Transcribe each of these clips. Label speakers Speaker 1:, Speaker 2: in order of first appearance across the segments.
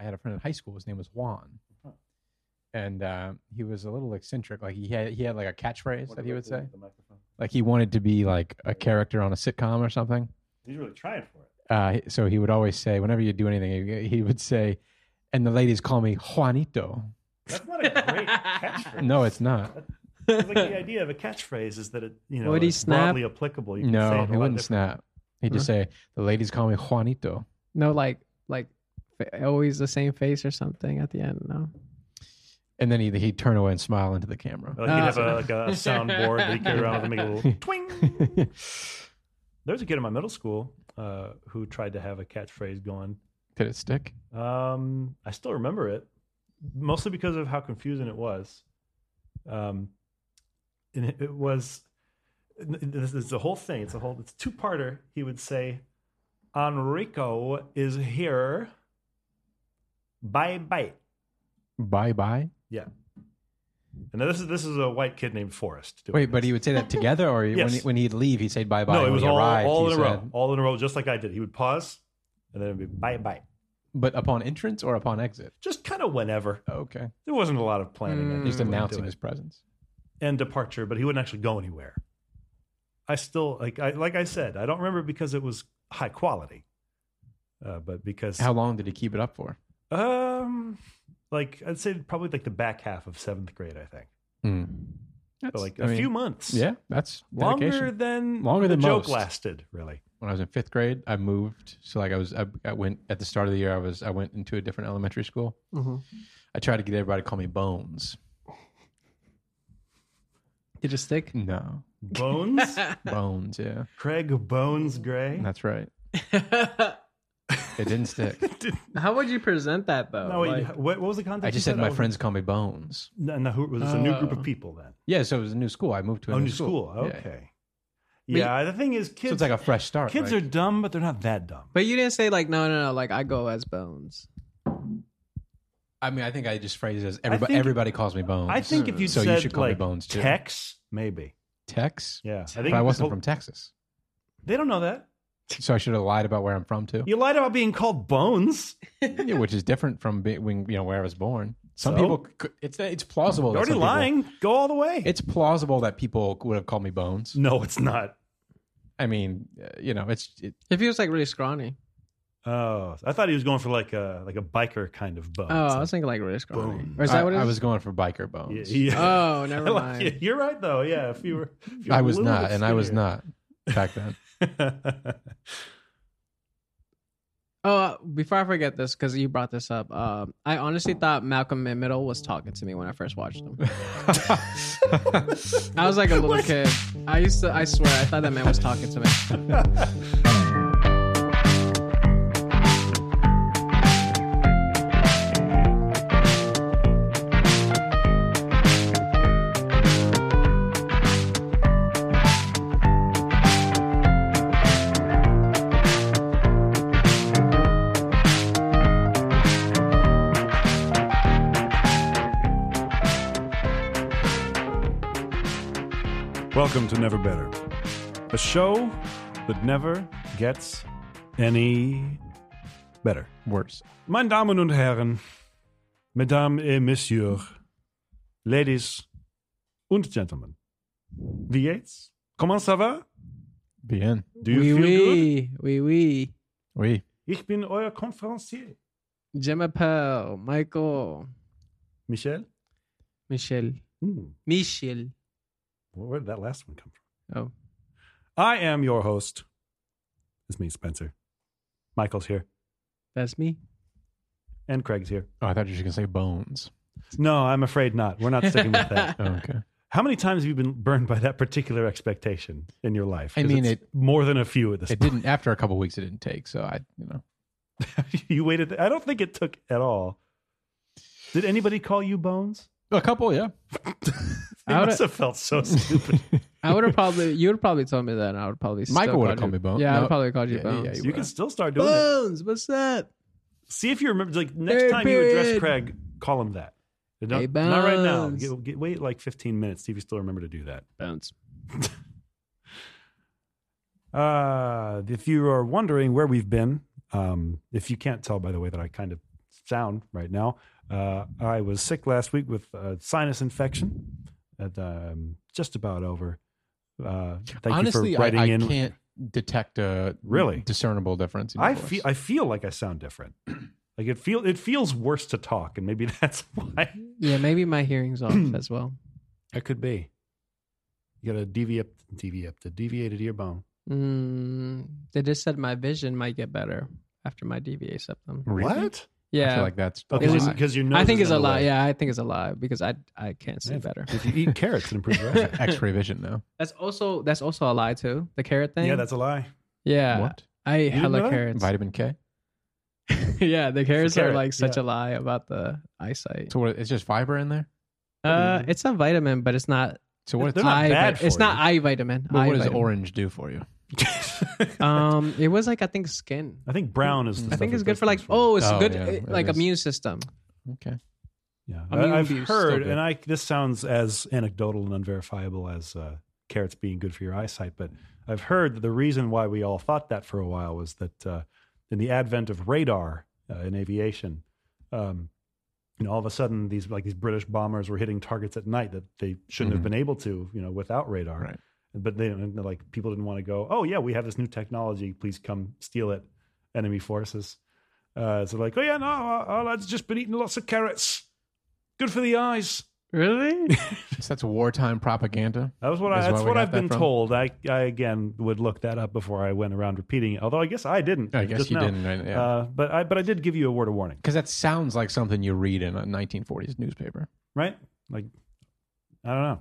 Speaker 1: had a friend in high school. His name was Juan,
Speaker 2: Huh.
Speaker 1: and uh, he was a little eccentric. Like he had he had like a catchphrase
Speaker 2: What
Speaker 1: that
Speaker 2: did
Speaker 1: he
Speaker 2: I
Speaker 1: would
Speaker 2: do
Speaker 1: say.
Speaker 2: with the microphone?
Speaker 1: Like he wanted to be like a character on a sitcom or something.
Speaker 2: He's really trying for it.
Speaker 1: Uh, so he would always say, whenever you do anything, he- he would say, "And the ladies call me Juanito."
Speaker 2: That's not a great catchphrase.
Speaker 1: No, it's not.
Speaker 2: It's like the idea of a catchphrase is that it, you know,
Speaker 3: Would he
Speaker 2: it's
Speaker 3: snap?
Speaker 2: broadly applicable. You can say
Speaker 1: No,
Speaker 2: it
Speaker 1: he wouldn't
Speaker 2: snap.
Speaker 1: snap. He'd just say, "The ladies call me Juanito."
Speaker 3: No, like like fa- always the same face or something at the end. No.
Speaker 1: And then he'd, he'd turn away and smile into the camera.
Speaker 2: Like he'd have
Speaker 3: Ah.
Speaker 2: a, like a soundboard that he carried around with him, make a little twing. There's a kid in my middle school uh, who tried to have a catchphrase going.
Speaker 1: Did it stick?
Speaker 2: Um, I still remember it, mostly because of how confusing it was. Um, and it, it was this is the whole thing. It's a whole. It's two parter. He would say, "Enrico is here. Bye bye."
Speaker 1: Bye bye.
Speaker 2: Yeah. And now this is this is a white kid named Forrest. doing
Speaker 1: Wait, but
Speaker 2: this.
Speaker 1: he would say that together, or he- when,
Speaker 2: Yes.
Speaker 1: he, when he'd leave, he'd say bye bye.
Speaker 2: no, it was
Speaker 1: when he
Speaker 2: all,
Speaker 1: arrived,
Speaker 2: all
Speaker 1: he
Speaker 2: in a row,
Speaker 1: said-
Speaker 2: all in a row, just like I did. He would pause, and then it'd be bye bye.
Speaker 1: But upon entrance or upon exit?
Speaker 2: Just kind of whenever.
Speaker 1: okay.
Speaker 2: There wasn't a lot of planning. I think,
Speaker 1: Mm. Just
Speaker 2: went into
Speaker 1: announcing
Speaker 2: it.
Speaker 1: his presence.
Speaker 2: and departure, but he wouldn't actually go anywhere. I still like I like I said, I don't remember because it was high quality, uh, but because
Speaker 1: How long did he keep it up for?
Speaker 2: um like I'd say probably like the back half of seventh grade, I think,
Speaker 1: Hmm.
Speaker 2: but like
Speaker 1: I
Speaker 2: a
Speaker 1: mean,
Speaker 2: few months.
Speaker 1: Yeah, that's
Speaker 2: longer
Speaker 1: dedication.
Speaker 2: than
Speaker 1: Longer
Speaker 2: the
Speaker 1: than
Speaker 2: joke
Speaker 1: most.
Speaker 2: lasted. Really,
Speaker 1: when I was in fifth grade, I moved. So like I was, I, I went at the start of the year. I was, I went into a different elementary school.
Speaker 2: Mm-hmm.
Speaker 1: I tried to get everybody to call me Bones.
Speaker 3: Did it stick?
Speaker 1: No,
Speaker 2: Bones,
Speaker 1: Bones. Yeah,
Speaker 2: Craig Bones Gray.
Speaker 1: that's right.
Speaker 3: How
Speaker 1: It didn't stick.
Speaker 3: would you present that though?
Speaker 2: no, wait,
Speaker 3: Like-
Speaker 2: what, what was the context?
Speaker 1: Oh, I
Speaker 2: you
Speaker 1: just said
Speaker 2: I
Speaker 1: my
Speaker 2: was-
Speaker 1: friends call me Bones.
Speaker 2: No, no, who, was this a new group
Speaker 3: Oh.
Speaker 2: of people then?
Speaker 1: Yeah, so it was a new school. I moved to a
Speaker 2: Oh,
Speaker 1: new,
Speaker 2: new school.
Speaker 1: Yeah.
Speaker 2: Okay. Yeah, the thing is, kids.
Speaker 1: So it's like a fresh start.
Speaker 2: kids are dumb, but they're not that dumb.
Speaker 3: But you didn't say like no, no, no. Like I go as Bones.
Speaker 1: I mean, I think I just phrased it as everybody.
Speaker 2: think-
Speaker 1: everybody calls me Bones.
Speaker 2: I think if you
Speaker 1: so
Speaker 2: said
Speaker 1: you should call
Speaker 2: like
Speaker 1: me Bones too.
Speaker 2: Tex, maybe.
Speaker 1: Tex.
Speaker 2: Yeah, I think
Speaker 1: but I wasn't
Speaker 2: people-
Speaker 1: from Texas,
Speaker 2: They don't know that.
Speaker 1: so I should have lied about where I'm from too.
Speaker 2: You lied about being called Bones.
Speaker 1: Yeah, which is different from being, when, you know where I was born. Some
Speaker 2: So?
Speaker 1: people, c- it's it's plausible.
Speaker 2: You're
Speaker 1: that
Speaker 2: already
Speaker 1: some people-
Speaker 2: lying. Go all the way.
Speaker 1: it's plausible that people would have called me Bones.
Speaker 2: no, it's not.
Speaker 1: I mean, uh, you know, it's it,
Speaker 3: If he was like really scrawny.
Speaker 2: Oh, I thought he was going for like a like a biker kind of Bones.
Speaker 3: Oh, I was thinking like really scrawny.
Speaker 2: Bones.
Speaker 3: Or is that
Speaker 1: I,
Speaker 3: what it
Speaker 1: I
Speaker 3: is?
Speaker 1: was going for biker
Speaker 2: Yeah,
Speaker 1: Bones.
Speaker 2: he-
Speaker 3: Oh, never
Speaker 2: I like
Speaker 3: mind.
Speaker 2: it. You're right though. Yeah, if you were, if you were
Speaker 1: I
Speaker 2: a
Speaker 1: was
Speaker 2: little
Speaker 1: not,
Speaker 2: bit
Speaker 1: and I was
Speaker 2: skinnier.
Speaker 1: not back then.
Speaker 3: Oh, uh, before I forget this, because you brought this up, uh, I honestly thought Malcolm in Middle was talking to me when I first watched him. I was like a little kid. I used to, I swear, I thought that man was talking to me.
Speaker 2: Welcome to Never Better, a show that never gets any better.
Speaker 1: Worse.
Speaker 2: Meine Damen und Herren, Mesdames et Messieurs, Ladies und Gentlemen, wie geht's? Comment ça va?
Speaker 1: Be in.
Speaker 2: Do you
Speaker 3: oui,
Speaker 2: feel good?
Speaker 3: oui, oui, oui.
Speaker 1: We.
Speaker 2: Ich bin euer Konferencier.
Speaker 3: Je m'appelle Michael,
Speaker 2: Michel?
Speaker 3: Michel,
Speaker 2: Hmm,
Speaker 3: Michel.
Speaker 2: where did that last one come from?
Speaker 3: Oh,
Speaker 2: I am your host. It's me, Spencer. Michael's here,
Speaker 3: that's me.
Speaker 2: and Craig's here.
Speaker 1: Oh, I thought you were going to say Bones.
Speaker 2: No, I'm afraid not. We're not sticking with that.
Speaker 1: Oh, okay.
Speaker 2: How many times have you been burned by that particular expectation in your life?
Speaker 1: I
Speaker 2: 'Cause
Speaker 1: mean,
Speaker 2: it's more than a few at this
Speaker 1: It
Speaker 2: point.
Speaker 1: didn't. After a couple weeks, it didn't take. So I, you know,
Speaker 2: you waited. I don't think it took at all. Did anybody call you Bones?
Speaker 1: a couple. Yeah.
Speaker 2: You
Speaker 3: I would-
Speaker 2: must have felt so stupid.
Speaker 3: I would have probably, you would probably told me that, and I would probably. still
Speaker 1: Michael would have
Speaker 3: called
Speaker 1: called me Bones.
Speaker 3: you- Yeah, I
Speaker 1: No.
Speaker 3: would probably called you
Speaker 1: Yeah, yeah,
Speaker 3: Bones.
Speaker 1: you
Speaker 2: you can still start doing it.
Speaker 3: Bones, what's up?
Speaker 2: See if you remember. Like next
Speaker 3: Hey,
Speaker 2: time you address
Speaker 3: period.
Speaker 2: Craig, call him that. But Don't,
Speaker 3: Hey,
Speaker 2: Not right now.
Speaker 3: Bones.
Speaker 2: Get- get- wait like 15 minutes. See if you still remember to do that.
Speaker 3: Bones.
Speaker 2: Uh, if you are wondering where we've been, um, if you can't tell by the way that I kind of sound right now. Uh, I was sick last week with a sinus infection. That um, just about over. Uh, thank
Speaker 1: Honestly,
Speaker 2: you for writing
Speaker 1: I, I
Speaker 2: in.
Speaker 1: can't detect a
Speaker 2: Really?
Speaker 1: discernible difference. In your
Speaker 2: I
Speaker 1: voice.
Speaker 2: feel I feel like I sound different. Like it feel it feels worse to talk, and maybe that's why
Speaker 3: Yeah, maybe my hearing's off as well.
Speaker 2: it could be. You got a deviate, deviate, the deviated ear bone.
Speaker 3: Mm, they just said my vision might get better after my DVA septum.
Speaker 1: Really?
Speaker 2: What?
Speaker 1: I feel
Speaker 3: Yeah,
Speaker 1: like that's
Speaker 2: Oh,
Speaker 3: It was-
Speaker 2: because you- because your nose
Speaker 3: I think
Speaker 2: is
Speaker 3: it's a
Speaker 2: in the
Speaker 3: lie.
Speaker 2: way.
Speaker 3: Yeah, I think it's a lie because I I can't see
Speaker 2: Yeah.
Speaker 3: better.
Speaker 2: If you eat carrots, it improves your eyesight.
Speaker 1: X-ray vision now.
Speaker 3: That's also that's also a lie too. The carrot thing.
Speaker 2: yeah, that's a lie.
Speaker 3: yeah.
Speaker 1: what?
Speaker 3: I ate
Speaker 2: didn't know
Speaker 3: hella
Speaker 2: that?
Speaker 3: carrots.
Speaker 1: Vitamin K.
Speaker 3: yeah, the carrots
Speaker 2: carrot,
Speaker 3: are like such
Speaker 2: yeah.
Speaker 3: a lie about the eyesight.
Speaker 1: So what? It's just fiber in there.
Speaker 3: Uh, it's a vitamin, but it's not.
Speaker 1: So what?
Speaker 2: They're not
Speaker 3: eye
Speaker 2: bad
Speaker 3: vit-
Speaker 2: for
Speaker 3: It's not
Speaker 2: you.
Speaker 3: eye vitamin.
Speaker 1: But
Speaker 3: eye
Speaker 1: what does
Speaker 3: vitamin.
Speaker 1: orange do for you?
Speaker 3: Um, it was like I think skin.
Speaker 2: I think brown is. The
Speaker 3: I
Speaker 2: stuff
Speaker 3: think
Speaker 2: that
Speaker 3: it's good
Speaker 2: does
Speaker 3: for like
Speaker 2: things
Speaker 3: oh, it's
Speaker 1: Oh,
Speaker 3: good
Speaker 1: yeah,
Speaker 3: uh,
Speaker 1: it
Speaker 3: like
Speaker 1: is.
Speaker 3: immune system.
Speaker 1: Okay.
Speaker 2: Yeah,
Speaker 3: Immune
Speaker 2: I, I've
Speaker 3: abuse,
Speaker 2: heard,
Speaker 1: still
Speaker 2: and I this sounds as anecdotal and unverifiable as uh, carrots being good for your eyesight, but I've heard that the reason why we all thought that for a while was that uh, in the advent of radar uh, in aviation, um, you know, all of a sudden these like these British bombers were hitting targets at night that they shouldn't
Speaker 1: Mhm.
Speaker 2: have been able to, you know, without radar.
Speaker 1: Right.
Speaker 2: But they don't like people didn't want to go. Oh yeah, we have this new technology. Please come steal it, enemy forces. Uh, so like, oh yeah, no, our, our lads just been eating lots of carrots. Good for the eyes.
Speaker 3: Really?
Speaker 1: So that's wartime propaganda.
Speaker 2: That was what
Speaker 1: Is
Speaker 2: I.
Speaker 1: where
Speaker 2: That's
Speaker 1: we
Speaker 2: what
Speaker 1: got
Speaker 2: I've
Speaker 1: that
Speaker 2: been
Speaker 1: from?
Speaker 2: told. I, I again would look that up before I went around repeating it. Although I guess I didn't.
Speaker 1: I guess
Speaker 2: just
Speaker 1: you
Speaker 2: now.
Speaker 1: didn't. Right? Yeah.
Speaker 2: Uh, but I but I did give you a word of warning,
Speaker 1: because that sounds like something you read in a 1940s newspaper.
Speaker 2: right? Like, I don't know.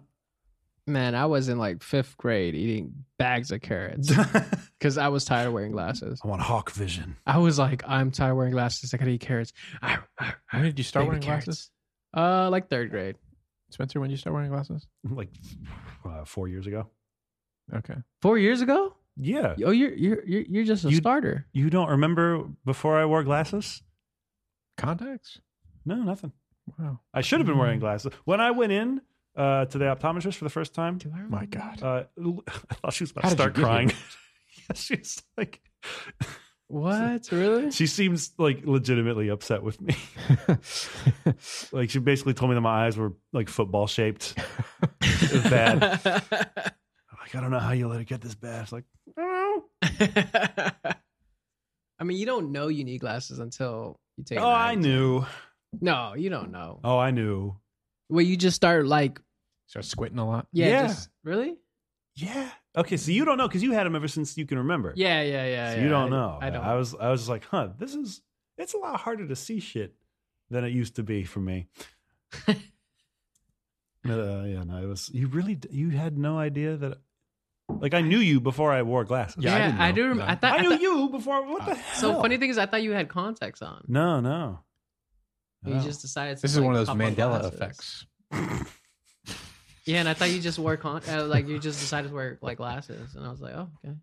Speaker 3: Man, I was in like fifth grade eating bags of carrots
Speaker 2: I
Speaker 3: because I was tired of wearing glasses.
Speaker 2: want hawk vision.
Speaker 3: I was like, I'm tired of wearing glasses. I gotta eat carrots. Arr, arr,
Speaker 1: When did you start
Speaker 3: baby
Speaker 1: wearing
Speaker 3: carrots.
Speaker 1: glasses,
Speaker 3: Uh, like third grade.
Speaker 1: Spencer? When did you start wearing glasses?
Speaker 2: Like uh, four years ago.
Speaker 1: Okay.
Speaker 3: Four years ago?
Speaker 2: Yeah.
Speaker 1: Uh,
Speaker 3: Oh, you're you're you're, you're just a
Speaker 2: You-
Speaker 3: starter.
Speaker 2: You don't remember before I wore glasses?
Speaker 1: Contacts.
Speaker 2: No, nothing.
Speaker 1: Wow.
Speaker 2: I should have been wearing glasses when I went in uh, to the optometrist for the first time.
Speaker 1: My God.
Speaker 2: Uh, I thought she was about
Speaker 1: How
Speaker 2: to
Speaker 1: did you
Speaker 2: start
Speaker 1: get here?
Speaker 2: crying. Yeah, she's like,
Speaker 3: What? Really?
Speaker 2: she seems like legitimately upset with me. Like she basically told me that my eyes were like football shaped. It was bad. I'm like I don't know how you let it get this bad. It's like "Oh, I don't
Speaker 3: I mean, you don't know you need glasses until you take.
Speaker 2: know.
Speaker 3: an
Speaker 2: Oh, I
Speaker 3: eye
Speaker 2: knew.
Speaker 3: exam. No, you don't know.
Speaker 2: Oh, I knew.
Speaker 3: Well, you just start like
Speaker 1: Start squinting a lot.
Speaker 3: yeah,
Speaker 2: Yeah.
Speaker 3: Just, really?
Speaker 2: Yeah. Okay. So you don't know because you had them ever since you can remember.
Speaker 3: Yeah, yeah, yeah.
Speaker 2: So
Speaker 3: yeah.
Speaker 2: you don't
Speaker 3: I-
Speaker 2: know.
Speaker 3: I don't.
Speaker 2: I was I was just like, huh, this is it's a lot harder to see shit than it used to be for me. uh, yeah, no, it was you really d- you had no idea that like I knew you before I wore glasses.
Speaker 1: Yeah, I
Speaker 3: yeah,
Speaker 1: didn't
Speaker 3: I,
Speaker 1: know.
Speaker 3: do. Rem-
Speaker 1: No.
Speaker 3: I thought.
Speaker 2: I
Speaker 3: I
Speaker 2: knew
Speaker 3: thought- Uh,
Speaker 2: you before. What the hell?
Speaker 3: so funny thing is, I thought you had contacts on.
Speaker 2: No, no.
Speaker 3: And
Speaker 2: No.
Speaker 3: You just decided. To
Speaker 1: This is
Speaker 3: like,
Speaker 1: one of those
Speaker 3: pop on
Speaker 1: Mandela
Speaker 3: glasses.
Speaker 1: effects.
Speaker 3: Yeah, and I thought you just wore con uh, like you just decided to wear like glasses, and I was like, oh, okay.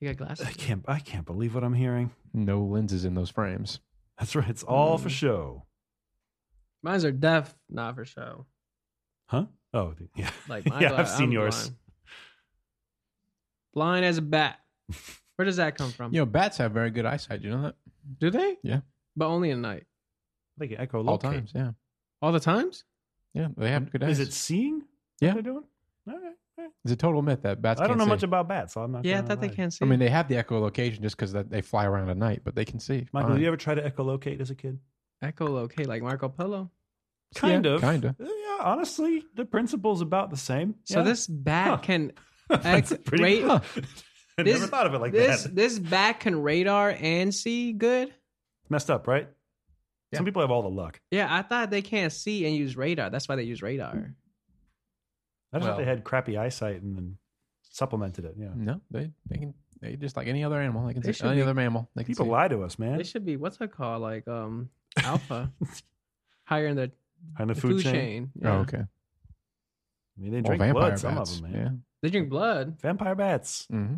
Speaker 3: You got glasses.
Speaker 2: I can't I can't believe what I'm hearing.
Speaker 1: No lenses in those frames.
Speaker 2: That's right. It's all for
Speaker 3: Mm.
Speaker 2: show.
Speaker 3: Mines are deaf, not for show.
Speaker 2: Huh? Oh, th- yeah.
Speaker 3: Like my
Speaker 2: yeah,
Speaker 3: gla-
Speaker 2: I've seen
Speaker 3: I'm
Speaker 2: yours.
Speaker 3: Blind. Blind as a bat. Where does that come from?
Speaker 1: You know, bats have very good eyesight. You know that?
Speaker 3: Do they?
Speaker 1: Yeah.
Speaker 3: But only at night.
Speaker 2: Like echo
Speaker 1: All times. Yeah.
Speaker 3: All the times?
Speaker 1: Yeah. They have good eyes.
Speaker 2: Is it seeing?
Speaker 1: Yeah.
Speaker 2: What they're doing? All right.
Speaker 1: It's a total myth that bats.
Speaker 2: I don't
Speaker 1: can't
Speaker 2: know much
Speaker 1: see.
Speaker 2: about bats, so I'm not.
Speaker 3: Yeah, I
Speaker 2: gonna
Speaker 3: thought they
Speaker 2: lie.
Speaker 3: can't see.
Speaker 1: I mean, they have the echolocation just because they fly around at night, but they can see.
Speaker 2: Michael,
Speaker 1: Fine.
Speaker 2: did you ever try to echolocate as a kid?
Speaker 3: echolocate like Marco Polo.
Speaker 2: Kind
Speaker 1: Yeah,
Speaker 2: of.
Speaker 1: kinda.
Speaker 2: Uh, Yeah, honestly, the principle's about the same.
Speaker 3: So
Speaker 2: Yeah.
Speaker 3: this bat
Speaker 2: Huh.
Speaker 3: can
Speaker 2: That's
Speaker 3: ec-
Speaker 2: pretty.
Speaker 3: rate-
Speaker 2: I never
Speaker 3: This-
Speaker 2: thought of it like
Speaker 3: this
Speaker 2: that.
Speaker 3: this bat can radar and see good.
Speaker 2: Messed up, right?
Speaker 1: Yeah.
Speaker 2: Some people have all the luck.
Speaker 3: Yeah, I thought they can't see and use radar. That's why they use radar.
Speaker 2: I just
Speaker 1: Well- Mm.
Speaker 2: thought they had crappy eyesight and then supplemented it. Yeah,
Speaker 1: No, they they can they just like any other animal. They can
Speaker 3: They
Speaker 1: see
Speaker 3: should
Speaker 1: any
Speaker 3: be-
Speaker 1: other mammal. They can
Speaker 2: people
Speaker 1: see. Oh,
Speaker 2: lie to us, man.
Speaker 3: They should be what's it called like um alpha higher in the,
Speaker 2: And the,
Speaker 3: the
Speaker 2: food, chain.
Speaker 1: Oh,
Speaker 3: Yeah.
Speaker 1: okay.
Speaker 2: I mean, they
Speaker 1: Or
Speaker 2: drink
Speaker 1: vampire
Speaker 2: blood.
Speaker 1: bats.
Speaker 2: Some of them, man.
Speaker 3: They drink blood.
Speaker 2: Vampire bats.
Speaker 1: Yeah. hmm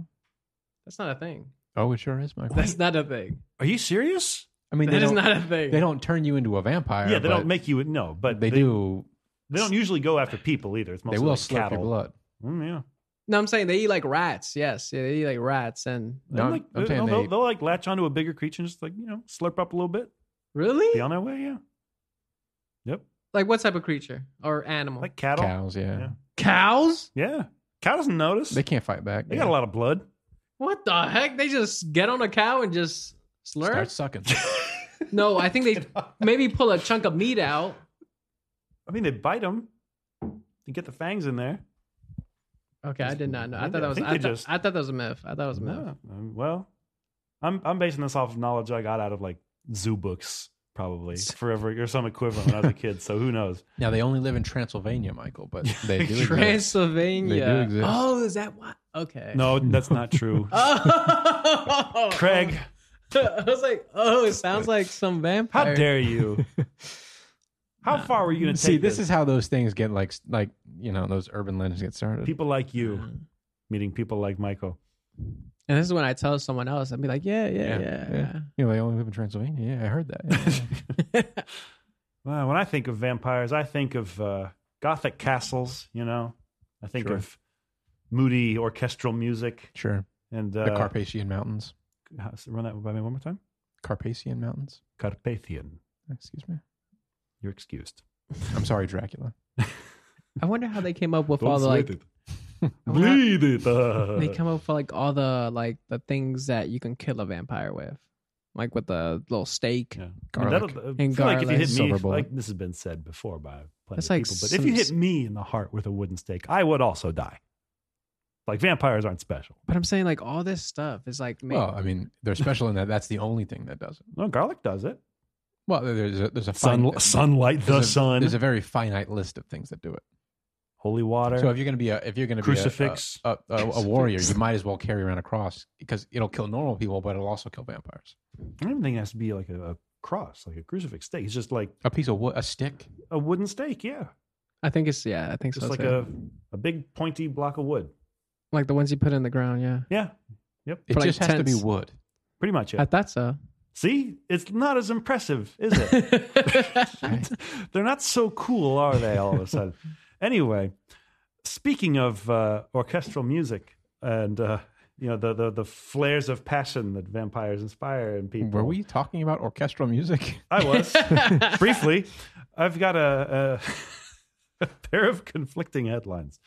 Speaker 3: That's not a thing.
Speaker 1: Oh, it sure is, Michael.
Speaker 3: That's not a thing.
Speaker 2: Are you serious?
Speaker 1: I mean, they
Speaker 3: That is
Speaker 1: don't,
Speaker 3: not a thing.
Speaker 1: they don't turn you into a vampire.
Speaker 2: yeah, they
Speaker 1: but
Speaker 2: don't make you no, but
Speaker 1: They, do.
Speaker 2: They don't usually go after people either. It's mostly
Speaker 1: They will
Speaker 2: like
Speaker 1: slurp
Speaker 2: cattle.
Speaker 1: your blood.
Speaker 2: Mm, yeah.
Speaker 3: No, I'm saying they eat like rats. Yes, yeah, they eat like rats, and
Speaker 1: No,
Speaker 2: They'll
Speaker 1: I'm-
Speaker 2: like,
Speaker 1: I'm saying
Speaker 2: they'll, they'll-
Speaker 1: they-
Speaker 2: they'll, like latch onto a bigger creature and just like you know slurp up a little bit. Be
Speaker 3: Really?
Speaker 2: on our way, yeah. Yep.
Speaker 3: Like what type of creature or animal?
Speaker 2: Like cattle.
Speaker 1: Cows, yeah.
Speaker 2: Yeah.
Speaker 3: cows?
Speaker 2: Yeah. Cow doesn't notice.
Speaker 1: They
Speaker 2: They,
Speaker 1: can't fight back.
Speaker 2: got a lot of blood.
Speaker 3: What the heck? They just get on a cow and just slurp?
Speaker 1: Start sucking.
Speaker 3: No, I think they maybe pull a chunk of meat out.
Speaker 2: I mean, they bite them and get the fangs in there.
Speaker 3: Okay, I did not know. I
Speaker 2: Maybe-
Speaker 3: thought
Speaker 2: I
Speaker 3: that was
Speaker 2: think
Speaker 3: I,
Speaker 2: they
Speaker 3: thought-
Speaker 2: just-
Speaker 3: I thought that was a myth. I thought it was a myth.
Speaker 2: No. um, Well, I'm I'm basing this off of knowledge I got out of like zoo books, probably forever or some equivalent when I was a kid. So who knows?
Speaker 1: now they only live in Transylvania, Michael, but they do. exist.
Speaker 3: Transylvania.
Speaker 1: They do exist.
Speaker 3: Oh, is that what? Okay.
Speaker 2: No, that's not true.
Speaker 3: Oh,
Speaker 2: Craig,
Speaker 3: I was like, oh, it sounds like some vampire.
Speaker 2: how dare you? How far were you going to take
Speaker 1: See, this is how those things get like like you know those urban legends get started.
Speaker 2: people like you
Speaker 3: And
Speaker 2: meeting people like Michael.
Speaker 3: Hmm. this is when I tell someone else, I'd be like, yeah, yeah,
Speaker 1: Yeah,
Speaker 3: yeah.
Speaker 1: you know, they only live in Transylvania. Yeah, I heard that. Yeah.
Speaker 2: Well, when I think of vampires, I think of uh, gothic castles. You know, I think
Speaker 1: Sure.
Speaker 2: of moody orchestral music
Speaker 1: sure,
Speaker 2: and
Speaker 1: the
Speaker 2: uh,
Speaker 1: Carpathian Mountains.
Speaker 2: Run that by me one more time.
Speaker 1: Carpathian Mountains.
Speaker 2: Carpathian.
Speaker 1: Excuse me.
Speaker 2: You're excused.
Speaker 1: I'm sorry, Dracula.
Speaker 3: I wonder how they came up with all the like.
Speaker 2: it. Uh.
Speaker 3: I wonder how
Speaker 2: Bleed it.
Speaker 3: They come up with like all the like the things that you can kill a vampire with, like with the little steak.
Speaker 2: Yeah.
Speaker 1: Garlic.
Speaker 2: that'll- I
Speaker 3: And
Speaker 2: feel like if you
Speaker 3: garlic.
Speaker 2: hit me,
Speaker 1: Silver bullet.
Speaker 2: like this has been said before by plenty
Speaker 3: That's
Speaker 2: of
Speaker 3: like
Speaker 2: people, but if you hit
Speaker 3: some-
Speaker 2: me in the heart with a wooden stake, I would also die. Like vampires aren't special.
Speaker 3: But I'm saying like all this stuff is like made.
Speaker 1: Well, I mean, they're special in that that's the only thing that doesn't.
Speaker 2: No, garlic does it.
Speaker 1: Well, there's a there's a
Speaker 2: Sun,
Speaker 1: fin-
Speaker 2: sunlight, the
Speaker 1: there's a-
Speaker 2: sun,
Speaker 1: There's a very finite list of things that do it.
Speaker 2: holy water.
Speaker 1: So if you're going to be a if you're going to
Speaker 2: Crucifix.
Speaker 1: be a, a, a, a, a warrior, you might as well carry around a cross because it'll kill normal people, but it'll also kill vampires.
Speaker 2: I don't think it has to be like a, a cross, like a crucifix stake. It's just like
Speaker 1: A piece of wood, a stick.
Speaker 2: a wooden stake. Yeah,
Speaker 3: I think it's yeah. I think
Speaker 2: just
Speaker 3: so.
Speaker 2: like
Speaker 3: too.
Speaker 2: a a big pointy block of wood.
Speaker 3: like the ones you put in the ground. Yeah,
Speaker 2: Yeah,
Speaker 1: It
Speaker 3: For, like,
Speaker 1: just has to be
Speaker 3: tents.
Speaker 1: wood.
Speaker 2: pretty much it.
Speaker 3: I thought so.
Speaker 2: See, it's not as impressive, is it? They're not so cool, are they, all of a sudden? anyway, speaking of uh, orchestral music and uh, you know the, the the flares of passion that vampires inspire in people.
Speaker 1: Were we talking about orchestral music?
Speaker 2: I was briefly. I've got a, a, a pair of conflicting headlines.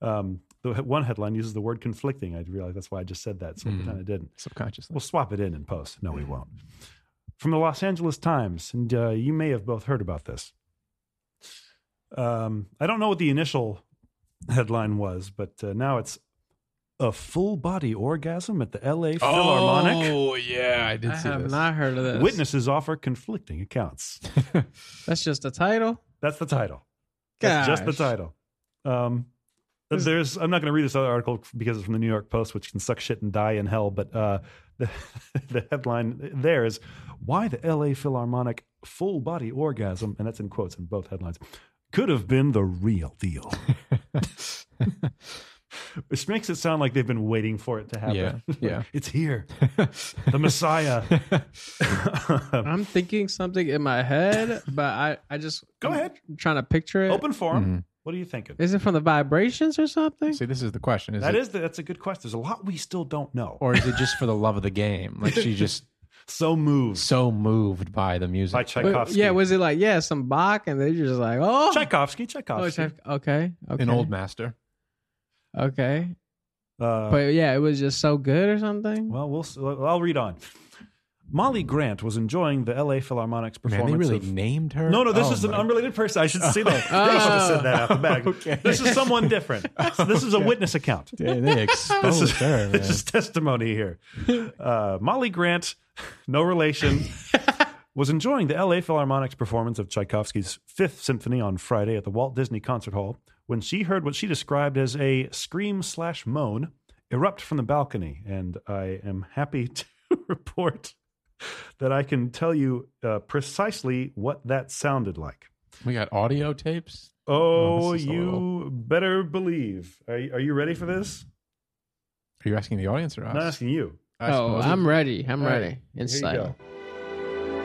Speaker 2: Um, the one headline uses the word conflicting. I realize that's why I just said that, so I
Speaker 1: Mm.
Speaker 2: pretend I didn't.
Speaker 1: Subconsciously.
Speaker 2: We'll swap it in in post. No, we won't. From the Los Angeles Times, and uh, you may have both heard about this. Um, I don't know what the initial headline was, but uh, now it's a full body orgasm at the LA Philharmonic.
Speaker 1: Oh yeah, I did
Speaker 3: I
Speaker 1: see
Speaker 3: have
Speaker 1: this.
Speaker 3: not heard of this.
Speaker 2: Witnesses offer conflicting accounts.
Speaker 3: That's just a title.
Speaker 2: That's the title. That's just the
Speaker 3: Gosh.
Speaker 2: title. Um,
Speaker 3: Is-
Speaker 2: there's. I'm not going to read this other article because it's from the New York Post, which can suck shit and die in hell. But uh, the, the headline there is why the L.A. Philharmonic full body orgasm, and that's in quotes in both headlines, could have been the real deal. Which makes it sound like they've been waiting for it to happen.
Speaker 1: Yeah, yeah.
Speaker 2: it's here, the Messiah.
Speaker 3: I'm thinking something in my head, but I I just
Speaker 2: Go
Speaker 3: I'm
Speaker 2: ahead.
Speaker 3: trying to picture it. Is
Speaker 2: Open forum.
Speaker 1: Mm-hmm.
Speaker 2: What are you thinking?
Speaker 3: it from the vibrations or something?
Speaker 1: See, this is the question. Is
Speaker 2: That
Speaker 1: it,
Speaker 2: is the, that's a good question. There's a lot we still don't know.
Speaker 1: or is it just for the love of the game? Like she just
Speaker 2: so moved
Speaker 1: so moved by the
Speaker 2: by
Speaker 1: music.
Speaker 3: Wait,
Speaker 2: Tchaikovsky.
Speaker 3: yeah, was it like yeah, some Bach, and they're just like oh,
Speaker 2: Tchaikovsky,
Speaker 3: oh
Speaker 2: Tchaikovsky.
Speaker 3: Check. okay, okay,
Speaker 1: An old master.
Speaker 3: okay,
Speaker 2: Uh,
Speaker 3: but yeah, it was just so good or something.
Speaker 2: well, we'll s- uh, I'll read on. Molly Grant was enjoying the L.A. Philharmonic's
Speaker 1: Man,
Speaker 2: performance.
Speaker 1: they really
Speaker 2: of-
Speaker 1: named her.
Speaker 2: no, no, this
Speaker 1: Oh,
Speaker 2: is an
Speaker 1: my-
Speaker 2: unrelated person. I should say that. They should
Speaker 3: Oh.
Speaker 2: have said that out the back.
Speaker 1: Okay.
Speaker 2: This is someone different. So this is a
Speaker 1: Okay.
Speaker 2: witness account.
Speaker 1: They, they
Speaker 2: This
Speaker 1: exposed
Speaker 2: is,
Speaker 1: her.
Speaker 2: this
Speaker 1: man.
Speaker 2: is testimony here. Uh, Molly Grant, no relation, was enjoying the LA Philharmonic's performance of Tchaikovsky's Fifth Symphony on Friday at the Walt Disney Concert Hall when she heard what she described as a scream slash moan erupt from the balcony. And I am happy to report that I can tell you uh, precisely what that sounded like.
Speaker 1: We got audio tapes.
Speaker 2: Oh,
Speaker 1: Oh, this is
Speaker 2: you
Speaker 1: horrible.
Speaker 2: better believe. Are, you- are you ready for this?
Speaker 1: Are you asking the audience or us?
Speaker 2: I'm not asking you.
Speaker 1: I
Speaker 3: oh,
Speaker 1: suppose.
Speaker 3: I'm ready. I'm
Speaker 2: All right,
Speaker 3: ready. It's
Speaker 2: Here you go.
Speaker 3: like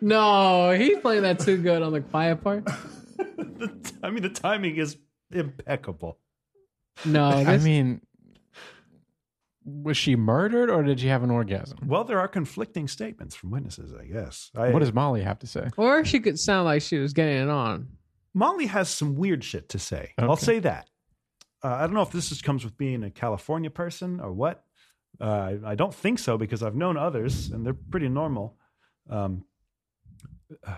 Speaker 3: no, he's playing that too good on the quiet part.
Speaker 2: The t- I mean, the timing is impeccable.
Speaker 3: No,
Speaker 1: I
Speaker 3: this,
Speaker 1: mean, was she murdered or did she have an orgasm?
Speaker 2: Well, there are conflicting statements from witnesses, I guess. I,
Speaker 1: What does Molly have to say?
Speaker 3: or she could sound like she was getting it on.
Speaker 2: Molly has some weird shit to say. I'll
Speaker 1: Okay.
Speaker 2: say that. Uh, I don't know if this is, comes with being a California person or what. Uh, I, I don't think so because I've known others and they're pretty normal. Um, uh,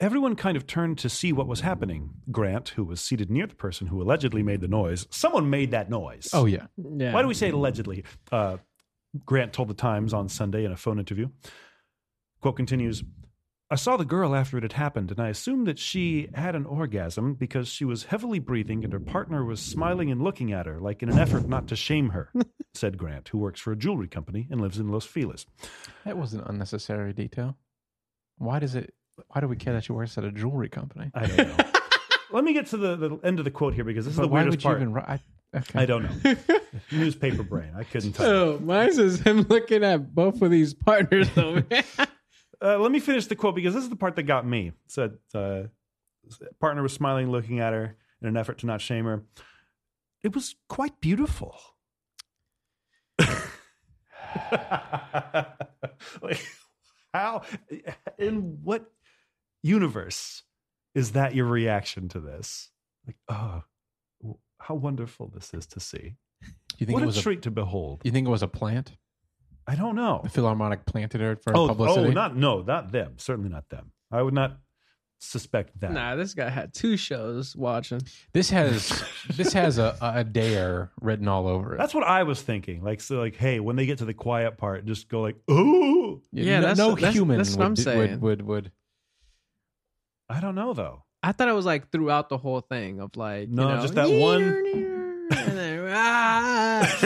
Speaker 2: everyone kind of turned to see what was happening. Grant, who was seated near the person who allegedly made the noise, someone made that noise.
Speaker 1: Oh yeah,
Speaker 3: Yeah.
Speaker 2: Why do we say allegedly? Uh, Grant told the Times on Sunday in a phone interview. Quote continues I saw the girl after it had happened, and I assumed that she had an orgasm because she was heavily breathing and her partner was smiling and looking at her, like in an effort not to shame her, said Grant, who works for a jewelry company and lives in Los Feliz.
Speaker 1: that was an unnecessary detail. Why does it? Why do we care that she works at a jewelry company?
Speaker 2: I don't know. Let me get to the, the end of the quote here because Uh, this is
Speaker 1: But
Speaker 4: the
Speaker 1: why
Speaker 4: weirdest part.
Speaker 1: would you even? ri- I, okay.
Speaker 2: I don't know. Newspaper brain. I couldn't tell. you.
Speaker 3: Oh, mine says him looking at both of these partners though. man.
Speaker 2: uh, let me finish the quote because this is the part that got me. It Said uh, partner was smiling, looking at her in an effort to not shame her. It was quite beautiful.
Speaker 4: Like,
Speaker 2: How in what universe is that your reaction to this? Like, oh, w- how wonderful this is to see!
Speaker 1: You think
Speaker 2: What
Speaker 1: it
Speaker 2: a
Speaker 1: was a,
Speaker 2: treat to behold.
Speaker 1: You think it was a plant?
Speaker 2: I don't know.
Speaker 1: The Philharmonic planted her for
Speaker 2: Oh,
Speaker 1: publicity.
Speaker 2: oh, not no, not them. Certainly not them. I would not suspect that.
Speaker 3: nah, this guy had two shows watching.
Speaker 1: This has this has a, a dare written all over it.
Speaker 2: That's what I was thinking. Like, so, like, hey, when they get to the quiet part, just go like, ooh.
Speaker 1: no,
Speaker 3: Yeah, that's-
Speaker 1: no
Speaker 3: that's-
Speaker 1: human
Speaker 3: that's what
Speaker 1: would,
Speaker 3: I'm
Speaker 1: do-
Speaker 3: saying.
Speaker 1: would would would.
Speaker 2: I don't know though.
Speaker 3: I thought it was like throughout the whole thing of like
Speaker 2: No,
Speaker 3: you know,
Speaker 2: just that one-
Speaker 3: and then, ah.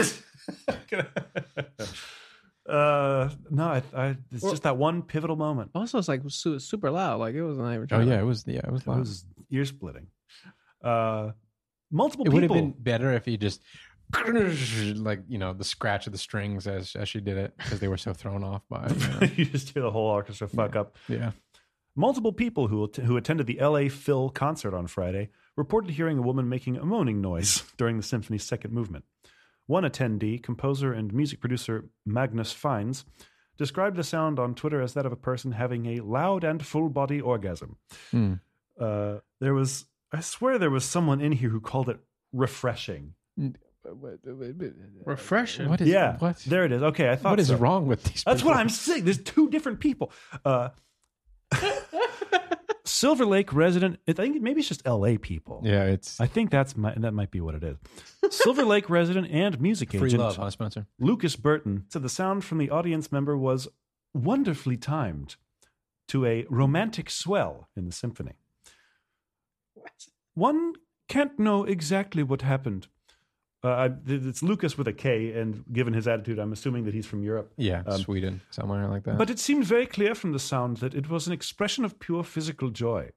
Speaker 2: uh, no, I, I, it's just that one pivotal moment.
Speaker 3: Also, it's like su- super loud. Like it was not even.
Speaker 1: Oh
Speaker 3: trying to-
Speaker 1: yeah, it was yeah, it was
Speaker 2: It
Speaker 1: loud. It,
Speaker 2: was ear splitting. Uh, multiple
Speaker 1: would have
Speaker 2: people.
Speaker 1: been better if he just like you know the scratch of the strings as as she did it because they were so thrown off by it. you know.
Speaker 2: you just hear the whole orchestra fuck up.
Speaker 1: yeah.
Speaker 2: Multiple people who, who attended the LA Phil concert on Friday reported hearing a woman making a moaning noise during the symphony's second movement. One attendee, composer and music producer Magnus Fines, described the sound on Twitter as that of a person having a loud and full body orgasm.
Speaker 1: Hmm.
Speaker 2: Uh, there was, I swear, there was someone in here who called it refreshing.
Speaker 3: Refreshing.
Speaker 1: What is
Speaker 2: yeah,
Speaker 1: what?
Speaker 2: there it is. Okay, I thought
Speaker 1: What is
Speaker 2: so.
Speaker 1: wrong with these?
Speaker 2: That's what
Speaker 1: people?
Speaker 2: I'm saying. There's two different people. Uh, Silver Lake resident. I think maybe it's just L.A. people.
Speaker 1: Yeah, it's
Speaker 2: I think that's my, that might be what it is. Silver Lake resident and music
Speaker 1: free
Speaker 2: agent
Speaker 1: love, huh, Spencer?
Speaker 2: Lucas Burton said the sound from the audience member was wonderfully timed to a romantic swell in the symphony. One can't know exactly what happened. Uh, I, th- it's Lucas with a K, and given his attitude, I'm assuming that he's from Europe.
Speaker 1: Yeah,
Speaker 2: Um,
Speaker 1: Sweden, somewhere like that.
Speaker 2: But it seemed very clear from the sound that it was an expression of pure physical joy,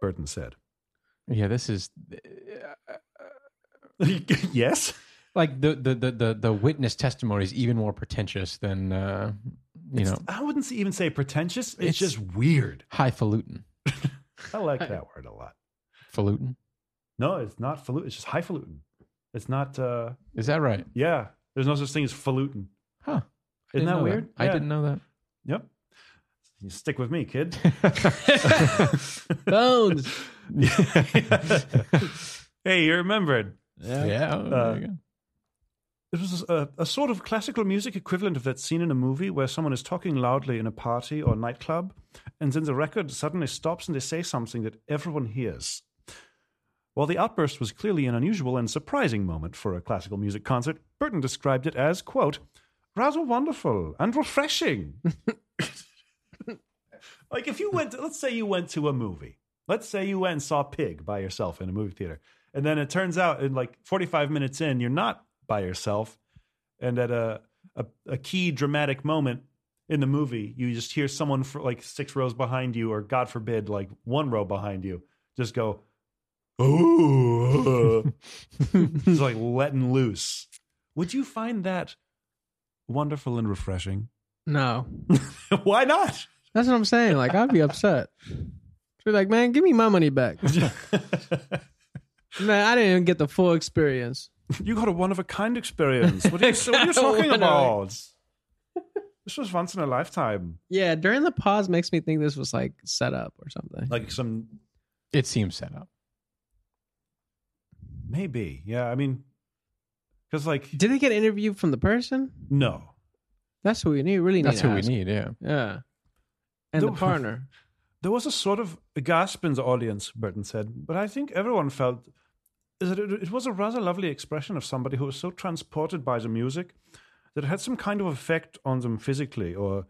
Speaker 2: Burton said.
Speaker 1: yeah, this is uh,
Speaker 2: yes?
Speaker 1: like the the the the, the witness testimony is even more pretentious than uh, you know
Speaker 2: I wouldn't s- even say pretentious. It's,
Speaker 1: It's-
Speaker 2: just weird.
Speaker 1: highfalutin.
Speaker 2: I like that word a lot.
Speaker 1: Falutin
Speaker 2: No, it's not falutin. It's just highfalutin. It's not. uh
Speaker 1: is that right?
Speaker 2: Yeah, there's no such thing as falutin.
Speaker 1: Huh? I
Speaker 2: Isn't
Speaker 1: didn't
Speaker 2: that
Speaker 1: know
Speaker 2: weird?
Speaker 1: I
Speaker 2: Yeah.
Speaker 1: didn't know that.
Speaker 2: Yep. You stick with me, kid.
Speaker 3: Bones.
Speaker 2: hey, you remembered.
Speaker 1: Yeah. oh, there you go.
Speaker 2: It was a, a sort of classical music equivalent of that scene in a movie where someone is talking loudly in a party or nightclub, and then the record suddenly stops and they say something that everyone hears. While the outburst was clearly an unusual and surprising moment for a classical music concert, Burton described it as, quote, rather wonderful and refreshing. like if you went, to, let's say you went to a movie. Let's say you went and saw Pig by yourself in a movie theater. And then it turns out in like 45 minutes in, you're not by yourself. And at a, a, a key dramatic moment in the movie, you just hear someone for like six rows behind you, or God forbid, like one row behind you, just go, Ooh. it's like letting loose. Would you find that wonderful and refreshing?
Speaker 3: no,
Speaker 2: Why not?
Speaker 3: that's what I'm saying. Like I'd be upset. Be like, man, give me my money back. Man, I didn't even get the full experience.
Speaker 2: You got a one of a kind experience. What are you, what are you talking
Speaker 3: One of a-
Speaker 2: about? This was once in a lifetime.
Speaker 3: Yeah, during the pause makes me think this was like set up or something.
Speaker 2: Like some
Speaker 1: It seems set up.
Speaker 2: maybe. Yeah, I mean, because like
Speaker 3: Did they get an interview from the person?
Speaker 2: no,
Speaker 3: That's who we need. Really, need
Speaker 1: That's
Speaker 3: to
Speaker 1: who we
Speaker 3: ask.
Speaker 1: need. Yeah.
Speaker 3: Yeah, and
Speaker 2: No.
Speaker 3: the partner.
Speaker 2: there was a sort of a gasp in the audience. Burton said, but I think everyone felt is that it, it was a rather lovely expression of somebody who was so transported by the music that it had some kind of effect on them physically, or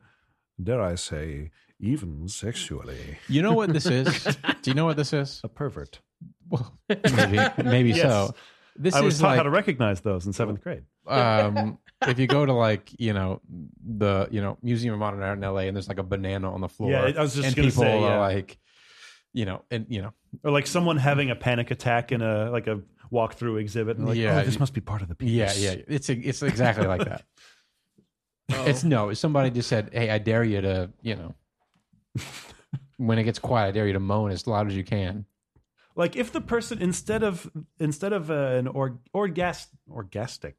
Speaker 2: dare I say, even sexually.
Speaker 1: You know what this is? Do you know what this is?
Speaker 2: A pervert.
Speaker 1: Well, maybe, maybe
Speaker 4: Yes.
Speaker 1: so. This
Speaker 4: I
Speaker 1: is
Speaker 4: was taught
Speaker 1: like,
Speaker 4: how to recognize those in seventh grade.
Speaker 1: um, if you go to like you know the you know Museum of Modern Art in L.A. and there's like a banana on the floor,
Speaker 4: Yeah, I was just
Speaker 1: and
Speaker 4: gonna
Speaker 1: people
Speaker 4: say, yeah.
Speaker 1: are like, you know, and you know,
Speaker 4: Or like someone having a panic attack in a like a walkthrough exhibit. And like,
Speaker 1: Yeah.
Speaker 2: oh, this must be part of the piece.
Speaker 1: yeah, yeah, it's it's exactly like that. It's
Speaker 4: Oh.
Speaker 1: no, somebody just said, hey, I dare you to, you know, when it gets quiet, I dare you to moan as loud as you can.
Speaker 4: like if the person instead of instead of uh, an org orgas orgastic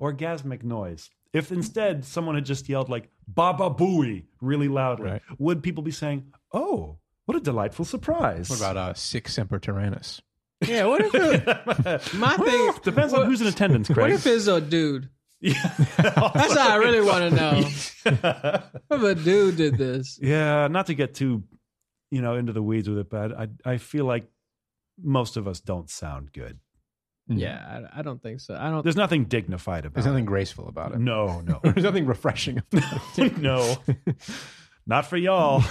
Speaker 4: orgasmic noise, if instead someone had just yelled like "Baba Booey" really loudly,
Speaker 1: Right.
Speaker 4: would people be saying,
Speaker 2: Oh, what a delightful surprise.
Speaker 1: What about uh, six Semper Tyrannis?
Speaker 3: Yeah, what if it, my thing?
Speaker 4: "Depends on who's in attendance, Craig."
Speaker 3: What if it's a dude?
Speaker 4: yeah.
Speaker 3: That's what I really want to know. What if a dude did this?
Speaker 2: Yeah, not to get too, you know, into the weeds with it, but I I feel like most of us don't sound good.
Speaker 1: Mm.
Speaker 3: Yeah, I, I don't think so. I don't.
Speaker 2: There's nothing dignified about
Speaker 1: There's nothing graceful about
Speaker 2: it.
Speaker 1: it.
Speaker 2: No, no,
Speaker 1: There's nothing refreshing. about it.
Speaker 2: no. not for y'all.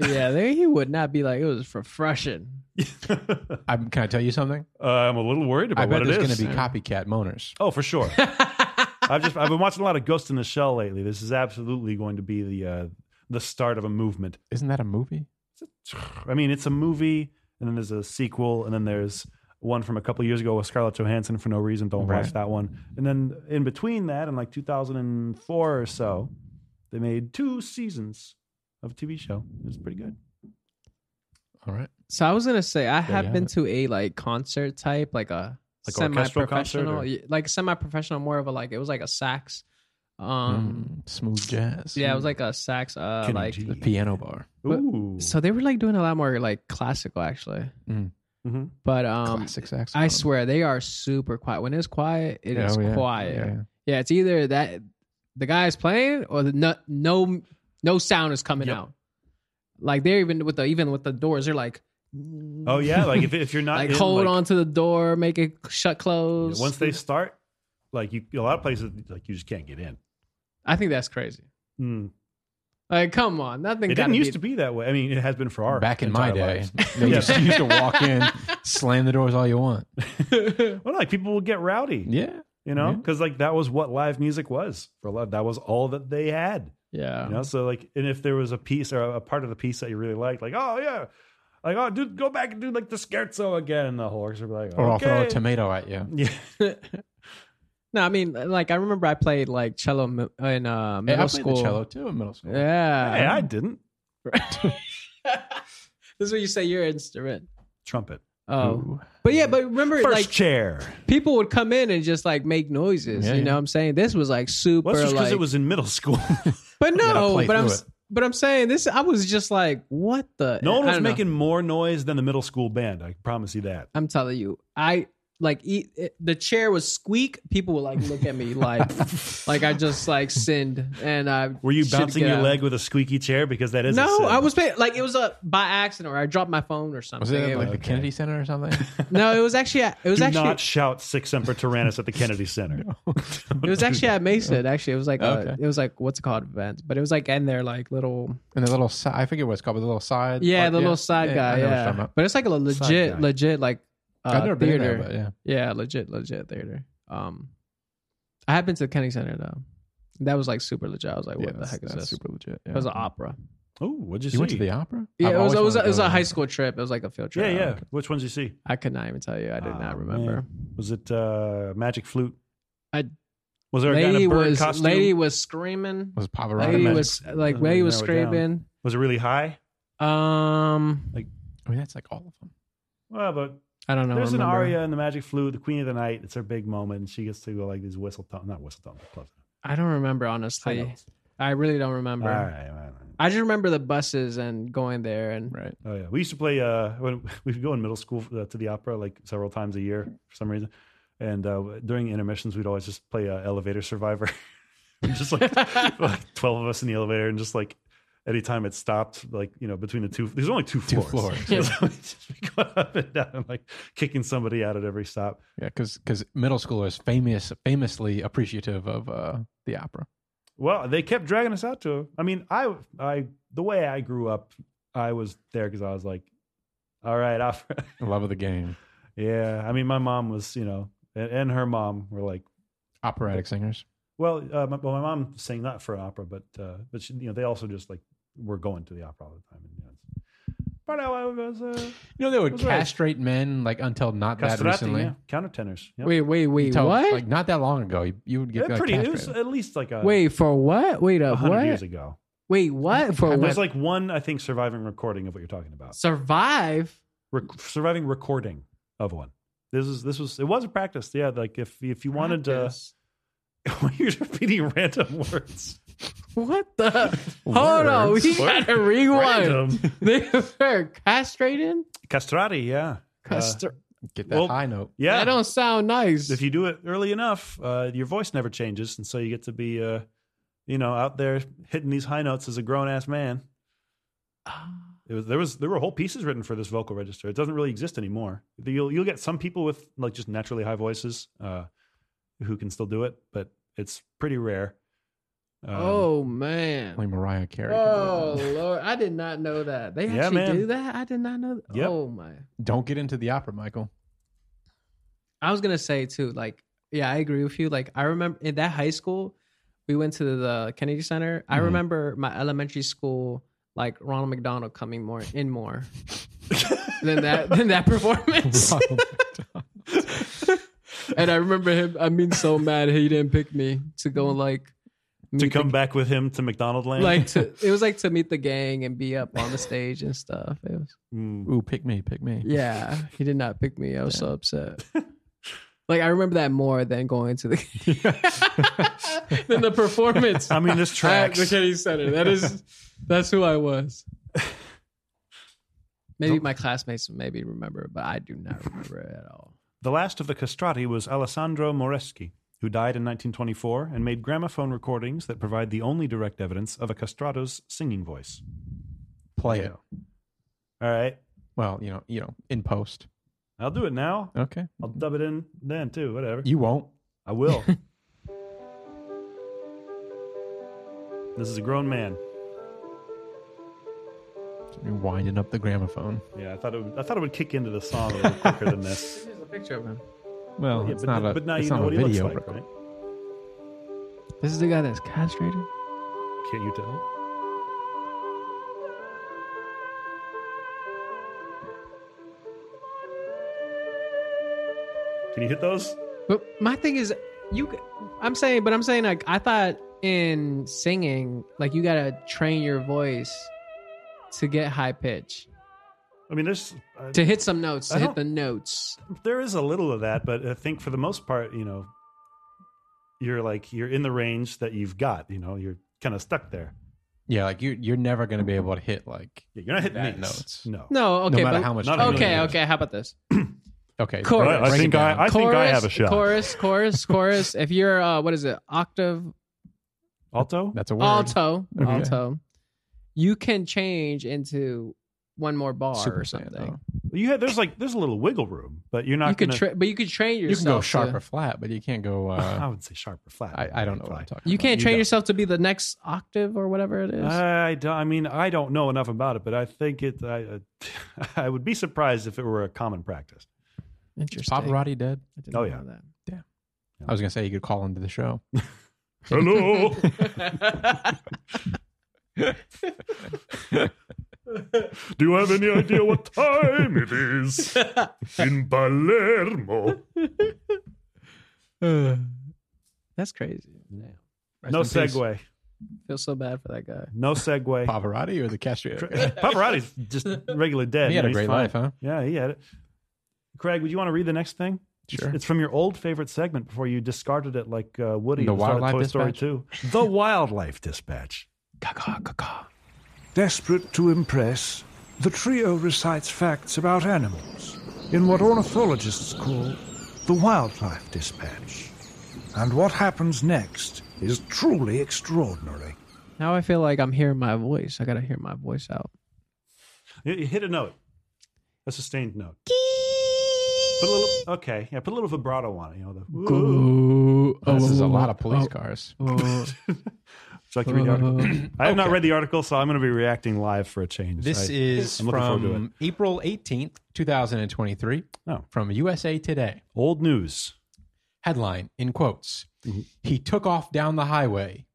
Speaker 3: Yeah, there he would not be like it was refreshing.
Speaker 1: I'm, can I tell you something?
Speaker 2: Uh, I'm a little worried
Speaker 1: I
Speaker 2: about
Speaker 1: bet
Speaker 2: what it
Speaker 1: there's
Speaker 2: is.
Speaker 1: going to be copycat moaners.
Speaker 2: Oh, for sure. I've just I've been watching a lot of Ghost in the Shell lately. This is absolutely going to be the uh, the start of a movement.
Speaker 1: Isn't that a movie?
Speaker 2: I mean, it's a movie, and then there's a sequel, and then there's one from a couple years ago with Scarlett Johansson for no reason. Don't watch
Speaker 1: Right.
Speaker 2: that one. And then in between that, in like 2004 or so, they made two seasons of a TV show. It was pretty good.
Speaker 1: All right.
Speaker 3: So I was gonna say I
Speaker 1: you
Speaker 3: have
Speaker 1: have
Speaker 3: been to a like concert type, like a
Speaker 2: Like orchestral concert
Speaker 3: semi-professional,
Speaker 2: or-
Speaker 3: y- like semi-professional, more of a like it was like a sax. Um,
Speaker 1: Mm, smooth jazz.
Speaker 3: yeah, it was like a sax. Uh,
Speaker 2: Kenny
Speaker 3: like
Speaker 2: G.
Speaker 1: the piano bar.
Speaker 2: Ooh.
Speaker 3: so they were like doing a lot more like classical actually,
Speaker 1: Mm.
Speaker 4: Mm-hmm.
Speaker 2: Mhm.
Speaker 3: but um,
Speaker 1: Classic saxophone.
Speaker 3: I swear they are super quiet. When it's quiet, it
Speaker 1: Yeah,
Speaker 3: is
Speaker 1: oh, yeah.
Speaker 3: quiet.
Speaker 1: Yeah,
Speaker 3: Yeah,
Speaker 1: yeah.
Speaker 3: it's either that the guy's playing or the no no, no sound is coming
Speaker 4: Yep.
Speaker 3: out. Like they're even with the even with the doors, they're like
Speaker 4: Oh yeah, like if, if you're not
Speaker 3: like
Speaker 4: in,
Speaker 3: hold
Speaker 4: like,
Speaker 3: on to the door, make it shut close.
Speaker 4: once they start, like you, a lot of places like you just can't get in.
Speaker 3: I think that's crazy.
Speaker 1: Hmm.
Speaker 4: Mm.
Speaker 3: Like, come on, nothing.
Speaker 4: It didn't used to be that way. I mean, it has been for our
Speaker 1: Back in my
Speaker 4: entire
Speaker 1: day,
Speaker 4: lives.
Speaker 1: they
Speaker 4: Yeah.
Speaker 1: just used to walk in, slam the doors all you want.
Speaker 3: to.
Speaker 4: Well, like people will get rowdy,
Speaker 1: Yeah.
Speaker 4: you know,
Speaker 1: Yeah.
Speaker 4: because like that was what live music was for a lot. That was all that they had,
Speaker 3: yeah,
Speaker 4: you know. So like, and if there was a piece or a part of the piece that you really liked, like oh yeah, like oh dude, go back and do like the scherzo again, and the whole orchestra would be like,
Speaker 1: Or I'll throw a
Speaker 4: okay.
Speaker 1: tomato at you.
Speaker 4: Yeah,
Speaker 3: no, I mean, like I remember I played like cello mi- in uh,
Speaker 1: Hey, I
Speaker 3: middle
Speaker 1: played
Speaker 3: school.
Speaker 1: the cello too in middle school.
Speaker 4: hey,
Speaker 3: Yeah,
Speaker 4: I didn't
Speaker 3: this is what you say your instrument.
Speaker 2: Trumpet.
Speaker 3: Oh,
Speaker 1: Ooh.
Speaker 3: but yeah, but remember,
Speaker 2: First
Speaker 3: like
Speaker 2: chair.
Speaker 3: people would come in and just like make noises.
Speaker 1: Yeah,
Speaker 3: you know
Speaker 1: yeah.
Speaker 3: what I'm saying? This was like super.
Speaker 2: Well, that's just because
Speaker 3: like,
Speaker 2: it was in middle school.
Speaker 3: but
Speaker 1: gotta
Speaker 3: no,
Speaker 1: play
Speaker 3: but I'm
Speaker 1: through
Speaker 3: s- but I'm saying this. I was just like, what the?
Speaker 4: no one
Speaker 3: I
Speaker 4: was
Speaker 3: don't know.
Speaker 4: making more noise than the middle school band. I promise you that.
Speaker 3: I'm telling you, I like e it, the chair was squeak. People would like look at me like, like I just like sinned and I.
Speaker 4: Were you
Speaker 3: should
Speaker 4: bouncing
Speaker 3: get
Speaker 4: your
Speaker 3: out.
Speaker 4: leg with a squeaky chair? Because that is a
Speaker 3: No,
Speaker 4: sin.
Speaker 3: I was paying, like it was a by accident or I dropped my phone or something.
Speaker 1: Was it at, like the
Speaker 3: was-
Speaker 1: Kennedy Center or something?
Speaker 3: no, it was actually at, it was
Speaker 4: Do
Speaker 3: actually
Speaker 4: not shout Six Emperor Tyrannus at the Kennedy Center.
Speaker 3: it was actually at Mesa. Actually, it was like a,
Speaker 1: Okay.
Speaker 3: it was like what's it called event, but it was like in their like little
Speaker 1: and the little side, I forget what it's called, but the little side.
Speaker 3: yeah
Speaker 1: part-
Speaker 3: the little side
Speaker 1: I
Speaker 3: guy
Speaker 1: know what you're
Speaker 3: yeah,
Speaker 1: talking about.
Speaker 3: but it's like a legit
Speaker 2: guy.
Speaker 3: legit like uh,
Speaker 1: I've never
Speaker 3: theater
Speaker 1: been there, but yeah.
Speaker 3: Yeah, legit, legit theater. Um, I have been to the Kennedy Center though. That was like super legit. I was like,
Speaker 1: yeah,
Speaker 3: what the
Speaker 1: that's-
Speaker 3: heck is
Speaker 1: that's
Speaker 3: this?
Speaker 1: super legit.
Speaker 3: It
Speaker 1: yeah.
Speaker 3: was an opera.
Speaker 4: Oh, what'd you, see?
Speaker 1: You went to the opera?
Speaker 3: Yeah,
Speaker 1: I've
Speaker 3: it was.
Speaker 1: always
Speaker 3: It was,
Speaker 1: wanted
Speaker 3: it
Speaker 1: to
Speaker 3: was
Speaker 1: go
Speaker 3: a
Speaker 1: to
Speaker 3: high
Speaker 1: the-
Speaker 3: school trip. It was like a field trip.
Speaker 4: yeah, yeah. Which ones did you see?
Speaker 3: I could not even tell you. I did
Speaker 4: Oh,
Speaker 3: not remember.
Speaker 4: man. Was it uh, Magic Flute?
Speaker 3: I-
Speaker 4: was there a guy in
Speaker 3: Lady
Speaker 4: a bird
Speaker 3: was
Speaker 4: costume?
Speaker 3: lady was screaming.
Speaker 1: Was
Speaker 3: Lady
Speaker 1: Pavarotti?
Speaker 4: Magic-
Speaker 3: was like
Speaker 4: Uh,
Speaker 3: lady was
Speaker 4: narrow it down.
Speaker 3: screaming.
Speaker 4: Was it really high?
Speaker 3: Um,
Speaker 1: I mean, that's like all of them.
Speaker 2: Well, but
Speaker 3: I don't know.
Speaker 2: there's an
Speaker 3: remember.
Speaker 2: aria in the Magic Flute, the Queen of the Night. It's her big moment, and she gets to go like these whistle tones, not whistle tones, but club
Speaker 3: I don't remember honestly.
Speaker 2: tones.
Speaker 3: I really don't
Speaker 2: All
Speaker 3: remember.
Speaker 2: right, all right, all right.
Speaker 3: I just remember the buses and going there and
Speaker 1: Right.
Speaker 2: Oh yeah, we used to play. Uh, when we would go in middle school uh, to the opera like several times a year for some reason, and uh, during intermissions we'd always just play uh, Elevator Survivor. We'd just like, like twelve of us in the elevator, and just like anytime it stopped, like you know between the two, there's only two
Speaker 1: Two
Speaker 2: floors.
Speaker 1: floors.
Speaker 2: so we just be going up and down, like kicking somebody out at every stop.
Speaker 1: Yeah, because middle schoolers famous famously appreciative of uh, the opera.
Speaker 2: Well, they kept dragging us out to. I mean, I, I, the way I grew up, I was there because I was like, all right, opera.
Speaker 1: The love of the game.
Speaker 2: Yeah, I mean, my mom was, you know, and, and her mom were like,
Speaker 1: Operatic singers.
Speaker 2: well, uh, my, well, my mom sang not for an opera, but uh, but she, you know, they also just like were going to the opera all the time. And, you know, it's- but I was uh,
Speaker 1: You know they would
Speaker 2: That's right.
Speaker 1: castrate men like until not that
Speaker 2: castrati,
Speaker 1: recently.
Speaker 2: yeah, countertenors. Yeah.
Speaker 3: wait, wait, wait,
Speaker 1: Until,
Speaker 3: what?
Speaker 1: Like not that long ago, you, you would
Speaker 2: Yeah,
Speaker 1: get like,
Speaker 2: pretty. It was
Speaker 1: castrated.
Speaker 2: at least like a
Speaker 3: wait for what? Wait
Speaker 2: Uh, a
Speaker 3: up,
Speaker 2: hundred years
Speaker 3: what?
Speaker 2: ago.
Speaker 3: Wait, what for
Speaker 2: There's
Speaker 3: what?
Speaker 2: like one, I think, surviving recording of what you're talking about.
Speaker 3: Survive.
Speaker 2: Rec- surviving recording of one. This is this was it was a practice. Yeah, like if if you wanted to,
Speaker 3: Practice.
Speaker 2: you're just repeating random words.
Speaker 3: What the? Hold on, we
Speaker 1: Words.
Speaker 3: gotta rewind.
Speaker 2: Random.
Speaker 3: They were castrating.
Speaker 2: Castrati, yeah. Uh,
Speaker 3: Castra-
Speaker 1: Get that
Speaker 2: Well,
Speaker 1: high note.
Speaker 2: yeah.
Speaker 3: That don't sound nice.
Speaker 2: if you do it early enough, uh, your voice never changes. And so you get to be, uh, you know, out there hitting these high notes as a grown ass man.
Speaker 3: Ah.
Speaker 2: It was, there was there were whole pieces written for this vocal register. It doesn't really exist anymore. You'll you'll get some people with like just naturally high voices uh, who can still do it, but it's pretty rare. Um,
Speaker 3: oh man.
Speaker 1: Only Mariah Carey. can do
Speaker 3: Oh
Speaker 1: that.
Speaker 3: Lord, I did not know that. They
Speaker 2: Yeah,
Speaker 3: actually
Speaker 2: man.
Speaker 3: do that. I did not know. That.
Speaker 2: Yep.
Speaker 3: Oh my!
Speaker 1: Don't get into the opera, Michael.
Speaker 3: I was gonna say too. Like, yeah, I agree with you. Like, I remember in that high school, we went to the Kennedy Center. I
Speaker 2: Mm-hmm.
Speaker 1: Mhm.
Speaker 3: remember my elementary school, like Ronald McDonald coming more in more than that than that performance. and I remember him. I mean, so mad he didn't pick me to go like
Speaker 2: to
Speaker 3: meet
Speaker 2: come back with him to McDonald
Speaker 3: the,
Speaker 2: Land.
Speaker 3: like to. It was like to meet the gang and be up on the stage and stuff. It was.
Speaker 2: Mm.
Speaker 1: Ooh, pick me, pick me.
Speaker 3: Yeah, he did not pick me. I was so upset. Like I remember that more than going to the than the performance.
Speaker 2: I mean, this
Speaker 3: at
Speaker 2: tracks.
Speaker 3: the Kennedy Center. That is that's who I was. Maybe my classmates maybe remember, but I do not remember it at all.
Speaker 2: The last of the castrati was Alessandro Moreschi, who died in 1924 and made gramophone recordings that provide the only direct evidence of a castrato's singing voice.
Speaker 1: Play it.
Speaker 2: All right,
Speaker 1: Well, you know, you know, in post.
Speaker 2: I'll do it now.
Speaker 1: Okay.
Speaker 2: I'll dub it in then too. Whatever.
Speaker 1: You won't.
Speaker 2: I will. this is a grown man.
Speaker 1: You're winding up the gramophone.
Speaker 2: Yeah, I thought it would, I thought it would kick into the song a little quicker than this.
Speaker 3: Here's a picture of him.
Speaker 1: Well,
Speaker 2: Yeah,
Speaker 1: Oh, it's
Speaker 2: but,
Speaker 1: not a,
Speaker 2: but now
Speaker 1: it's
Speaker 2: you
Speaker 1: not
Speaker 2: know
Speaker 1: a
Speaker 2: what he looks
Speaker 1: video.
Speaker 2: like,
Speaker 1: record.
Speaker 2: right?
Speaker 3: This is the guy that's castrated.
Speaker 2: Can't you tell? Can you hit those?
Speaker 3: But my thing is, you. c- I'm saying, but I'm saying like I thought in singing, like you gotta train your voice to get high pitch.
Speaker 2: I mean, there's uh,
Speaker 3: to hit some notes,
Speaker 2: I
Speaker 3: to hit
Speaker 2: don't-
Speaker 3: the notes.
Speaker 2: there is a little of that, but I think for the most part, you know, you're like you're in the range that you've got. You know, you're kind of stuck there.
Speaker 1: Yeah, like you, you're never going to be able to hit like.
Speaker 2: Yeah, you're not hitting
Speaker 1: That
Speaker 2: these
Speaker 1: notes.
Speaker 2: No.
Speaker 3: No, okay,
Speaker 1: no matter
Speaker 3: but,
Speaker 1: how much.
Speaker 2: not
Speaker 1: time you
Speaker 3: okay,
Speaker 1: use.
Speaker 3: okay. How about this?
Speaker 1: Okay.
Speaker 3: Chorus.
Speaker 1: break it-
Speaker 3: I
Speaker 1: break it
Speaker 2: think I-
Speaker 1: down.
Speaker 2: I- think have a shot.
Speaker 3: Chorus, chorus, chorus. If you're uh, what is it? Octave,
Speaker 2: Alto.
Speaker 1: That's a word.
Speaker 3: alto,
Speaker 1: Okay.
Speaker 3: alto. You can change into one more bar
Speaker 1: Super
Speaker 3: or
Speaker 1: Saiyan,
Speaker 3: something.
Speaker 1: though.
Speaker 2: You had there's like there's a little wiggle room, but you're not
Speaker 3: you could,
Speaker 2: gonna.
Speaker 3: tra- but you could train yourself.
Speaker 1: You can go sharp
Speaker 3: to-
Speaker 1: or flat, but you can't go.
Speaker 2: I
Speaker 1: Uh,
Speaker 2: would say sharp or flat.
Speaker 1: I, I don't know what I'm
Speaker 2: Flat.
Speaker 1: talking.
Speaker 3: you can't
Speaker 2: You
Speaker 3: train
Speaker 2: don't. Uh,
Speaker 3: yourself to be the next octave or whatever it is.
Speaker 2: I don't, I mean, I don't know enough about it, but I think it. I, uh, I would be surprised if it were a common practice.
Speaker 3: Interesting.
Speaker 1: About. Pavarotti dead.
Speaker 3: I didn't
Speaker 2: Oh,
Speaker 3: know
Speaker 2: yeah.
Speaker 3: that.
Speaker 1: I was going to say you could call into the show.
Speaker 2: Hello. Do you have any idea what time it is in Palermo?
Speaker 3: That's crazy.
Speaker 1: Rest
Speaker 2: No
Speaker 1: in peace.
Speaker 2: segue.
Speaker 3: Feel so bad for that guy.
Speaker 2: No segue.
Speaker 1: Pavarotti or the castrator? guy?
Speaker 2: Pavarotti's just regular dead.
Speaker 1: he had a
Speaker 2: He's
Speaker 1: great
Speaker 2: fine.
Speaker 1: life, huh?
Speaker 2: Yeah, he had it. Craig, would you want to read the next thing? It's-
Speaker 1: Sure.
Speaker 2: It's from your old favorite segment before you discarded it like uh, Woody.
Speaker 1: The
Speaker 2: and started
Speaker 1: Wildlife
Speaker 2: Toy Story
Speaker 1: Dispatch?
Speaker 2: 2.
Speaker 5: The Wildlife Dispatch. Desperate to impress, the trio recites facts about animals in what ornithologists call the Wildlife Dispatch. And what happens next is truly extraordinary.
Speaker 3: Now I feel like I'm hearing my voice. I gotta hear my voice out.
Speaker 2: You, you hit a note,
Speaker 5: A sustained note.
Speaker 2: put a little. Okay, yeah, put a little vibrato on it. You know, the,
Speaker 3: Ooh,
Speaker 1: This is a
Speaker 3: oh,
Speaker 1: lot of police
Speaker 3: oh,
Speaker 1: cars.
Speaker 3: oh.
Speaker 2: would you like to read the article? I have not read the article, so I'm going to be reacting live for a change.
Speaker 1: This
Speaker 2: I-
Speaker 1: is
Speaker 2: I'm looking forward to it.
Speaker 1: from April 18th, 2023,
Speaker 2: Oh.
Speaker 1: from USA Today.
Speaker 2: Old news.
Speaker 1: Headline in quotes
Speaker 2: Mhm.
Speaker 1: He took off down the highway.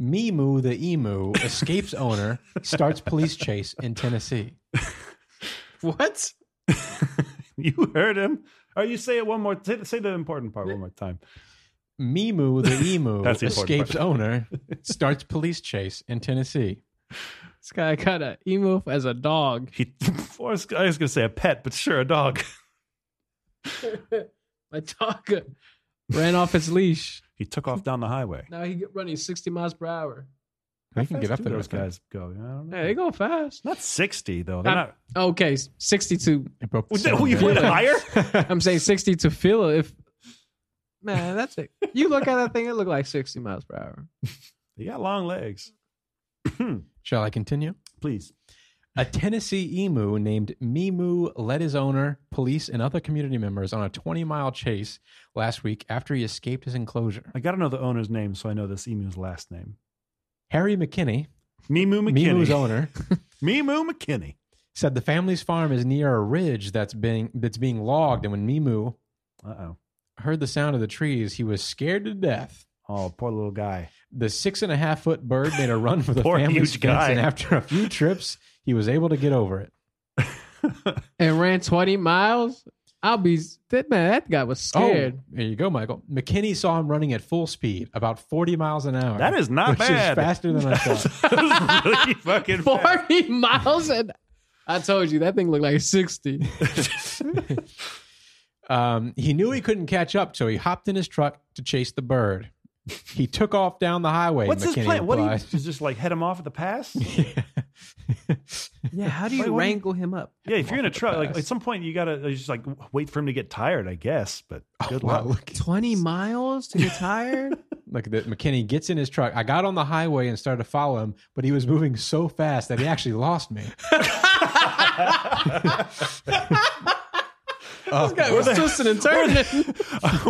Speaker 1: Mimu the emu escapes owner, starts police chase in Tennessee.
Speaker 3: what?
Speaker 2: You heard him. Or you say it one more. Say, say the important part one more time.
Speaker 1: Mimu the emu
Speaker 2: That's the important
Speaker 1: escapes
Speaker 2: part.
Speaker 1: owner, starts police chase in Tennessee.
Speaker 3: This guy got a emu as a dog.
Speaker 2: He. I was, I was going to say a pet, but sure, a dog.
Speaker 3: My dog ran off his leash.
Speaker 2: He took off down the highway.
Speaker 3: Now he get- running 60 miles per hour.
Speaker 1: They
Speaker 2: How
Speaker 1: can
Speaker 2: fast
Speaker 1: get up
Speaker 2: do
Speaker 1: there
Speaker 2: Those
Speaker 1: with that.
Speaker 2: guys go. I don't know.
Speaker 3: Hey, they go fast.
Speaker 2: Not sixty though.
Speaker 1: Uh,
Speaker 2: They're
Speaker 3: Not-
Speaker 2: not.
Speaker 3: Okay, 62.
Speaker 1: They broke the
Speaker 2: Would they-
Speaker 1: sound
Speaker 2: oh, you
Speaker 1: barrier.
Speaker 2: went higher?
Speaker 3: I'm saying 60 to feel it if man, that's it. You look at that thing, it looked like 60 miles per hour.
Speaker 2: They got long legs.
Speaker 1: Shall I continue?
Speaker 2: Please.
Speaker 1: A Tennessee emu named Mimu led his owner, police, and other community members on a 20 mile chase last week after he escaped his enclosure.
Speaker 2: I got to know the owner's name so I know this emu's last name.
Speaker 1: Harry McKinney,
Speaker 2: Mimu McKinney.
Speaker 1: Mimu's owner,
Speaker 2: Mimu McKinney.
Speaker 1: said the family's farm is near a ridge that's being, that's being logged, and when Mimu
Speaker 2: Uh oh.
Speaker 1: heard the sound of the trees, he was scared to death.
Speaker 2: Oh, poor little guy.
Speaker 1: The six and a half foot bird made a run for the
Speaker 2: Poor
Speaker 1: family's
Speaker 2: huge
Speaker 1: fence,
Speaker 2: guy.
Speaker 1: and after a few trips, he was able to get over it.
Speaker 3: And ran 20 miles. I'll be that man, that guy was scared.
Speaker 1: Oh, there you go, Michael. McKinney saw him running at full speed, about 40 miles an hour.
Speaker 2: That is not
Speaker 1: which
Speaker 2: bad.
Speaker 1: is faster than I thought.
Speaker 2: That is really fucking fast.
Speaker 3: 40 miles and I told you that thing looked like 60.
Speaker 1: Um, he knew he couldn't catch up, so he hopped in his truck to chase the bird. He took off down the highway.
Speaker 2: What's
Speaker 1: McKinney
Speaker 2: his plan? What do you
Speaker 1: replied.
Speaker 2: just- just like head him off at the pass?
Speaker 3: Yeah, how do
Speaker 2: Wait, what?
Speaker 3: wrangle him up?
Speaker 2: Yeah, if you're in a truck, like
Speaker 1: pass.
Speaker 2: at some point you gotta just like wait for him to get tired, I guess. But good
Speaker 1: Oh, Wow,
Speaker 2: luck.
Speaker 1: look,
Speaker 3: 20 miles to get tired?
Speaker 1: look at that. McKinney gets in his truck. I got on the highway and started to follow him, but he was moving so fast that he actually lost me.
Speaker 3: this guy was twisting and turning.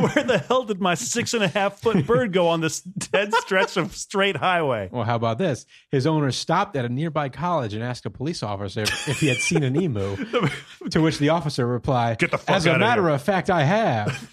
Speaker 2: Where the hell did my six and a half foot bird go on this dead stretch of straight highway?
Speaker 1: Well, how about this? His owner stopped at a nearby college and asked a police officer if, if he had seen an emu. to which the officer replied,
Speaker 2: Get the fuck
Speaker 1: As a
Speaker 2: outta
Speaker 1: matter
Speaker 2: here."
Speaker 1: of fact, I have.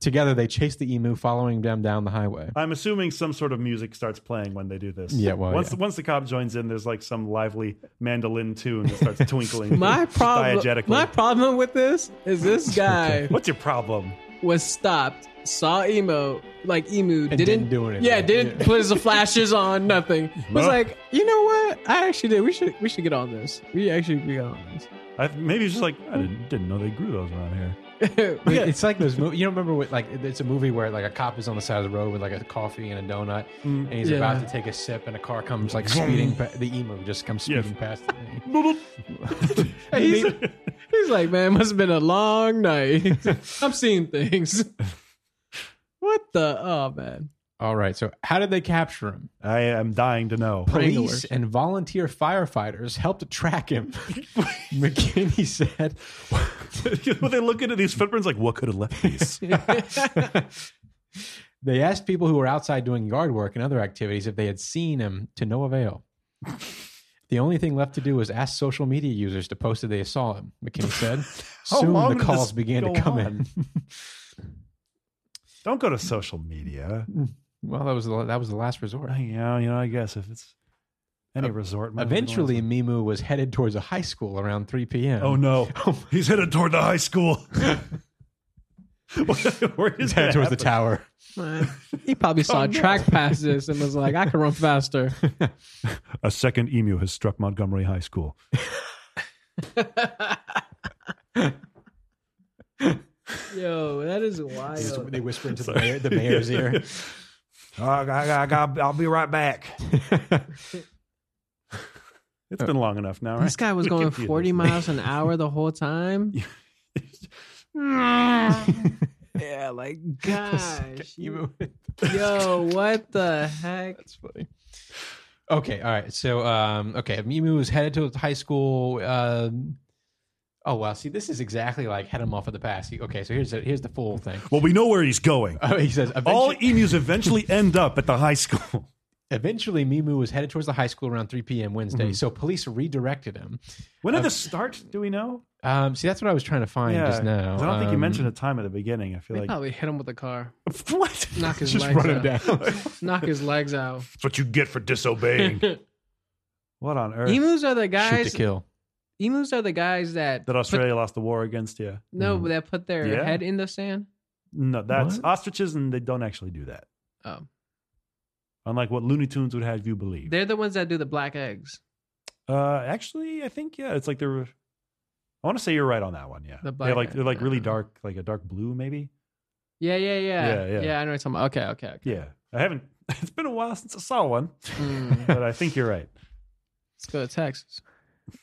Speaker 1: Together, they chased the emu, following them down the highway.
Speaker 2: I'm assuming some sort of music starts playing when they do this.
Speaker 1: Yeah, well,
Speaker 2: once
Speaker 1: yeah.
Speaker 2: once the cop joins in, there's like some lively mandolin tune that starts twinkling.
Speaker 3: My problem,
Speaker 2: diegetically.
Speaker 3: my problem with this is this guy
Speaker 2: What's your problem?
Speaker 3: was stopped, saw emo, like emu,
Speaker 1: And
Speaker 3: didn't,
Speaker 1: didn't do anything.
Speaker 3: Yeah, didn't
Speaker 1: Yeah.
Speaker 3: put his flashers on, nothing. Was
Speaker 2: No.
Speaker 3: like, you know what? I actually did. We should we should get on this. We actually should get on
Speaker 2: I, maybe it's just like I didn't, didn't know they grew those around here.
Speaker 3: this.
Speaker 1: But It's like those movies. You don't remember what, like, it's a movie where, like, a cop is on the side of the road with, like, a coffee and a donut,
Speaker 2: Mm,
Speaker 1: and he's
Speaker 3: Yeah.
Speaker 1: about to take a sip, and a car comes, like, speeding past the emu, just comes
Speaker 2: Yes.
Speaker 1: speeding past the thing.
Speaker 3: And he's, he's like, man, must have been a long night. I'm seeing things. What the? Oh man,
Speaker 1: All right. So, how did they capture him?
Speaker 2: I am dying to know.
Speaker 1: Police
Speaker 3: Wranglers.
Speaker 1: and volunteer firefighters helped track him. McKinney said,
Speaker 2: Were they looking at these footprints like what could have left these?
Speaker 1: They asked people who were outside doing yard work and other activities if they had seen him to no avail. The only thing left to do was ask social media users to post that they saw him, McKinney said.
Speaker 2: How
Speaker 1: Soon
Speaker 2: long
Speaker 1: the
Speaker 2: did this
Speaker 1: calls began to
Speaker 2: go
Speaker 1: come
Speaker 2: on?
Speaker 1: in.
Speaker 2: Don't go to social media.
Speaker 1: Well, that was the, that was the last resort.
Speaker 2: Yeah, you know, I guess if it's any resort. might as well go on
Speaker 1: Eventually,
Speaker 2: some-
Speaker 1: Mimu was headed towards a high school around 3 p.m.
Speaker 2: Oh no, he's headed toward the high school. Where
Speaker 1: He's
Speaker 2: is
Speaker 1: headed
Speaker 2: that
Speaker 1: towards the
Speaker 2: happen?
Speaker 1: tower.
Speaker 3: man. he probably saw
Speaker 2: Oh,
Speaker 3: a
Speaker 2: no.
Speaker 3: track past this and was like, I can run faster.
Speaker 2: A second emu has struck Montgomery High School.
Speaker 3: Yo, that is
Speaker 2: uh,
Speaker 1: They, just,
Speaker 3: wild.
Speaker 1: they whisper into the, mayor, the mayor's ear. Oh,
Speaker 2: I, I, I, got- I'll be right back.
Speaker 1: Oh.
Speaker 2: It's been long enough now,
Speaker 3: This guy was
Speaker 2: We're
Speaker 3: going
Speaker 2: confused.
Speaker 3: 40 miles an hour the whole time. yeah, like gosh.
Speaker 1: Even with-
Speaker 3: Yo, what the heck?
Speaker 1: That's funny. Okay, all right. So, um, okay, Mimu was headed to high school. Um, oh wow, see, this is exactly like head him off at the pass. He- Okay, so here's the, here's the full thing.
Speaker 2: Well, we know where he's going.
Speaker 1: Oh, he says,
Speaker 2: All
Speaker 1: eventually,
Speaker 2: emus eventually end up at the high school.
Speaker 1: eventually, Mimu was headed towards the high school around 3 p.m. Wednesday.
Speaker 2: Mm-hmm.
Speaker 1: So police redirected him.
Speaker 2: When
Speaker 1: Uh,
Speaker 2: did this start? Do we know?
Speaker 1: Um, see, that's what I was trying to find just now.
Speaker 2: 'cause I don't think you
Speaker 1: Um,
Speaker 2: mentioned a time at the beginning. I feel
Speaker 3: They
Speaker 2: like
Speaker 3: probably hit him with a car.
Speaker 2: what?
Speaker 3: Knock his
Speaker 1: Just
Speaker 3: legs
Speaker 1: run him
Speaker 3: out.
Speaker 2: uh,
Speaker 1: down.
Speaker 3: Knock his legs out.
Speaker 2: That's what you get for disobeying. what on earth?
Speaker 3: Emus are the
Speaker 1: Shoot to
Speaker 3: guys.
Speaker 1: kill.
Speaker 3: Emus are the guys that
Speaker 2: that
Speaker 3: put-
Speaker 2: Australia lost the Mm. war against you.
Speaker 3: no,
Speaker 1: Mhm.
Speaker 3: that put their
Speaker 2: Yeah.
Speaker 3: head in the sand.
Speaker 2: No, that's
Speaker 1: What?
Speaker 2: ostriches, and they don't actually do that.
Speaker 3: Oh,
Speaker 2: Unlike what Looney Tunes would have you believe.
Speaker 3: they're the ones that do the black eggs,
Speaker 2: Uh, actually, I think yeah, it's like they're. I want to say you're right on that one. Yeah,
Speaker 3: The
Speaker 2: they're like
Speaker 3: black-
Speaker 2: they're like really
Speaker 3: uh,
Speaker 2: dark, like a dark blue, maybe.
Speaker 3: Yeah, yeah, yeah,
Speaker 2: Yeah, yeah.
Speaker 3: I know what you're talking about. Okay, okay, okay.
Speaker 2: Yeah, I haven't. It's been a while since I saw one,
Speaker 3: Mm,
Speaker 2: but I think you're right.
Speaker 3: let's go to Texas.
Speaker 1: All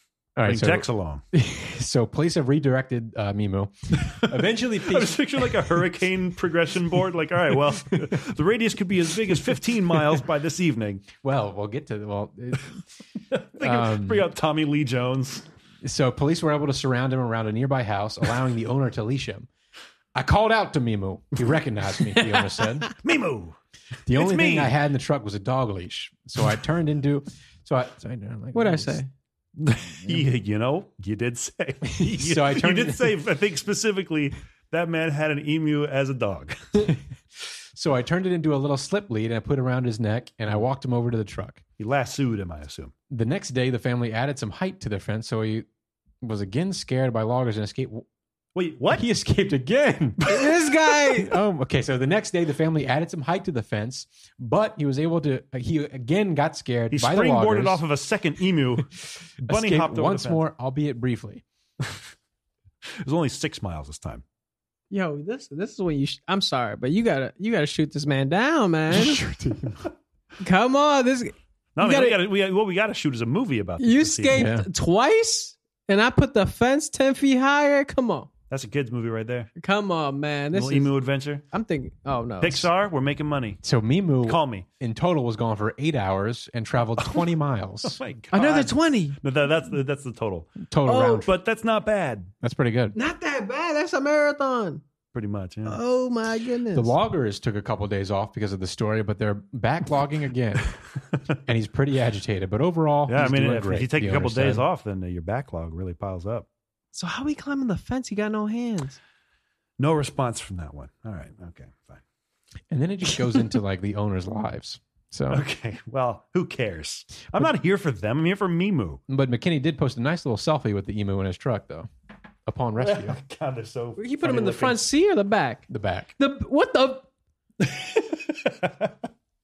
Speaker 2: Bring
Speaker 1: right, so,
Speaker 2: Tex along.
Speaker 1: so police have redirected uh, Mimu. Eventually,
Speaker 2: I just picture like a hurricane progression board. Like, all right, well, the radius could be as big as 15 miles by this evening.
Speaker 1: well, we'll get to well. it-
Speaker 2: Think of,
Speaker 1: Um,
Speaker 2: bring out Tommy Lee Jones.
Speaker 1: So police were able to surround him around a nearby house, allowing the owner to leash him. I called out to Mimu. He recognized me, the owner said.
Speaker 2: Mimu.
Speaker 1: The only
Speaker 2: me.
Speaker 1: thing I had in the truck was a dog leash. So I turned into so I so I, I'm like,
Speaker 3: What'd I
Speaker 1: "Ooh,
Speaker 3: say?
Speaker 2: Yeah, you know, you did say. You,
Speaker 1: So I turned-
Speaker 2: you did say. I think specifically that man had an emu as a dog.
Speaker 1: So I turned it into a little slip lead and I put it around his neck and I walked him over to the truck.
Speaker 2: He lassoed him, I assume.
Speaker 1: The next day the family added some height to their fence, so he was again scared by loggers and escaped
Speaker 2: Wait, what?
Speaker 1: he escaped again.
Speaker 3: this guy.
Speaker 1: oh, okay. So the next day, the family added some height to the fence, but he was able to. uh, He again got scared
Speaker 2: He
Speaker 1: by the loggers.
Speaker 2: springboarded off of a second emu. Bunny
Speaker 1: escaped
Speaker 2: hopped over
Speaker 1: once
Speaker 2: the fence.
Speaker 1: more, albeit briefly.
Speaker 2: It was only six miles this time.
Speaker 3: Yo, this this is when you. Sh- I'm sorry, but you gotta you gotta shoot this man down, man. Come on, this
Speaker 2: No, I
Speaker 3: You
Speaker 2: mean, we
Speaker 3: gotta-
Speaker 2: gotta, we what we got to shoot is a movie about this.
Speaker 3: you
Speaker 2: this evening.
Speaker 3: escaped
Speaker 1: Yeah.
Speaker 3: twice, and I put the fence ten feet higher. Come on,
Speaker 2: That's a kids movie right there.
Speaker 3: come on, man. This
Speaker 2: Little
Speaker 3: is,
Speaker 2: emu adventure.
Speaker 3: I'm thinking. Oh no,
Speaker 2: Pixar, we're making money.
Speaker 1: So Mimu
Speaker 2: Call me.
Speaker 1: in total was gone for eight hours and traveled 20 miles
Speaker 2: My God.
Speaker 3: another twenty.
Speaker 2: No, that- that's the, that's the total.
Speaker 1: total
Speaker 3: Oh.
Speaker 1: round. trip.
Speaker 2: But that's not bad.
Speaker 1: That's pretty good.
Speaker 3: Not that bad. That's a marathon.
Speaker 2: Pretty much. Yeah.
Speaker 3: Oh my goodness.
Speaker 1: The loggers took a couple days off because of the story, but they're backlogging again, and he's pretty agitated. But overall,
Speaker 2: yeah, I
Speaker 1: he's
Speaker 2: mean,
Speaker 1: doing
Speaker 2: if,
Speaker 1: great,
Speaker 2: if you take
Speaker 1: the
Speaker 2: a couple
Speaker 1: owner
Speaker 2: days
Speaker 1: said.
Speaker 2: off, then your backlog really piles up.
Speaker 3: so how he climbing the fence? He got no hands.
Speaker 2: No response from that one. All right. Okay. Fine.
Speaker 1: and then it just goes into like the owners' lives. So
Speaker 2: Okay. Well, who cares? I'm not here for them. I'm here for Mimu.
Speaker 1: But McKinney did post a nice little selfie with the emu in his truck, though. Upon rescue,
Speaker 2: God, they're so.
Speaker 3: He put
Speaker 2: funny
Speaker 3: him in the
Speaker 2: looking.
Speaker 3: front seat or the back.
Speaker 1: the back.
Speaker 3: The what the?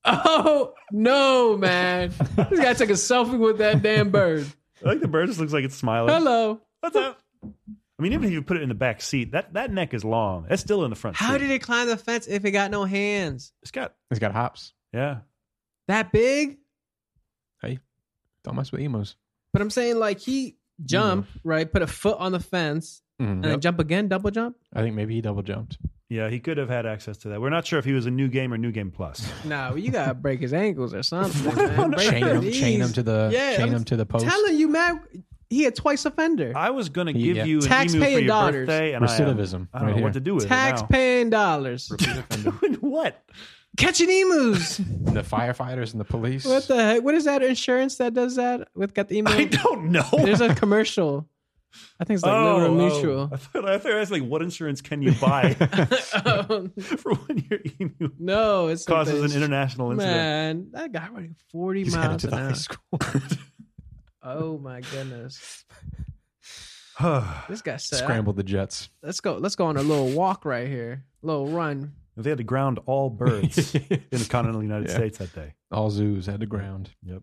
Speaker 3: oh no, man! This guy took a selfie with that damn bird.
Speaker 2: I like the bird just looks like it's
Speaker 1: Oh,
Speaker 2: smiling.
Speaker 3: Hello.
Speaker 2: What's up? I mean, even if you put it in the back seat, that, that neck is long. It's still in the front
Speaker 3: How
Speaker 2: seat.
Speaker 3: did it climb the fence if it got no hands?
Speaker 2: It's got.
Speaker 1: He's got hops.
Speaker 2: Yeah.
Speaker 3: That big?
Speaker 1: Don't mess with emus.
Speaker 3: But I'm saying like he jumped
Speaker 1: Mm.
Speaker 3: right, put a foot on the fence,
Speaker 1: Mhm.
Speaker 3: and then jump again, double jump.
Speaker 1: I think maybe he double jumped.
Speaker 2: Yeah, he could have had access to that. We're not sure if he was a new game or new game plus.
Speaker 3: Nah, well, you gotta break his ankles or something.
Speaker 2: What
Speaker 3: man.
Speaker 2: on
Speaker 3: Break
Speaker 1: Chain
Speaker 3: his
Speaker 1: him, chain him
Speaker 3: knees.
Speaker 1: to the
Speaker 3: Yeah,
Speaker 1: chain
Speaker 3: I'm
Speaker 1: him to the post.
Speaker 3: Telling you, man, he a twice offender.
Speaker 2: I was going to
Speaker 1: He-
Speaker 2: give
Speaker 1: yeah.
Speaker 2: you an emu
Speaker 3: Taxpaying
Speaker 2: for your
Speaker 3: daughters.
Speaker 2: birthday, and
Speaker 1: Recidivism,
Speaker 2: I, um, I don't
Speaker 1: right
Speaker 2: know what to
Speaker 1: here.
Speaker 2: do with
Speaker 3: Tax
Speaker 2: it
Speaker 3: paying dollars,
Speaker 2: now. Doing what?
Speaker 3: catching emus.
Speaker 1: the firefighters and the police.
Speaker 3: what the heck? What is that insurance that does that? With got the emu.
Speaker 2: I don't know. Oh,
Speaker 3: There's a commercial. I think it's like Liberal Mutual.
Speaker 2: I thought I thought I was like, what insurance can you buy
Speaker 3: Um,
Speaker 2: for when your emu
Speaker 3: no, it's
Speaker 2: causes an
Speaker 3: something-
Speaker 2: international incident?
Speaker 3: Man, that guy running 40
Speaker 1: He's headed
Speaker 3: miles
Speaker 1: to
Speaker 3: an
Speaker 1: the high
Speaker 3: hour.
Speaker 1: school.
Speaker 3: Oh my goodness, this guy said,
Speaker 1: Scrambled the jets.
Speaker 3: "Let's go, let's go on a little walk right here, little run."
Speaker 2: they had to ground all birds in the continental United
Speaker 1: Yeah.
Speaker 2: States that day.
Speaker 1: All zoos had to ground.
Speaker 2: Yep.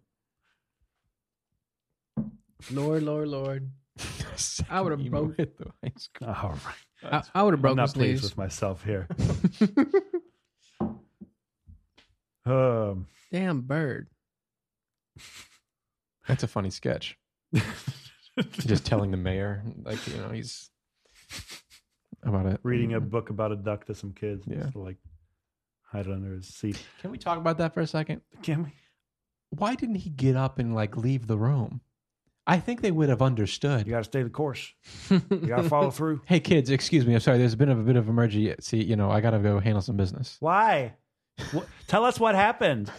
Speaker 3: Lord, Lord, Lord.
Speaker 1: Second
Speaker 3: I would've
Speaker 1: emu
Speaker 3: broke-
Speaker 1: at the high school.
Speaker 2: All right.
Speaker 3: I, I would have
Speaker 4: I'm
Speaker 3: broken
Speaker 4: not
Speaker 3: his
Speaker 4: pleased
Speaker 3: knees.
Speaker 4: with myself here.
Speaker 2: Um,
Speaker 3: Damn bird.
Speaker 1: That's a funny sketch. Just telling the mayor, like you know, he's about it. Mm-hmm.
Speaker 4: Reading a book about a duck to some kids.
Speaker 1: Yeah.
Speaker 4: Just to, like hide it under his seat.
Speaker 1: Can we talk about that for a second?
Speaker 2: can we?
Speaker 1: Why didn't he get up and like leave the room? I think they would have understood.
Speaker 2: You got to stay the course. You got to follow through.
Speaker 1: Hey kids, excuse me. I'm sorry. There's been a bit of emergency. See, you know, I gotta go handle some business.
Speaker 2: Why? Wh- Tell us what happened.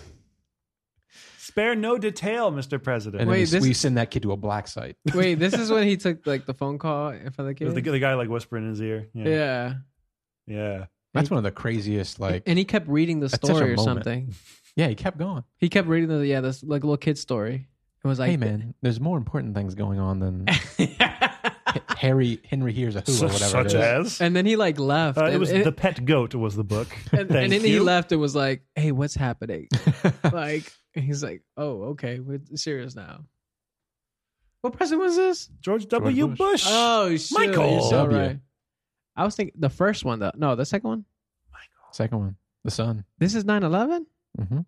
Speaker 2: Spare no detail, Mr. President.
Speaker 1: And
Speaker 3: Wait,
Speaker 1: then
Speaker 3: this-
Speaker 1: we, we send that kid to a black site.
Speaker 3: Wait, this is when he took like the phone call in front of the
Speaker 4: It was
Speaker 3: kid.
Speaker 4: The, the guy like whispering in his ear. Yeah. Yeah.
Speaker 3: yeah,
Speaker 1: That's one of the craziest. Like,
Speaker 3: and he kept reading the
Speaker 1: That's such a
Speaker 3: story or
Speaker 1: moment.
Speaker 3: something.
Speaker 1: yeah, he kept going.
Speaker 3: He kept reading the yeah, this like little kid story. It was like,
Speaker 1: hey man, there's more important things going on than
Speaker 3: and
Speaker 1: Harry Henry hears a who or
Speaker 2: Su-
Speaker 1: whatever.
Speaker 2: such
Speaker 1: it is.
Speaker 2: as?
Speaker 3: then he like left.
Speaker 4: Uh,
Speaker 3: and,
Speaker 4: it was the pet goat was the book.
Speaker 3: and, and
Speaker 4: Thank
Speaker 3: then he
Speaker 4: you.
Speaker 3: left. It was like, hey, what's happening? like and he's like, oh, okay, we're serious now. What president was this?
Speaker 2: George W.
Speaker 1: Bush.
Speaker 2: Bush.
Speaker 3: Oh, shoot,
Speaker 2: Michael
Speaker 3: you're so
Speaker 1: W.
Speaker 3: right. I was thinking the first one though. No, the second one.
Speaker 1: Second one, the sun.
Speaker 3: This is 9-11?
Speaker 1: hmm Can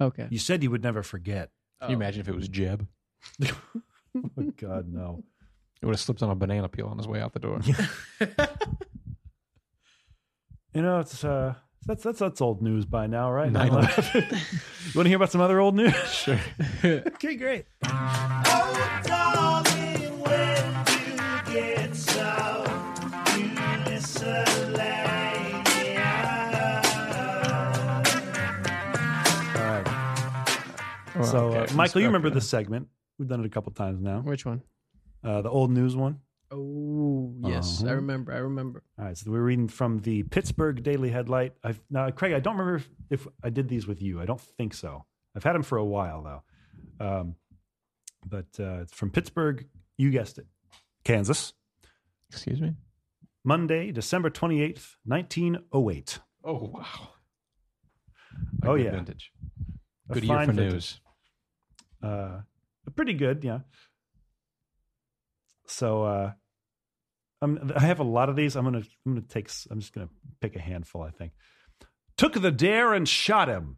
Speaker 3: Okay. Oh.
Speaker 2: You said you would never forget.
Speaker 1: you imagine if it was Jeb?
Speaker 2: Oh, God, no.
Speaker 1: It would have slipped on a banana peel on his way out the door.
Speaker 2: You know, it's uh, that's that's that's old news by now, right?
Speaker 1: Nine
Speaker 2: you want to hear about some other old news? Sure. okay, great. All right.
Speaker 1: Well,
Speaker 2: So,
Speaker 1: okay,
Speaker 2: uh, Michael, you
Speaker 1: okay.
Speaker 2: remember this segment? We've done it a couple times now.
Speaker 3: Which one?
Speaker 2: Uh, the old news one.
Speaker 3: Oh yes, I
Speaker 2: Uh-huh.
Speaker 3: remember. I remember.
Speaker 2: All right, so we're reading from the Pittsburgh Daily Headlight. I've, now, Craig, I don't remember if, if I did these with you. I don't think so. I've had them for a while though, um, but uh, it's from Pittsburgh. You guessed it, Kansas,
Speaker 1: Excuse me.
Speaker 2: Monday, December twenty eighth, nineteen oh eight.
Speaker 1: Oh wow.
Speaker 2: Oh, yeah.
Speaker 1: Vintage. Good year for news.
Speaker 2: uh, pretty good, yeah. So uh, I'm, I have a lot of these. I'm gonna I'm gonna take. s- I'm just gonna pick a handful. I think took the dare and shot him.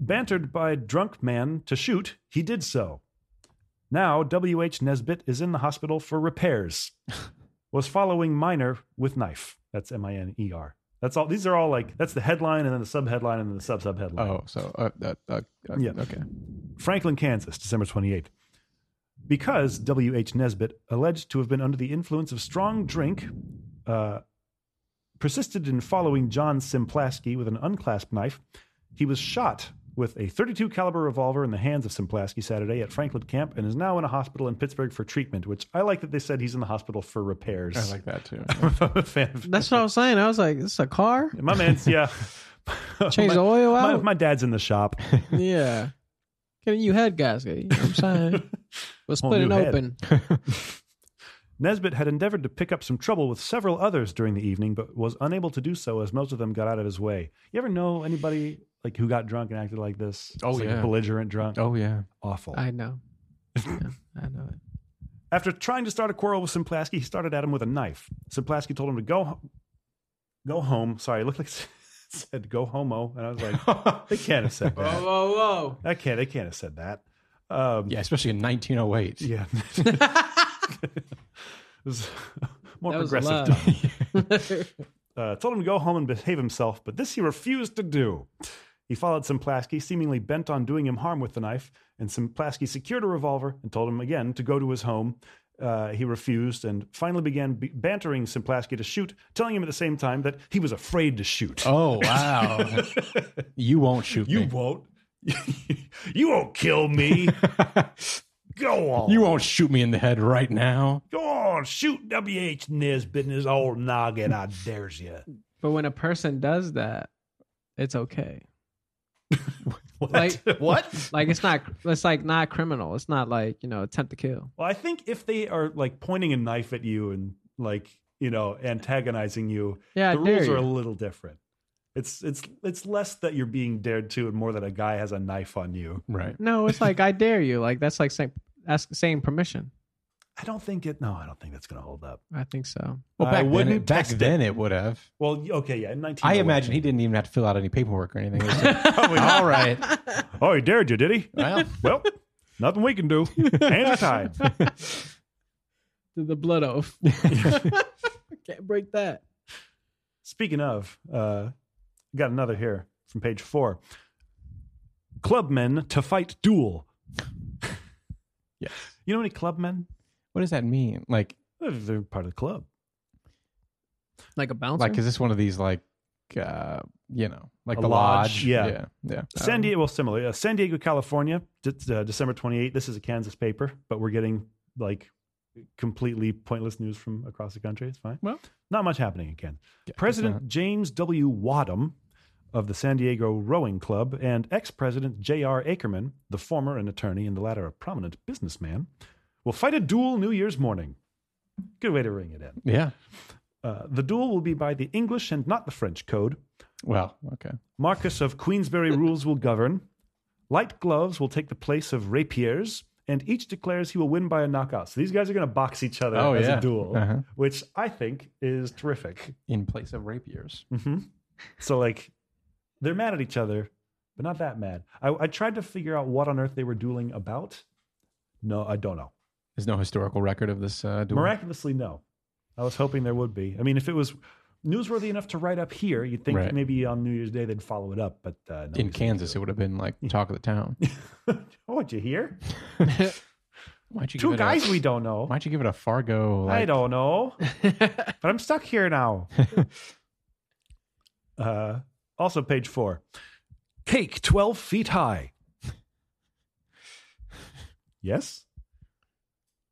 Speaker 2: Bantered by drunk man to shoot, he did so. Now W. H. Nesbitt is in the hospital for repairs. Was following minor with knife. That's M I N E R. That's all. These are all like that's the headline and then the subheadline and then the sub subheadline.
Speaker 1: Oh, so uh, uh, uh, uh,
Speaker 2: Yeah.
Speaker 1: Okay.
Speaker 2: Franklin, Kansas, December 28th. Because W.H. Nesbitt, alleged to have been under the influence of strong drink, uh, persisted in following John Simplaski with an unclasped knife, he was shot with a 32 caliber revolver in the hands of Simplaski Saturday at Franklin Camp and is now in a hospital in Pittsburgh for treatment, which I like that they said he's in the hospital for repairs.
Speaker 1: I like that too.
Speaker 2: I'm a fan of
Speaker 3: That's what I was saying. I was like, this is a car?
Speaker 2: My man's, yeah.
Speaker 3: Change
Speaker 2: my,
Speaker 3: the oil
Speaker 2: my,
Speaker 3: out?
Speaker 2: my dad's in the shop.
Speaker 3: yeah. Get a new head gasket. You know what I'm saying? We'll
Speaker 2: Whole
Speaker 3: split it
Speaker 2: new head.
Speaker 3: open.
Speaker 2: Nesbitt had endeavored to pick up some trouble with several others during the evening, but was unable to do so as most of them got out of his way. You ever know anybody like who got drunk and acted like this?
Speaker 1: Oh,
Speaker 2: It's like
Speaker 1: yeah.
Speaker 2: belligerent drunk.
Speaker 1: oh yeah.
Speaker 2: Awful.
Speaker 3: I know. Yeah, I know it.
Speaker 2: After trying to start a quarrel with Simplaski, he started at him with a knife. Simplaski told him to go ho- go home. Sorry, it looked like it said go homo, and I was like, they can't have said that.
Speaker 3: whoa, whoa.
Speaker 2: I can't. They can't have said that. Um,
Speaker 1: Yeah, especially in 1908.
Speaker 2: yeah. it was more
Speaker 3: That was
Speaker 2: progressive.
Speaker 3: love.
Speaker 2: time. uh, told him to go home and behave himself, but this he refused to do. He followed Simplaski, seemingly bent on doing him harm with the knife, and Simplaski secured a revolver and told him again to go to his home. Uh, he refused and finally began b- bantering Simplaski to shoot, telling him at the same time that he was afraid to shoot.
Speaker 1: Oh wow. you won't shoot
Speaker 2: you
Speaker 1: me.
Speaker 2: won't. you won't kill me. go on.
Speaker 1: You won't shoot me in the head right now.
Speaker 2: Go on. Shoot W.H. Nesbitt in his old noggin. I dares you.
Speaker 3: But when a person does that, it's okay.
Speaker 2: What?
Speaker 3: Like-
Speaker 2: what?
Speaker 3: Like it's not it's like not criminal. It's not like, you know, attempt to kill.
Speaker 2: Well, I think if they are like pointing a knife at you and like you know antagonizing you,
Speaker 3: Yeah,
Speaker 2: the
Speaker 3: I dare
Speaker 2: rules are a
Speaker 3: you.
Speaker 2: little different. It's it's it's less that you're being dared to, and more that a guy has a knife on you.
Speaker 1: Right.
Speaker 3: No, it's like I dare you. Like that's like saying ask saying permission.
Speaker 2: I don't think it. No, I don't think that's going to hold up.
Speaker 3: I think so.
Speaker 1: Well, back
Speaker 2: I
Speaker 1: then, it,
Speaker 2: wouldn't
Speaker 1: back
Speaker 2: test it.
Speaker 1: then it would have.
Speaker 2: Well, y- okay, yeah, in oh 19.
Speaker 1: I imagine he didn't even have to fill out any paperwork or anything. It was just, All right.
Speaker 2: Oh, he dared you, did he?
Speaker 1: Well,
Speaker 2: Well, nothing we can do. Hands are tied.
Speaker 3: The, the blood oath. Can't break that.
Speaker 2: Speaking of, uh, got another here from page four. Clubmen to fight duel.
Speaker 1: Yes.
Speaker 2: You know any clubmen?
Speaker 1: what does that mean? Like,
Speaker 2: They're- They're part of the club.
Speaker 3: Like a bouncer.
Speaker 1: like is this one of these like, uh, you know, like
Speaker 2: A
Speaker 1: the
Speaker 2: lodge,
Speaker 1: lodge?
Speaker 2: yeah.
Speaker 1: yeah, yeah. Um,
Speaker 2: San Diego, well, similarly, uh, San Diego, California, de- uh, December 28th. This is a Kansas paper, but we're getting like completely pointless news from across the country. It's fine.
Speaker 1: Well.
Speaker 2: not much happening in Kansas.
Speaker 1: Yeah, it's uh,
Speaker 2: President James W. Wadham of the San Diego Rowing Club and ex President J.R. Ackerman, the former an attorney and the latter a prominent businessman, will fight a duel New Year's morning. Good way to ring it in.
Speaker 1: not- Yeah.
Speaker 2: Uh, the duel will be by the English and not the French code.
Speaker 1: Well, okay.
Speaker 2: Marcus of Queensberry rules will govern. Light gloves will take the place of rapiers, and each declares he will win by a knockout. So these guys are going to box each other
Speaker 1: Oh,
Speaker 2: as
Speaker 1: yeah.
Speaker 2: a duel,
Speaker 1: Uh-huh.
Speaker 2: which I think is terrific.
Speaker 1: In place of rapiers.
Speaker 2: hmm So like, they're mad at each other, but not that mad. I, I tried to figure out what on earth they were dueling about. No, I don't know.
Speaker 1: There's no historical record of this uh, duel.
Speaker 2: Miraculously, no. I was hoping there would be. I mean, if it was newsworthy enough to write up here, you'd think
Speaker 1: Right.
Speaker 2: maybe on New Year's Day they'd follow it up. But uh, no,
Speaker 1: In
Speaker 2: we didn't do
Speaker 1: Kansas, it would have been like talk of the town.
Speaker 2: oh, what'd you hear?
Speaker 1: Why'd you
Speaker 2: Two
Speaker 1: give it a-
Speaker 2: guys we don't know.
Speaker 1: Why'd you give it a Fargo? Like,
Speaker 2: I don't know, but I'm stuck here now. uh, also, page four cake 12 feet high. yes?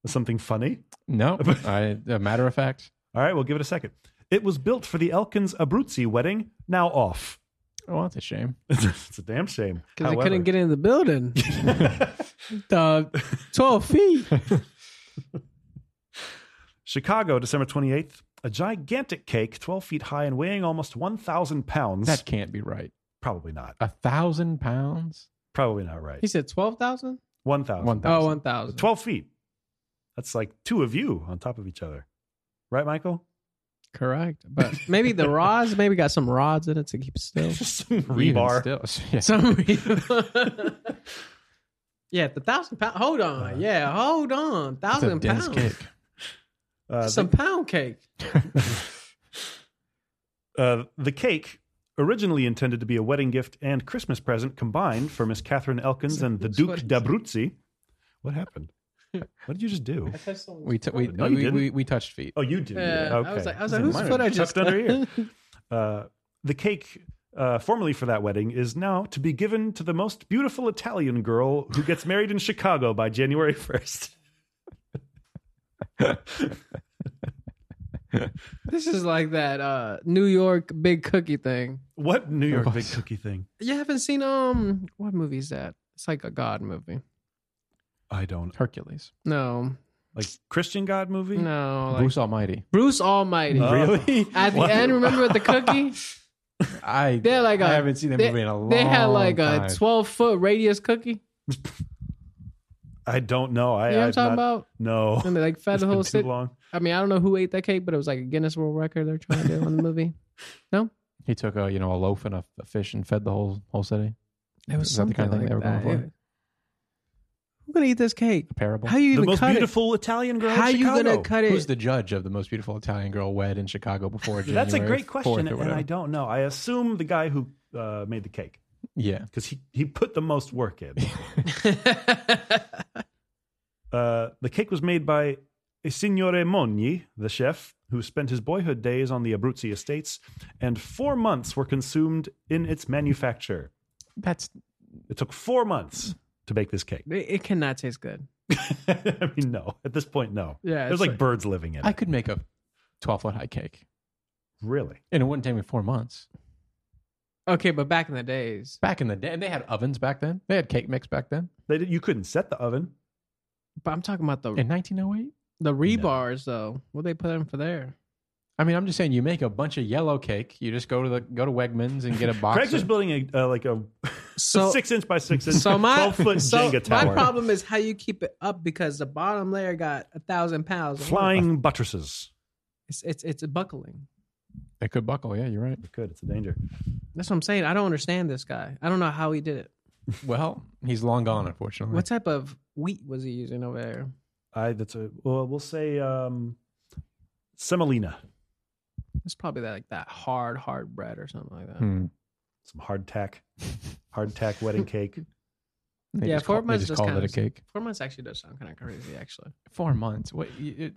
Speaker 2: Something funny?
Speaker 1: No. I, a matter of fact.
Speaker 2: All right, we'll give it a second. It was built for the Elkins Abruzzi wedding, now off.
Speaker 1: Oh, that's a shame.
Speaker 2: it's a damn shame.
Speaker 3: Because they
Speaker 2: However-
Speaker 3: couldn't get in the building. the 12 feet.
Speaker 2: Chicago, December 28th. A gigantic cake, 12 feet high and weighing almost 1,000 pounds.
Speaker 1: That can't be right.
Speaker 2: probably not.
Speaker 1: A thousand pounds.
Speaker 2: Probably not right.
Speaker 3: He said 12,000?
Speaker 2: 1,000.
Speaker 1: One
Speaker 3: Oh,
Speaker 1: thousand.
Speaker 3: 1,000.
Speaker 2: 12 feet. That's like two of you on top of each other. Right, Michael?
Speaker 3: Correct. But maybe the rods, maybe got some rods in it to keep it still.
Speaker 2: Some
Speaker 1: Even
Speaker 2: Oh, rebar.
Speaker 1: Still, yeah.
Speaker 3: Some reason. yeah, the thousand pound. Hold on. yeah, hold on.
Speaker 1: Uh, That's a
Speaker 3: Thousand
Speaker 1: dense
Speaker 3: pounds.
Speaker 1: cake.
Speaker 2: Uh,
Speaker 3: Some pound cake.
Speaker 2: the, uh, the cake, originally intended to be a wedding gift and Christmas present combined for Miss Catherine Elkins and the Duke d'Abruzzi. What happened? What did you just do?
Speaker 1: We, t- we,
Speaker 2: No, you
Speaker 1: we,
Speaker 2: didn't.
Speaker 1: we, we touched feet.
Speaker 2: Oh, you did.
Speaker 3: Yeah,
Speaker 2: okay.
Speaker 3: Uh, I was like, I was like,
Speaker 2: Mine
Speaker 3: whose
Speaker 2: are
Speaker 3: foot I just
Speaker 2: tucked under here. Uh, the cake, uh, formerly for that wedding, is now to be given to the most beautiful Italian girl who gets married in Chicago by January 1st.
Speaker 3: This is like that uh New York big cookie thing.
Speaker 2: What New York
Speaker 1: What?
Speaker 2: big cookie thing?
Speaker 3: You haven't seen um what movie is that? It's like a God movie.
Speaker 2: I don't.
Speaker 1: Hercules.
Speaker 3: No,
Speaker 2: Like Christian God movie?
Speaker 3: no, like Bruce,
Speaker 1: Bruce Almighty.
Speaker 3: Almighty.
Speaker 2: Oh.
Speaker 1: Really?
Speaker 3: At the
Speaker 2: What?
Speaker 3: end, remember the cookie?
Speaker 1: I
Speaker 3: They're like
Speaker 1: I
Speaker 3: a-
Speaker 1: haven't seen that
Speaker 3: they-
Speaker 1: movie in a long
Speaker 3: They had like
Speaker 1: time.
Speaker 3: a twelve foot radius cookie.
Speaker 2: I don't know. I,
Speaker 3: You know what I'm
Speaker 2: I've
Speaker 3: talking
Speaker 2: not-
Speaker 3: about?
Speaker 2: No.
Speaker 3: And they like fed
Speaker 2: It's
Speaker 3: the
Speaker 2: been
Speaker 3: whole
Speaker 2: too
Speaker 3: city.
Speaker 2: long.
Speaker 3: I mean, I don't know who ate that cake, but it was like a Guinness World Record they're trying to do on the movie.
Speaker 1: He took a you know a loaf and a, a fish and fed the whole whole city.
Speaker 3: It was
Speaker 1: Is that the kind of thing
Speaker 3: something
Speaker 1: they were
Speaker 3: like
Speaker 1: going
Speaker 3: that.
Speaker 1: for?
Speaker 3: Who gonna eat this cake?
Speaker 1: A parable.
Speaker 3: How you
Speaker 2: The
Speaker 3: even
Speaker 2: most
Speaker 3: cut
Speaker 2: beautiful Italian
Speaker 3: it?
Speaker 2: girl
Speaker 3: How
Speaker 2: in
Speaker 3: you
Speaker 2: Chicago.
Speaker 3: gonna cut it?
Speaker 1: Who's the judge of the most beautiful Italian girl wed in Chicago before January?
Speaker 2: That's a great
Speaker 1: 4th
Speaker 2: question,
Speaker 1: or
Speaker 2: and
Speaker 1: whatever?
Speaker 2: I don't know. I assume the guy who uh, made the cake
Speaker 1: yeah,
Speaker 2: because he, he put the most work in. Uh, the cake was made by Signore Mogni, the chef, who spent his boyhood days on the Abruzzi estates, and four months were consumed in its manufacture.
Speaker 1: that's
Speaker 2: It took four months to bake this cake.
Speaker 3: It- it cannot taste good.
Speaker 2: I mean, no. At this point, no.
Speaker 3: Yeah,
Speaker 2: There's
Speaker 3: it's
Speaker 2: like, birds living in it.
Speaker 1: I could make a twelve foot high cake,
Speaker 2: really?
Speaker 1: and it wouldn't take me four months.
Speaker 3: Okay, but back in the days,
Speaker 1: Back in the day, and they had ovens back then. They had cake mix back then
Speaker 2: They did, you couldn't set the oven.
Speaker 3: but I'm talking about the
Speaker 1: in 1908.
Speaker 3: the rebars though. What they put in for there?
Speaker 1: I mean, I'm just saying, you make a bunch of yellow cake. You just go to the go to Wegmans and get a box.
Speaker 4: Craig's just
Speaker 1: of-
Speaker 4: building a uh, like a
Speaker 3: So
Speaker 4: six inch by six inch,
Speaker 3: so my
Speaker 4: twelve foot
Speaker 3: so
Speaker 4: Jenga tower.
Speaker 3: my problem is how you keep it up because the bottom layer got a thousand pounds.
Speaker 2: Flying buttresses.
Speaker 3: It's it's it's buckling.
Speaker 1: it could buckle. Yeah, you're right.
Speaker 4: Good, it's a danger.
Speaker 3: That's what I'm saying. I don't understand this guy. I don't know how he did it.
Speaker 1: Well, he's long gone, unfortunately.
Speaker 3: What type of wheat was he using over there?
Speaker 4: I that's a
Speaker 2: Well, we'll say um, semolina.
Speaker 3: It's probably that, like that hard hard bread or something like that.
Speaker 1: Hmm.
Speaker 2: Some hard tack.
Speaker 4: hardtack wedding cake.
Speaker 1: They
Speaker 3: Yeah,
Speaker 1: just
Speaker 3: four
Speaker 1: call- they
Speaker 3: months
Speaker 1: just
Speaker 3: just
Speaker 1: called
Speaker 3: kinda
Speaker 1: it a cake.
Speaker 3: Four months actually does sound kind of crazy, actually.
Speaker 1: Four months. What?
Speaker 4: He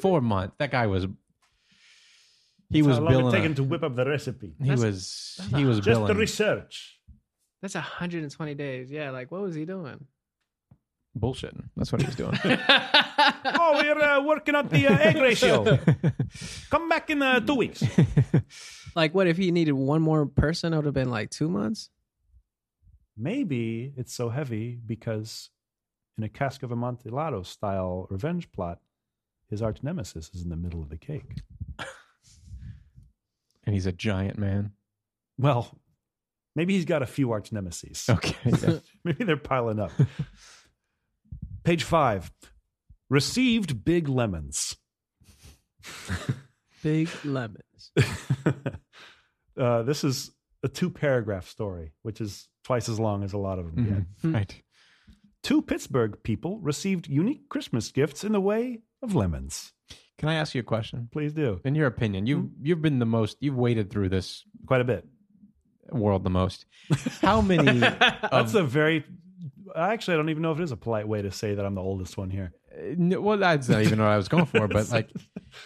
Speaker 1: Four months. That guy was. He was
Speaker 4: How long it
Speaker 1: billing.
Speaker 4: taken
Speaker 1: a-
Speaker 4: to whip up the recipe?
Speaker 1: he
Speaker 3: That's-
Speaker 1: was.
Speaker 3: that's
Speaker 1: He
Speaker 3: a-
Speaker 1: was
Speaker 4: Just the
Speaker 1: billing.
Speaker 4: research.
Speaker 3: That's 120 days. Yeah, like what was he doing?
Speaker 1: bullshitting. That's what he was doing.
Speaker 2: Oh, we're uh, working out the uh, egg ratio. Come back in uh, two weeks.
Speaker 3: like what if he needed one more person? It would have been like two months.
Speaker 2: Maybe it's so heavy because in a Cask of Amontillado style revenge plot, his arch nemesis is in the middle of the cake.
Speaker 1: and he's a giant man.
Speaker 2: Well, maybe he's got a few arch nemesis.
Speaker 1: Okay. yeah.
Speaker 2: Maybe they're piling up. Page five received big lemons.
Speaker 3: Big lemons.
Speaker 2: uh, this is a two paragraph story, which is twice as long as a lot of them get.
Speaker 1: Mhm.
Speaker 3: Hmm.
Speaker 1: Right.
Speaker 2: Two Pittsburgh people received unique Christmas gifts in the way of lemons.
Speaker 1: Can I ask you a question?
Speaker 2: Please do.
Speaker 1: In your opinion, you
Speaker 2: Mm-hmm.
Speaker 1: you've been the most. You've waded through this
Speaker 2: Quite a bit.
Speaker 1: world the most. How many?
Speaker 3: Uh,
Speaker 1: of,
Speaker 3: um,
Speaker 2: That's a very. Actually, I don't even know if it is a polite way to say that I'm the oldest one here.
Speaker 1: No, well, that's not even what I was going for, but like,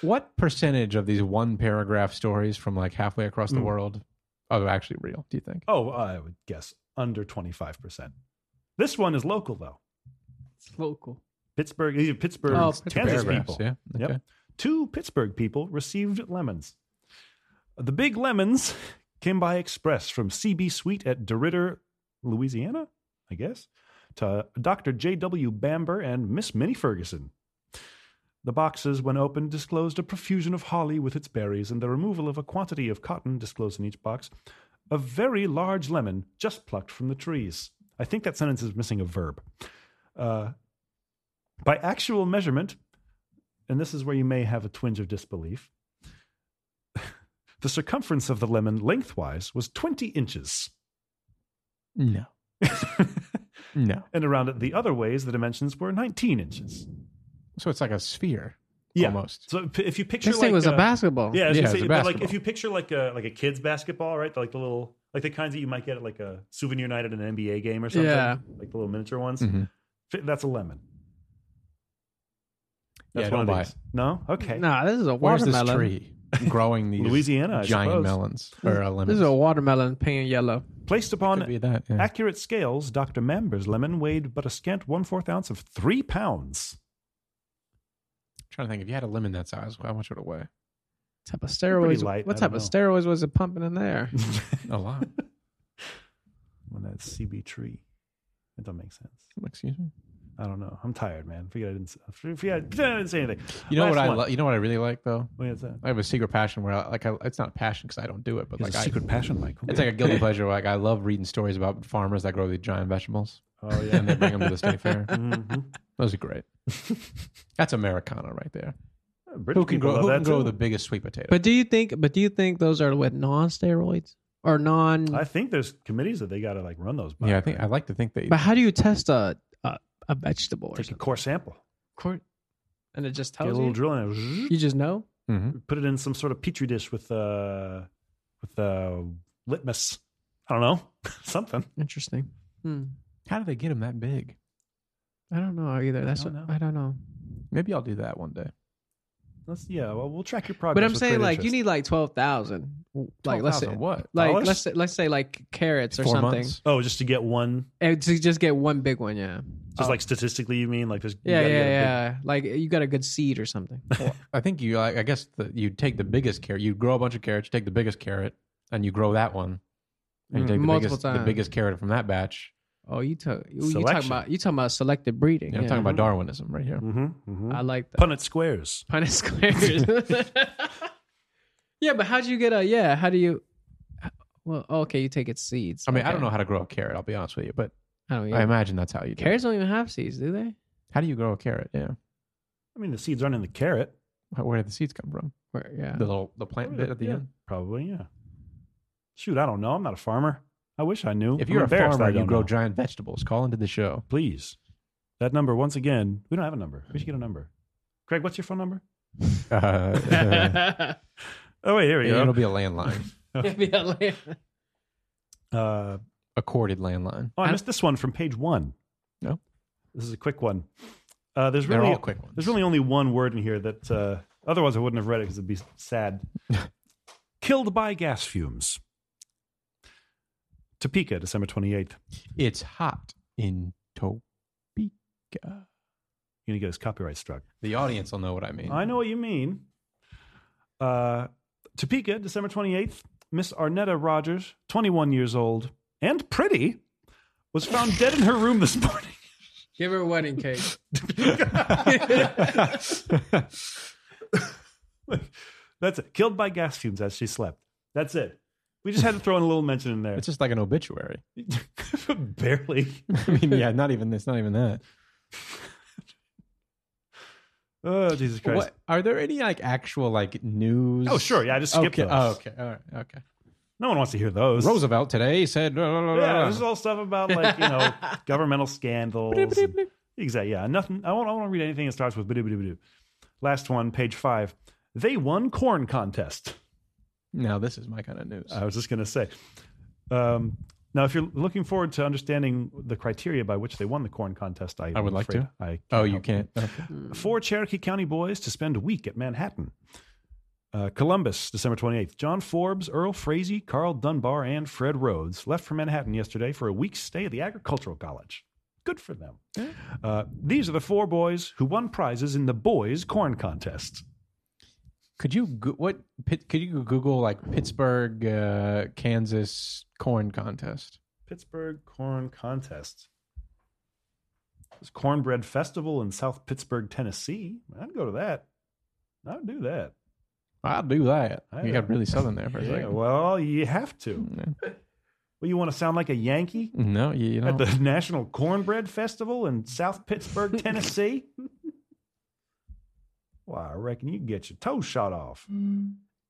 Speaker 1: what percentage of these one paragraph stories from like halfway across the
Speaker 2: Mm.
Speaker 1: world are actually real? Do you think?
Speaker 2: Oh, I would guess under 25%. This one is local, though.
Speaker 3: It's local.
Speaker 2: Pittsburgh, these are Pittsburgh,
Speaker 3: Oh,
Speaker 2: Kansas
Speaker 3: Pittsburgh.
Speaker 2: people.
Speaker 1: Yeah.
Speaker 2: Yep.
Speaker 1: Okay.
Speaker 2: Two Pittsburgh people received lemons. The big lemons came by express from CB Sweet at DeRidder, Louisiana, I guess, to Dr. J.W. Bamber and Miss Minnie Ferguson. The boxes, when opened, disclosed a profusion of holly with its berries and the removal of a quantity of cotton disclosed in each box, a very large lemon just plucked from the trees. I think that sentence is missing a verb. Uh, by actual measurement, and this is where you may have a twinge of disbelief. The circumference of the lemon lengthwise was 20 inches.
Speaker 1: No. No.
Speaker 2: And around it the other ways, the dimensions were 19 inches.
Speaker 1: So it's like a sphere.
Speaker 2: Yeah.
Speaker 1: Almost.
Speaker 2: So p- if you picture
Speaker 3: This
Speaker 2: like
Speaker 3: thing was a,
Speaker 2: uh,
Speaker 3: basketball.
Speaker 2: Yeah, I was
Speaker 1: Yeah,
Speaker 2: gonna
Speaker 1: it's
Speaker 2: say,
Speaker 1: a
Speaker 2: but like
Speaker 1: basketball.
Speaker 2: if you picture like a like a kid's basketball, right? The, like the little like the kinds that you might get at like a souvenir night at an NBA game or something.
Speaker 3: Yeah.
Speaker 2: Like the little miniature ones.
Speaker 1: Mhm.
Speaker 2: Fi- That's a lemon.
Speaker 1: Yeah,
Speaker 2: That's
Speaker 1: I don't
Speaker 2: one of
Speaker 1: buy
Speaker 2: these. No? Okay.
Speaker 3: Nah, this is a
Speaker 1: Where's
Speaker 3: watermelon.
Speaker 1: this tree growing these
Speaker 2: Louisiana, I
Speaker 1: giant
Speaker 2: suppose.
Speaker 1: melons or uh, lemons?
Speaker 3: This is a watermelon pink and yellow.
Speaker 2: Placed
Speaker 1: Could
Speaker 2: upon
Speaker 1: be that. yeah.
Speaker 2: Accurate scales, Dr. Mamber's lemon weighed but a scant one fourth ounce of three pounds.
Speaker 1: trying to think. If you had a lemon that size, how much would it weigh?
Speaker 3: Type of
Speaker 2: pretty
Speaker 3: steroids.
Speaker 2: light,
Speaker 3: what
Speaker 2: I
Speaker 3: type
Speaker 2: don't
Speaker 3: of
Speaker 2: know.
Speaker 3: steroids was it pumping in there?
Speaker 1: A lot.
Speaker 2: When that's CB tree. That don't make sense.
Speaker 1: Excuse me.
Speaker 2: I don't know. I'm tired, man. Forget I didn't. s- Forget I didn't say anything.
Speaker 1: You know
Speaker 2: Last
Speaker 1: what I?
Speaker 2: one.
Speaker 1: Lo- you know what I really like though.
Speaker 2: Wait, it's a,
Speaker 1: I have a secret passion where I, like I, it's not passion because I don't do it, but
Speaker 2: it's
Speaker 1: like
Speaker 2: a
Speaker 1: I,
Speaker 2: secret passion, Michael.
Speaker 1: It's like a guilty pleasure. Like I love reading stories about farmers that grow these giant vegetables
Speaker 2: oh
Speaker 1: and they
Speaker 2: yeah.
Speaker 1: bring them to the state fair.
Speaker 2: Mhm.
Speaker 1: Those are great. That's Americana right there.
Speaker 2: British
Speaker 1: Who can
Speaker 2: people
Speaker 1: grow?
Speaker 2: love
Speaker 1: Who
Speaker 2: that
Speaker 1: can grow
Speaker 2: too.
Speaker 1: the biggest sweet potato?
Speaker 3: But do you think? But do you think those are with non-steroids or non?
Speaker 2: I think there's committees that they got to like run those. By,
Speaker 1: yeah, I think I
Speaker 2: right?
Speaker 1: like to think that.
Speaker 3: but how do you test a a, a vegetable or
Speaker 2: take a core sample,
Speaker 3: something? And it just
Speaker 2: get a
Speaker 3: tells
Speaker 2: little
Speaker 3: you.
Speaker 2: drill in it,
Speaker 3: You just know.
Speaker 1: Mhm.
Speaker 2: put it in some sort of petri dish with uh with uh litmus. I don't know something.
Speaker 3: Interesting. Hmm.
Speaker 1: How do they get them that big?
Speaker 3: I don't know either. That's
Speaker 2: don't
Speaker 3: what
Speaker 2: know.
Speaker 3: I don't know.
Speaker 1: Maybe I'll do that one day.
Speaker 2: Let's, yeah, well, we'll track your progress.
Speaker 3: But I'm
Speaker 2: with
Speaker 3: saying
Speaker 2: great
Speaker 3: like you
Speaker 2: interest.
Speaker 3: need like twelve thousand. Like let's say
Speaker 1: 12,000 what?
Speaker 3: like
Speaker 2: Dollars?
Speaker 3: let's say, let's say like carrots or
Speaker 1: Four
Speaker 3: something.
Speaker 1: months.
Speaker 2: Oh, just to get one,
Speaker 3: And to just get one big one, yeah.
Speaker 2: just like statistically, you mean like there's you
Speaker 3: Oh. Yeah, yeah,
Speaker 2: gotta get a
Speaker 3: yeah.
Speaker 2: big-
Speaker 3: Like you got a good seed or something.
Speaker 1: Well, I think you. I, I guess that you take the biggest carrot. You grow a bunch of carrots. You take the biggest carrot and you grow that one. And you
Speaker 3: Mm,
Speaker 1: take the
Speaker 3: multiple
Speaker 1: biggest, the
Speaker 3: times.
Speaker 1: biggest carrot from that batch.
Speaker 3: Oh, you talk. You, you talking
Speaker 2: Selection.
Speaker 3: about you talking about selective breeding?
Speaker 1: I'm
Speaker 3: yeah.
Speaker 1: talking about Darwinism right here.
Speaker 2: Mm-hmm, mm-hmm.
Speaker 3: I like that.
Speaker 2: Punnett squares.
Speaker 3: Punnett squares. yeah, but how do you get a? Yeah, how do you? Well, okay, you take its seeds.
Speaker 1: I mean, I
Speaker 3: Okay.
Speaker 1: don't know how to grow a carrot. I'll be honest with you, but
Speaker 3: I don't
Speaker 1: I
Speaker 3: know.
Speaker 1: imagine that's how you do.
Speaker 3: Carrots don't even have seeds, do they?
Speaker 1: It. How do you grow a carrot? Yeah,
Speaker 2: I mean, the seeds aren't in the carrot.
Speaker 1: Wh- where did the seeds come from?
Speaker 3: Or- yeah.
Speaker 1: The little the plant bit at the
Speaker 2: Yeah,
Speaker 1: end.
Speaker 2: Probably, yeah. Shoot, I don't know. I'm not a farmer. I wish I knew.
Speaker 1: If
Speaker 2: I'm
Speaker 1: you're a
Speaker 2: embarrassed I
Speaker 1: farmer, you
Speaker 2: don't
Speaker 1: grow
Speaker 2: know.
Speaker 1: giant vegetables. Call into the show.
Speaker 2: Please. That number, once again, we don't have a number. We should get a number. Craig, what's your phone number?
Speaker 1: Uh, uh,
Speaker 2: Oh, wait, here we
Speaker 1: it'll
Speaker 2: go.
Speaker 1: be a landline,
Speaker 2: Uh,
Speaker 1: a corded landline.
Speaker 2: oh, I
Speaker 3: I-
Speaker 2: missed this one from page one.
Speaker 1: No.
Speaker 2: This is a quick one. Uh, there's
Speaker 1: They're
Speaker 2: really
Speaker 1: all quick ones.
Speaker 2: there's really only one word in here that uh, otherwise I wouldn't have read it because it'd be sad. Killed by gas fumes. Topeka, December 28th.
Speaker 1: It's hot in Topeka.
Speaker 2: You're gonna get us copyright struck.
Speaker 1: The audience will know what I mean.
Speaker 2: I know what you mean. Uh, Topeka, December 28th, Miss Arnetta Rogers, 21 years old and pretty, was found dead in her room this morning.
Speaker 3: Give her a wedding cake.
Speaker 2: That's it. Killed by gas fumes as she slept. That's it. We just had to throw in a little mention in there.
Speaker 1: It's just like an obituary.
Speaker 2: Barely.
Speaker 1: I mean, yeah, not even this, not even that.
Speaker 2: Oh, Jesus Christ.
Speaker 1: What are there any like actual like news?
Speaker 2: Oh, sure. Yeah, I just skipped
Speaker 1: Okay.
Speaker 2: those.
Speaker 1: Oh, okay. All right. Okay.
Speaker 2: No one wants to hear those.
Speaker 1: Roosevelt today said. blah, blah, blah,
Speaker 2: Yeah,
Speaker 1: blah.
Speaker 2: this is all stuff about like you know governmental scandals. and- exactly. Yeah, nothing. I won't. I won't read anything that starts with bidoo Last one, page five. They won corn contest.
Speaker 1: Now this is my kind of news.
Speaker 2: I was just gonna say. Um, now, if you're looking forward to understanding the criteria by which they won the corn contest, I,
Speaker 1: I would
Speaker 2: am
Speaker 1: like
Speaker 2: afraid
Speaker 1: to.
Speaker 2: I can't
Speaker 1: oh, you
Speaker 2: help.
Speaker 1: can't. Okay.
Speaker 3: Hmm.
Speaker 2: Four Cherokee County boys to spend a week at Manhattan. Uh, Columbus, December 28th. John Forbes, Earl Frazee, Carl Dunbar, and Fred Rhodes left for Manhattan yesterday for a week's stay at the Agricultural College. Good for them. Uh, these are the four boys who won prizes in the boys' corn contest.
Speaker 1: Could you go- what? Pit, could you Google like Pittsburgh, uh, Kansas corn contest?
Speaker 2: Pittsburgh corn contest. This cornbread festival in South Pittsburgh, Tennessee. I'd go to that. I'd do that.
Speaker 1: I'll do that.
Speaker 2: I
Speaker 1: you got really southern there for a
Speaker 2: Yeah,
Speaker 1: second. Mm-hmm.
Speaker 2: well, you have to. Well, you want to sound like a Yankee?
Speaker 1: No, you, you
Speaker 2: at
Speaker 1: know.
Speaker 2: the National Cornbread Festival in South Pittsburgh, Tennessee? well, I reckon you can get your toe shot off.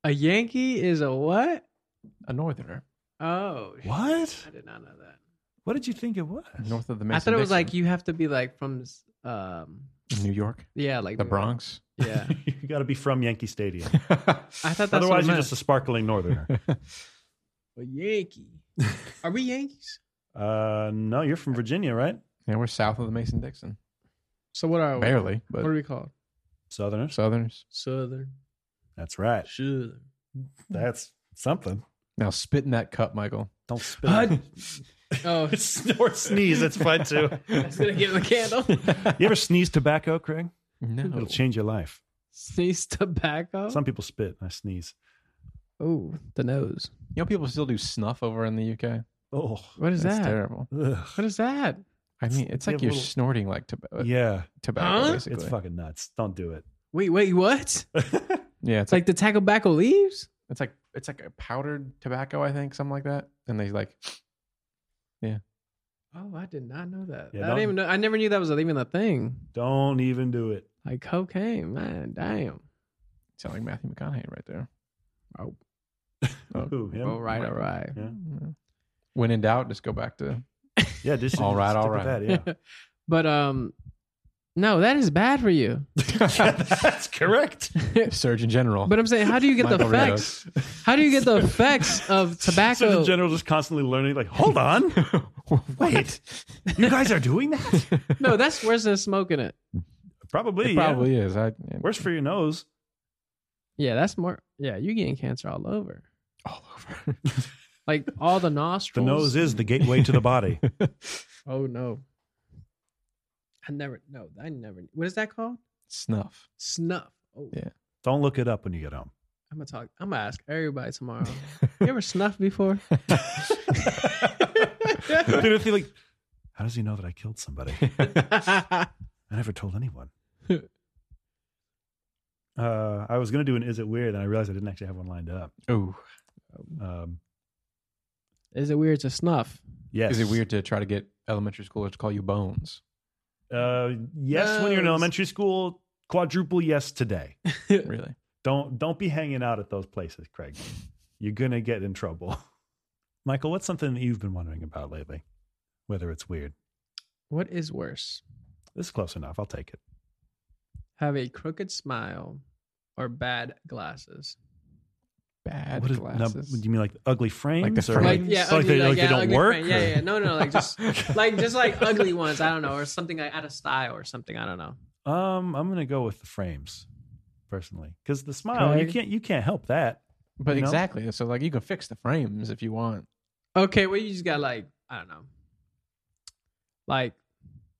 Speaker 3: a Yankee is a what?
Speaker 1: a northerner,
Speaker 3: Oh,
Speaker 2: What?
Speaker 3: I did not know that.
Speaker 2: What did you think it was?
Speaker 1: north of the.
Speaker 3: I thought it was like
Speaker 1: Mason-Dixon.
Speaker 3: you have to be like from, um,
Speaker 1: New York,
Speaker 3: yeah, like
Speaker 1: the Bronx.
Speaker 3: Yeah,
Speaker 2: you got to be from Yankee Stadium.
Speaker 3: I thought that's
Speaker 2: Otherwise,
Speaker 3: what
Speaker 2: you're
Speaker 3: it
Speaker 2: just a sparkling northerner.
Speaker 3: meant. a Yankee. Are we Yankees?
Speaker 2: uh, no, you're from Virginia, right?
Speaker 1: yeah, we're south of the Mason Dixon.
Speaker 3: So what are
Speaker 2: Oh,
Speaker 3: we?
Speaker 1: Barely,
Speaker 3: What are
Speaker 1: but
Speaker 3: we called?
Speaker 2: Southerners.
Speaker 1: southerners.
Speaker 3: Southern.
Speaker 2: That's right.
Speaker 3: Southern.
Speaker 2: That's something.
Speaker 1: Now spit in that cup, Michael.
Speaker 2: Don't spit. it.
Speaker 3: Oh,
Speaker 2: Snort, sneeze. That's fun too.
Speaker 3: it's gonna get the candle.
Speaker 2: You ever sneeze tobacco, Craig?
Speaker 1: No.
Speaker 2: It'll change your life.
Speaker 3: Sneeze tobacco.
Speaker 2: Some people spit. and I sneeze.
Speaker 3: oh, the nose.
Speaker 1: You know, people still do snuff over in the UK.
Speaker 2: Oh,
Speaker 3: What is
Speaker 1: That's
Speaker 3: that?
Speaker 1: terrible.
Speaker 2: ugh.
Speaker 3: What is that?
Speaker 1: I mean,
Speaker 2: It's-
Speaker 1: it's
Speaker 2: they
Speaker 1: like
Speaker 2: have
Speaker 1: you're
Speaker 2: little-
Speaker 1: snorting like toba-
Speaker 2: yeah.
Speaker 1: tobacco,
Speaker 3: Huh?
Speaker 1: basically.
Speaker 2: It's fucking nuts. Don't do it.
Speaker 3: Wait, wait, what?
Speaker 1: Yeah, it's
Speaker 3: It's like the tobacco leaves.
Speaker 1: It's like it's like a powdered tobacco, I think, something like that. And they like
Speaker 3: Oh, I did not know that.
Speaker 2: Yeah,
Speaker 3: I
Speaker 2: don't-
Speaker 3: didn't even know. I never knew that was even a thing.
Speaker 2: Don't even do it.
Speaker 3: Like cocaine, man. Damn.
Speaker 1: sound like Matthew McConaughey right there.
Speaker 3: Oh.
Speaker 1: Oh.
Speaker 2: Who, him?
Speaker 3: all right, all right.
Speaker 1: When in doubt, just go back to
Speaker 2: Yeah, just
Speaker 1: All right,
Speaker 2: stick
Speaker 1: all
Speaker 2: with
Speaker 1: right.
Speaker 2: That, yeah.
Speaker 3: But um, no, that is bad for you.
Speaker 2: that's correct.
Speaker 1: Surgeon General.
Speaker 3: But I'm saying, how do you get the
Speaker 1: Michael Rios.
Speaker 3: effects? How do you get the effects of
Speaker 2: So
Speaker 3: tobacco?
Speaker 2: the general just constantly learning, like, hold on, wait, you guys are doing that?
Speaker 3: no, that's worse than smoking it.
Speaker 2: Probably,
Speaker 1: it
Speaker 2: yeah.
Speaker 1: probably is. I
Speaker 2: Worse for your nose.
Speaker 3: Yeah, that's more. Yeah, you're getting cancer all over,
Speaker 1: all over.
Speaker 3: like all the
Speaker 2: The
Speaker 3: nostrils.
Speaker 2: nose is the gateway to the body.
Speaker 3: Oh no. I never. No, I never. What is that called?
Speaker 1: Snuff.
Speaker 3: Snuff. Oh,
Speaker 1: Yeah.
Speaker 2: Don't look it up when you get home.
Speaker 3: I'm gonna talk. I'm gonna ask everybody tomorrow. you ever snuff before?
Speaker 2: Dude, if you like, How does he know that I killed somebody? I never told anyone. uh, I was going to do an Is It Weird, and I realized I didn't actually have one lined up.
Speaker 1: oh,
Speaker 2: Um,
Speaker 3: Is it weird to snuff?
Speaker 2: yes.
Speaker 1: is it weird to try to get elementary schoolers to call you Bones?
Speaker 2: Uh, yes, when you're in
Speaker 3: Yes.
Speaker 2: elementary school, quadruple yes today.
Speaker 1: Really?
Speaker 2: Don't don't be hanging out at those places, Craig. You're gonna get in trouble. Michael, what's something that you've been wondering about lately? Whether it's weird.
Speaker 3: What is worse,
Speaker 2: This is close enough. I'll take it.
Speaker 3: have a crooked smile or bad glasses?
Speaker 1: Bad
Speaker 2: What is- now,
Speaker 1: glasses.
Speaker 2: do you mean like ugly frames? or
Speaker 1: frame.
Speaker 3: Like
Speaker 1: Frames?
Speaker 3: yeah,
Speaker 2: so like
Speaker 3: ugly,
Speaker 2: they, like, they
Speaker 3: yeah,
Speaker 2: don't
Speaker 3: ugly
Speaker 2: work.
Speaker 3: frame. Yeah,
Speaker 2: or-
Speaker 3: yeah, no, no, like just like just like ugly ones. I don't know, or something like out of style or something. I don't know.
Speaker 2: Um, I'm gonna go with the frames, personally, because the smile you
Speaker 1: I-
Speaker 2: can't you can't help that.
Speaker 1: but
Speaker 2: you know?
Speaker 1: exactly. So like you can fix the frames if you want.
Speaker 3: Okay, well, you just got like I don't know, like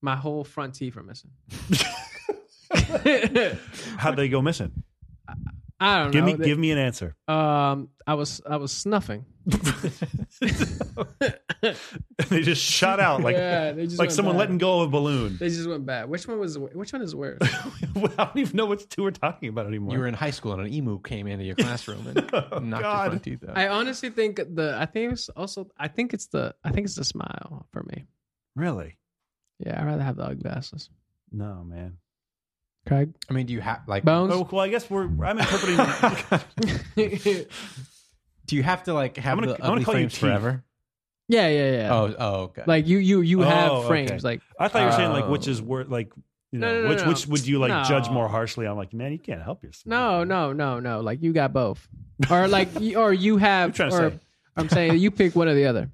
Speaker 3: my whole front teeth are missing.
Speaker 2: How'd they go missing?
Speaker 3: I don't
Speaker 2: Give
Speaker 3: know.
Speaker 2: me give me an answer.
Speaker 3: um, I was I was snuffing.
Speaker 2: they just shot out like
Speaker 3: yeah, they just
Speaker 2: like
Speaker 3: went
Speaker 2: someone
Speaker 3: bad.
Speaker 2: letting go of a balloon.
Speaker 3: They just went bad. Which one was which one is worse?
Speaker 2: I don't even know which two we're talking about anymore.
Speaker 1: You were in high school and an emu came into your classroom and
Speaker 2: Oh,
Speaker 1: knocked your
Speaker 2: God.
Speaker 1: front teeth out.
Speaker 3: I honestly think the I think it's also I think it's the I think it's the smile for me.
Speaker 2: Really?
Speaker 3: Yeah, I'd rather have the ugly glasses.
Speaker 2: No, man.
Speaker 3: Craig
Speaker 1: I mean, do you have like
Speaker 3: Bones.
Speaker 2: Oh, well, I guess we're. I'm interpreting.
Speaker 1: do you have to like have
Speaker 2: I'm gonna-
Speaker 1: the
Speaker 2: I'm gonna
Speaker 1: ugly
Speaker 2: call you
Speaker 1: frames
Speaker 2: Teeth.
Speaker 1: forever?
Speaker 3: yeah, yeah, yeah.
Speaker 1: Oh, oh, okay.
Speaker 3: Like you, you, you have
Speaker 2: Oh, okay.
Speaker 3: frames. Like
Speaker 2: I thought you were saying like which is
Speaker 1: Oh.
Speaker 2: worth like you
Speaker 3: No,
Speaker 2: know
Speaker 3: no, no,
Speaker 2: which
Speaker 3: no.
Speaker 2: which would you like judge
Speaker 3: No.
Speaker 2: more harshly? I'm like, man, you can't help yourself.
Speaker 3: no, no, no, no. Like you got both, or like you- or you have.
Speaker 2: I'm trying to
Speaker 3: or,
Speaker 2: say.
Speaker 3: I'm saying you pick one or the other.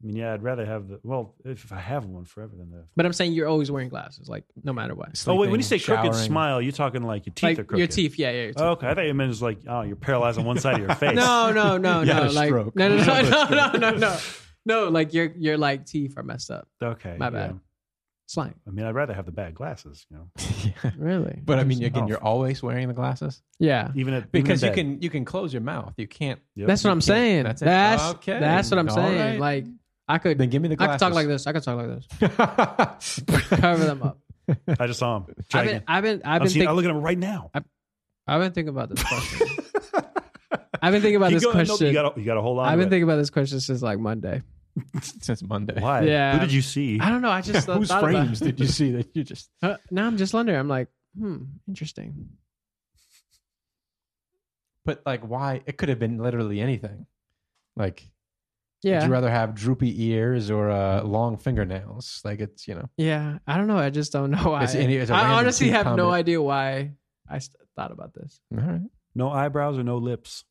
Speaker 2: I mean, yeah, I'd rather have the well if I have one forever than the.
Speaker 3: But I'm saying you're always wearing glasses, like no matter what.
Speaker 2: Oh wait, when you say
Speaker 1: Sleeping,
Speaker 2: crooked
Speaker 1: showering.
Speaker 2: smile, you're talking like your teeth
Speaker 3: like
Speaker 2: are crooked.
Speaker 3: your teeth, yeah, yeah. Your teeth.
Speaker 2: Oh, okay, I thought you meant it's like oh, you're paralyzed on one side of your face.
Speaker 3: no, no, no,
Speaker 1: You had
Speaker 3: no.
Speaker 1: a
Speaker 3: Like no,
Speaker 1: stroke.
Speaker 3: no,
Speaker 2: You
Speaker 3: no,
Speaker 2: had a
Speaker 3: no, no,
Speaker 2: stroke.
Speaker 3: no, no, no. Like your your like teeth are messed up.
Speaker 2: Okay,
Speaker 3: My
Speaker 2: yeah.
Speaker 3: bad. Slang,
Speaker 2: I mean, I'd rather have the bad glasses. You know,
Speaker 1: Yeah.
Speaker 3: really?
Speaker 1: But I mean, again,
Speaker 2: Oh.
Speaker 1: you're always wearing the glasses
Speaker 3: Yeah,
Speaker 2: even at
Speaker 1: because you
Speaker 2: even in bed.
Speaker 1: can you can close your mouth. You can't.
Speaker 2: Yep.
Speaker 3: that's what I'm saying.
Speaker 1: That's
Speaker 3: That's
Speaker 1: it.
Speaker 3: that's,
Speaker 1: Okay.
Speaker 3: what I'm
Speaker 1: All right.
Speaker 3: saying. Like I could,
Speaker 1: Then give me the
Speaker 3: I could
Speaker 1: glasses.
Speaker 3: talk like this. I could talk like this.
Speaker 1: like
Speaker 3: Cover them up.
Speaker 2: I just saw him.
Speaker 3: I've
Speaker 2: Dragon.
Speaker 3: been, I've been, I've
Speaker 1: Oh,
Speaker 2: I'm
Speaker 3: been
Speaker 2: seeing-
Speaker 3: thinking.
Speaker 2: I look at him right now.
Speaker 3: I've been thinking about this question. I've been thinking about
Speaker 2: Keep
Speaker 3: this
Speaker 2: going. Nope,
Speaker 3: question.
Speaker 2: you got you got to hold on.
Speaker 3: I've
Speaker 2: to
Speaker 3: been
Speaker 2: it.
Speaker 3: thinking about this question since like Monday.
Speaker 1: since Monday.
Speaker 2: Why?
Speaker 3: Yeah.
Speaker 2: Who did you see?
Speaker 3: I don't know. I just thought,
Speaker 1: Whose
Speaker 3: thought about-
Speaker 1: frames did you see that you just?
Speaker 3: Uh, now I'm just wondering. I'm like, hmm, interesting.
Speaker 1: But like, why? It could have been literally anything. Like, would
Speaker 3: Yeah,
Speaker 1: you rather have droopy ears or uh, long fingernails? Like, it's you know,
Speaker 3: yeah. I don't know. I just don't know why.
Speaker 1: It's any- it's a
Speaker 3: I
Speaker 1: random
Speaker 3: honestly
Speaker 1: team
Speaker 3: have no
Speaker 1: comment.
Speaker 3: idea why I st- thought about this.
Speaker 1: all right.
Speaker 2: No eyebrows or no lips.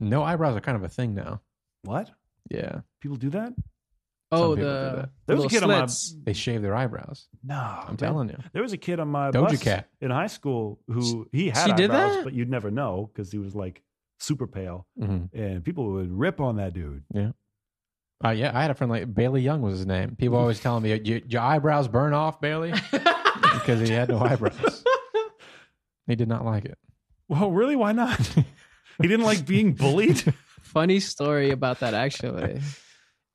Speaker 1: No eyebrows are kind of a thing now.
Speaker 2: What?
Speaker 1: Yeah,
Speaker 2: People do that?
Speaker 3: oh,
Speaker 1: people do
Speaker 3: the
Speaker 1: that.
Speaker 2: There was a
Speaker 3: little
Speaker 2: kid on my-
Speaker 3: slits.
Speaker 1: they shave their eyebrows.
Speaker 2: No.
Speaker 1: I'm telling you.
Speaker 2: There was a kid on my
Speaker 1: Doja
Speaker 2: bus
Speaker 1: Cat.
Speaker 2: in high school who he had
Speaker 3: she
Speaker 2: eyebrows,
Speaker 3: did that?
Speaker 2: but you'd never know because he was like super pale,
Speaker 1: Mm-hmm.
Speaker 2: and people would rip on that dude.
Speaker 1: Uh, yeah, I had a friend like Bailey Young was his name. People always telling me your, your eyebrows burn off, Bailey, because he had no eyebrows. He did not like it.
Speaker 2: Well, really? Why not? he didn't like being bullied.
Speaker 3: Funny story about that actually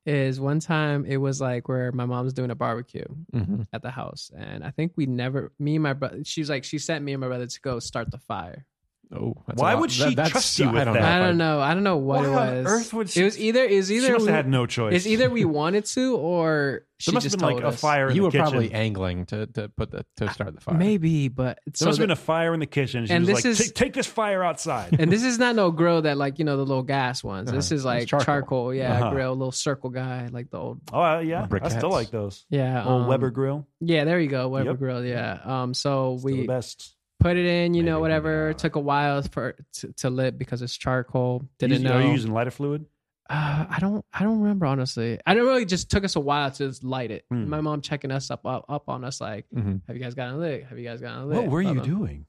Speaker 3: is one time it was like where my mom's doing a barbecue
Speaker 1: Mm-hmm.
Speaker 3: at the house, and I think we never me and my brother. She's like she sent me and my brother to go start the fire.
Speaker 1: Oh, that's
Speaker 2: Why
Speaker 1: a lot-
Speaker 2: would she
Speaker 1: that's-
Speaker 2: trust you with
Speaker 1: I don't
Speaker 2: that?
Speaker 1: Know
Speaker 3: I
Speaker 1: if
Speaker 3: don't know. I don't know what
Speaker 2: Why
Speaker 3: it
Speaker 2: on
Speaker 3: was.
Speaker 2: earth would she-
Speaker 3: it was either it was
Speaker 2: she
Speaker 3: either
Speaker 2: must
Speaker 3: we,
Speaker 2: have had no choice.
Speaker 3: it's either we wanted to or she
Speaker 2: there must have
Speaker 3: just
Speaker 2: been like
Speaker 3: told
Speaker 2: a
Speaker 3: us.
Speaker 2: fire in
Speaker 1: You
Speaker 2: the
Speaker 1: were
Speaker 2: kitchen. Uh,
Speaker 1: probably angling to, to put the to start the fire.
Speaker 3: Maybe, but it's
Speaker 2: there
Speaker 3: so
Speaker 2: must have
Speaker 3: that-
Speaker 2: been a fire in the kitchen. She
Speaker 3: And
Speaker 2: was
Speaker 3: this
Speaker 2: like,
Speaker 3: is-
Speaker 2: "Take- "Take this fire outside."
Speaker 3: and this is not no grill that like you know the little gas ones. This
Speaker 1: Uh-huh. It's
Speaker 3: is like
Speaker 1: charcoal.
Speaker 3: charcoal, yeah,
Speaker 2: Uh-huh.
Speaker 3: grill, little circle guy, like the old
Speaker 2: oh uh, yeah, I
Speaker 1: Briquettes.
Speaker 2: still like those.
Speaker 3: yeah
Speaker 2: Old
Speaker 3: um,
Speaker 2: Weber grill,
Speaker 3: Yeah, there you go, Weber
Speaker 2: Yep.
Speaker 3: grill. Yeah. Um, so
Speaker 2: still the
Speaker 3: we
Speaker 2: best.
Speaker 3: put it in, you
Speaker 2: Maybe, maybe
Speaker 3: know, whatever.
Speaker 2: not.
Speaker 3: Took a while for to, to lit because it's charcoal.
Speaker 2: You-
Speaker 3: Didn't know.
Speaker 2: Are you using lighter fluid?
Speaker 3: Uh, I don't. I don't remember honestly. I don't really. Just took us a while to just light it.
Speaker 2: Hmm.
Speaker 3: My mom checking us up, up up on us like,
Speaker 1: Mhm.
Speaker 3: "Have you guys gotten lit? Have you guys gotten lit?"
Speaker 2: What were
Speaker 3: Blah,
Speaker 2: you
Speaker 3: blah.
Speaker 2: doing?